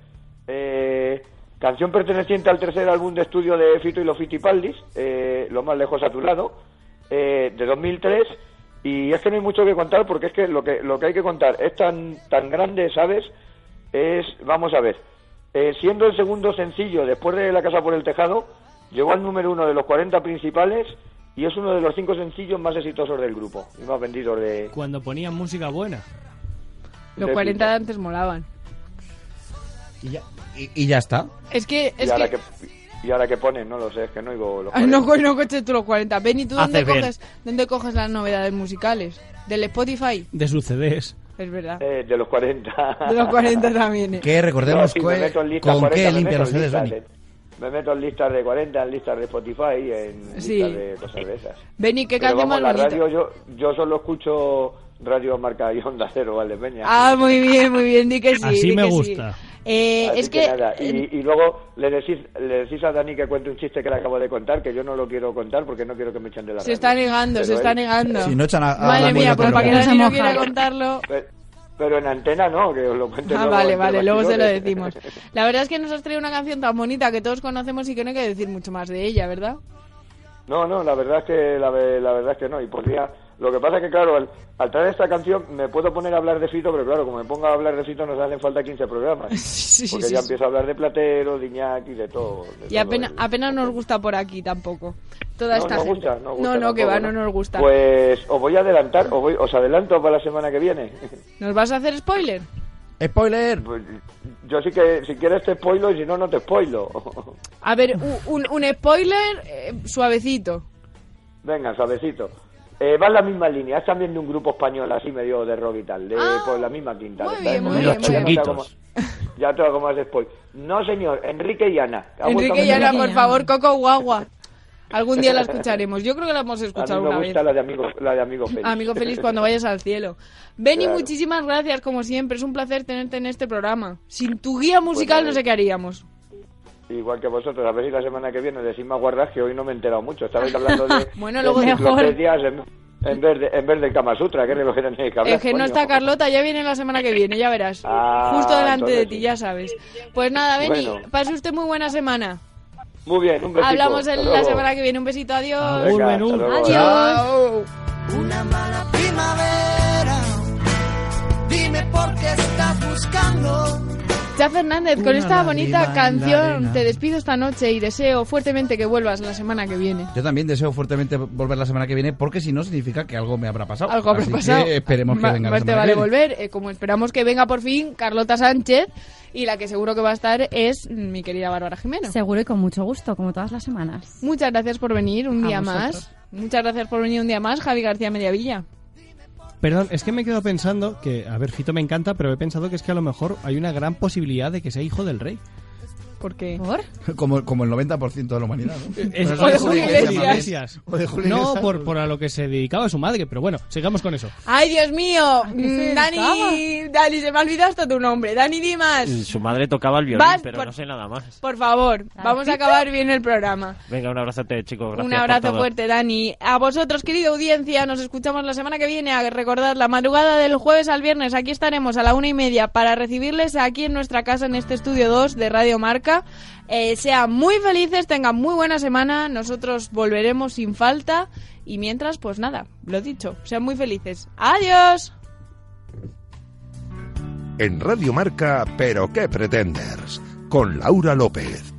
[SPEAKER 17] Eh, canción perteneciente al tercer álbum de estudio de Fito y los Fitipaldis, eh, Lo más lejos a tu lado, eh, de 2003. Y es que no hay mucho que contar porque es que lo que, lo que hay que contar es tan, tan grande, ¿sabes? Es, vamos a ver, eh, siendo el segundo sencillo después de La Casa por el Tejado, llegó al número uno de los 40 principales y es uno de los cinco sencillos más exitosos del grupo y más vendidos de,
[SPEAKER 13] Cuando ponían música buena.
[SPEAKER 10] Los
[SPEAKER 17] De
[SPEAKER 10] 40 de antes molaban.
[SPEAKER 1] Y ya, y, y ya está.
[SPEAKER 10] Es que...
[SPEAKER 17] y,
[SPEAKER 10] Es
[SPEAKER 17] ahora
[SPEAKER 10] que...
[SPEAKER 17] que... y ahora que ponen, no lo sé, es que no oigo los
[SPEAKER 10] Ah, No, co- no coches tú los 40. Benny, ¿tú dónde
[SPEAKER 13] Hace bien.
[SPEAKER 10] coges, dónde coges las novedades musicales? ¿Del Spotify?
[SPEAKER 13] De sus CDs.
[SPEAKER 10] Es verdad.
[SPEAKER 17] Eh, de los 40.
[SPEAKER 10] De los 40 también. eh.
[SPEAKER 1] Que recordemos
[SPEAKER 17] No, sí, me
[SPEAKER 1] que-
[SPEAKER 17] meto en listas
[SPEAKER 1] con
[SPEAKER 17] 40,
[SPEAKER 1] qué
[SPEAKER 17] me
[SPEAKER 1] limpia
[SPEAKER 17] meto
[SPEAKER 1] los
[SPEAKER 17] en
[SPEAKER 1] CDs,
[SPEAKER 17] listas
[SPEAKER 1] Dani.
[SPEAKER 17] de- Me meto en listas de 40, en listas de Spotify, en
[SPEAKER 10] Sí.
[SPEAKER 17] listas de cosas de esas.
[SPEAKER 10] Benny, ¿qué
[SPEAKER 17] Pero
[SPEAKER 10] canción
[SPEAKER 17] vamos,
[SPEAKER 10] más
[SPEAKER 17] la
[SPEAKER 10] bonita?
[SPEAKER 17] radio, yo, yo solo escucho Radio Marca y Onda Cero, Valdepeña.
[SPEAKER 10] Ah, muy bien, muy bien, di que sí.
[SPEAKER 17] Así
[SPEAKER 10] di
[SPEAKER 17] me
[SPEAKER 10] que sí.
[SPEAKER 17] gusta.
[SPEAKER 10] Eh,
[SPEAKER 17] Así
[SPEAKER 10] es que,
[SPEAKER 17] nada,
[SPEAKER 10] eh,
[SPEAKER 17] y, y luego le decís, le decís a Dani que cuente un chiste que le acabo de contar, que yo no lo quiero contar porque no quiero que me echen de la
[SPEAKER 10] se
[SPEAKER 17] radio.
[SPEAKER 10] está negando, se
[SPEAKER 17] Pero
[SPEAKER 10] está
[SPEAKER 17] él-
[SPEAKER 10] negando.
[SPEAKER 1] Si no echan a- a
[SPEAKER 10] Madre
[SPEAKER 1] Dani,
[SPEAKER 10] mía,
[SPEAKER 1] no
[SPEAKER 10] pues
[SPEAKER 1] te
[SPEAKER 10] para que
[SPEAKER 1] preocupes.
[SPEAKER 10] Dani no
[SPEAKER 1] Vamos a
[SPEAKER 10] quiera
[SPEAKER 1] mojar.
[SPEAKER 10] contarlo.
[SPEAKER 17] *laughs* Pero, pero en antena no, que os lo cuente
[SPEAKER 10] Ah,
[SPEAKER 17] luego
[SPEAKER 10] vale,
[SPEAKER 17] entre
[SPEAKER 10] vale, luego se lo
[SPEAKER 17] bastidores.
[SPEAKER 10] decimos.
[SPEAKER 17] *laughs*
[SPEAKER 10] La verdad es que nos has traído una canción tan bonita que todos conocemos y que no hay que decir mucho más de ella, ¿verdad?
[SPEAKER 17] No, no, la verdad es que la, ve- la verdad es que no. Y podría. Lo que pasa es que, claro, al, al traer esta canción me puedo poner a hablar de Fito, pero claro, como me ponga a hablar de Fito nos hacen falta 15 programas.
[SPEAKER 10] *laughs* sí,
[SPEAKER 17] porque
[SPEAKER 10] sí,
[SPEAKER 17] ya
[SPEAKER 10] sí.
[SPEAKER 17] empiezo a hablar de Platero, de Iñaki, de todo. de
[SPEAKER 10] Y
[SPEAKER 17] todo
[SPEAKER 10] apenas,
[SPEAKER 17] el-
[SPEAKER 10] apenas nos gusta por aquí tampoco. Toda
[SPEAKER 17] No,
[SPEAKER 10] esta
[SPEAKER 17] no
[SPEAKER 10] gente.
[SPEAKER 17] gusta, no gusta
[SPEAKER 10] no, no, que
[SPEAKER 17] tampoco,
[SPEAKER 10] va, no
[SPEAKER 17] ¿no?
[SPEAKER 10] nos gusta.
[SPEAKER 17] Pues os voy a adelantar, os, voy- os adelanto para la semana que viene. *laughs* Pues,
[SPEAKER 10] ¿Nos vas a hacer spoiler?
[SPEAKER 1] ¡Spoiler!
[SPEAKER 17] Yo sí que, si quieres te spoilo y si no, no te spoilo. *laughs*
[SPEAKER 10] A ver, u- un, un spoiler eh, suavecito.
[SPEAKER 17] Venga, suavecito. Eh, va en la misma línea, es también de un grupo español así medio de rock y tal, de, por la misma quinta. ¿eh? Muy
[SPEAKER 10] bien, Ah, muy bien, Los muy bien. chunguitos.
[SPEAKER 17] Ya te hago más después. No, señor, Enrique y Ana. Ha vuelto a
[SPEAKER 10] Enrique y
[SPEAKER 17] meter-
[SPEAKER 10] Ana, por favor, Coco Guagua.
[SPEAKER 17] *laughs*
[SPEAKER 10] Algún día la escucharemos. Yo creo que la hemos
[SPEAKER 17] A
[SPEAKER 10] escuchado
[SPEAKER 17] mí me
[SPEAKER 10] una vez.
[SPEAKER 17] gusta la de amigo, la de amigo feliz.
[SPEAKER 10] Amigo
[SPEAKER 17] *laughs*
[SPEAKER 10] feliz cuando vayas al cielo. Benny,
[SPEAKER 17] Claro.
[SPEAKER 10] muchísimas gracias, como siempre. Es un placer tenerte en este programa. Sin tu guía musical
[SPEAKER 17] nada.
[SPEAKER 10] no sé qué haríamos.
[SPEAKER 17] Igual que vosotros, a ver si la semana que viene decís más guardas que hoy no me he enterado mucho. Estabais hablando de,
[SPEAKER 10] *laughs* Bueno,
[SPEAKER 17] de
[SPEAKER 10] luego-
[SPEAKER 17] enciclopedias en, en vez de, en vez del Kama Sutra, que es de lo que tenéis que hablar.
[SPEAKER 10] es que no
[SPEAKER 17] coño.
[SPEAKER 10] está Carlota, ya viene la semana que viene, ya verás.
[SPEAKER 17] *laughs* Ah,
[SPEAKER 10] Justo delante de
[SPEAKER 17] entonces
[SPEAKER 10] ti,
[SPEAKER 17] sí.
[SPEAKER 10] ya sabes. Pues nada, Benny,
[SPEAKER 17] Bueno.
[SPEAKER 10] pase usted muy buena semana.
[SPEAKER 17] Muy bien, un besito.
[SPEAKER 10] Hablamos
[SPEAKER 17] Hasta
[SPEAKER 10] en la
[SPEAKER 17] luego.
[SPEAKER 10] semana que viene. Un besito, adiós.
[SPEAKER 17] Venga, hasta luego.
[SPEAKER 10] Adiós.
[SPEAKER 18] Una mala primavera. Dime por qué estás buscando
[SPEAKER 10] Cha Fernández, con
[SPEAKER 19] Una
[SPEAKER 10] esta bonita
[SPEAKER 1] lágrima en la
[SPEAKER 10] canción
[SPEAKER 1] arena.
[SPEAKER 10] te despido esta noche y deseo fuertemente que vuelvas la semana que viene.
[SPEAKER 1] Yo también deseo fuertemente volver la semana que viene, porque si no, significa que algo me habrá pasado.
[SPEAKER 10] Algo habrá
[SPEAKER 1] Así
[SPEAKER 10] pasado.
[SPEAKER 1] Que esperemos que
[SPEAKER 10] Ma-
[SPEAKER 1] venga la
[SPEAKER 10] más te
[SPEAKER 1] semana
[SPEAKER 10] vale
[SPEAKER 1] que viene.
[SPEAKER 10] volver, eh, como esperamos que venga por fin Carlota Sánchez y la que seguro que va a estar es mi querida Bárbara Jimeno.
[SPEAKER 2] Seguro y con mucho gusto, como todas las semanas.
[SPEAKER 10] Muchas gracias por venir un
[SPEAKER 2] A
[SPEAKER 10] día
[SPEAKER 2] vosotros.
[SPEAKER 10] más. Muchas gracias por venir un día más, Javi García Mediavilla.
[SPEAKER 13] Perdón, es que me he quedado pensando que, a ver, Fito me encanta, pero he pensado que es que a lo mejor hay una gran posibilidad de que sea hijo del rey.
[SPEAKER 10] Porque
[SPEAKER 1] Como, como el 90% de la humanidad. ¿no?
[SPEAKER 13] Es-
[SPEAKER 1] Por eso digo, Iglesias. O de Julio
[SPEAKER 13] No,
[SPEAKER 1] Iglesias.
[SPEAKER 13] por, por a lo que se dedicaba su madre, pero bueno, sigamos con eso.
[SPEAKER 10] Ay, Dios mío,
[SPEAKER 20] se
[SPEAKER 10] Mm, Dani, Dani, se me ha olvidado hasta tu nombre, Dani Dimas.
[SPEAKER 4] Su madre tocaba el violín,
[SPEAKER 10] Vas
[SPEAKER 4] pero
[SPEAKER 10] por-
[SPEAKER 4] no sé nada más.
[SPEAKER 10] Por favor, vamos a acabar bien el programa.
[SPEAKER 4] Venga, un abrazote, chicos. Gracias
[SPEAKER 10] Un
[SPEAKER 4] por
[SPEAKER 10] abrazo
[SPEAKER 4] todo.
[SPEAKER 10] fuerte, Dani. A vosotros, querida audiencia, nos escuchamos la semana que viene. A recordar la madrugada del jueves al viernes. Aquí estaremos a la una y media para recibirles aquí en nuestra casa, en este estudio 2 de Radio Marca. Eh, sean muy felices, tengan muy buena semana. Nosotros volveremos sin falta. Y mientras, pues nada, lo dicho, sean muy felices. ¡Adiós!
[SPEAKER 9] En Radio Marca, Pero qué pretenders, con Laura López.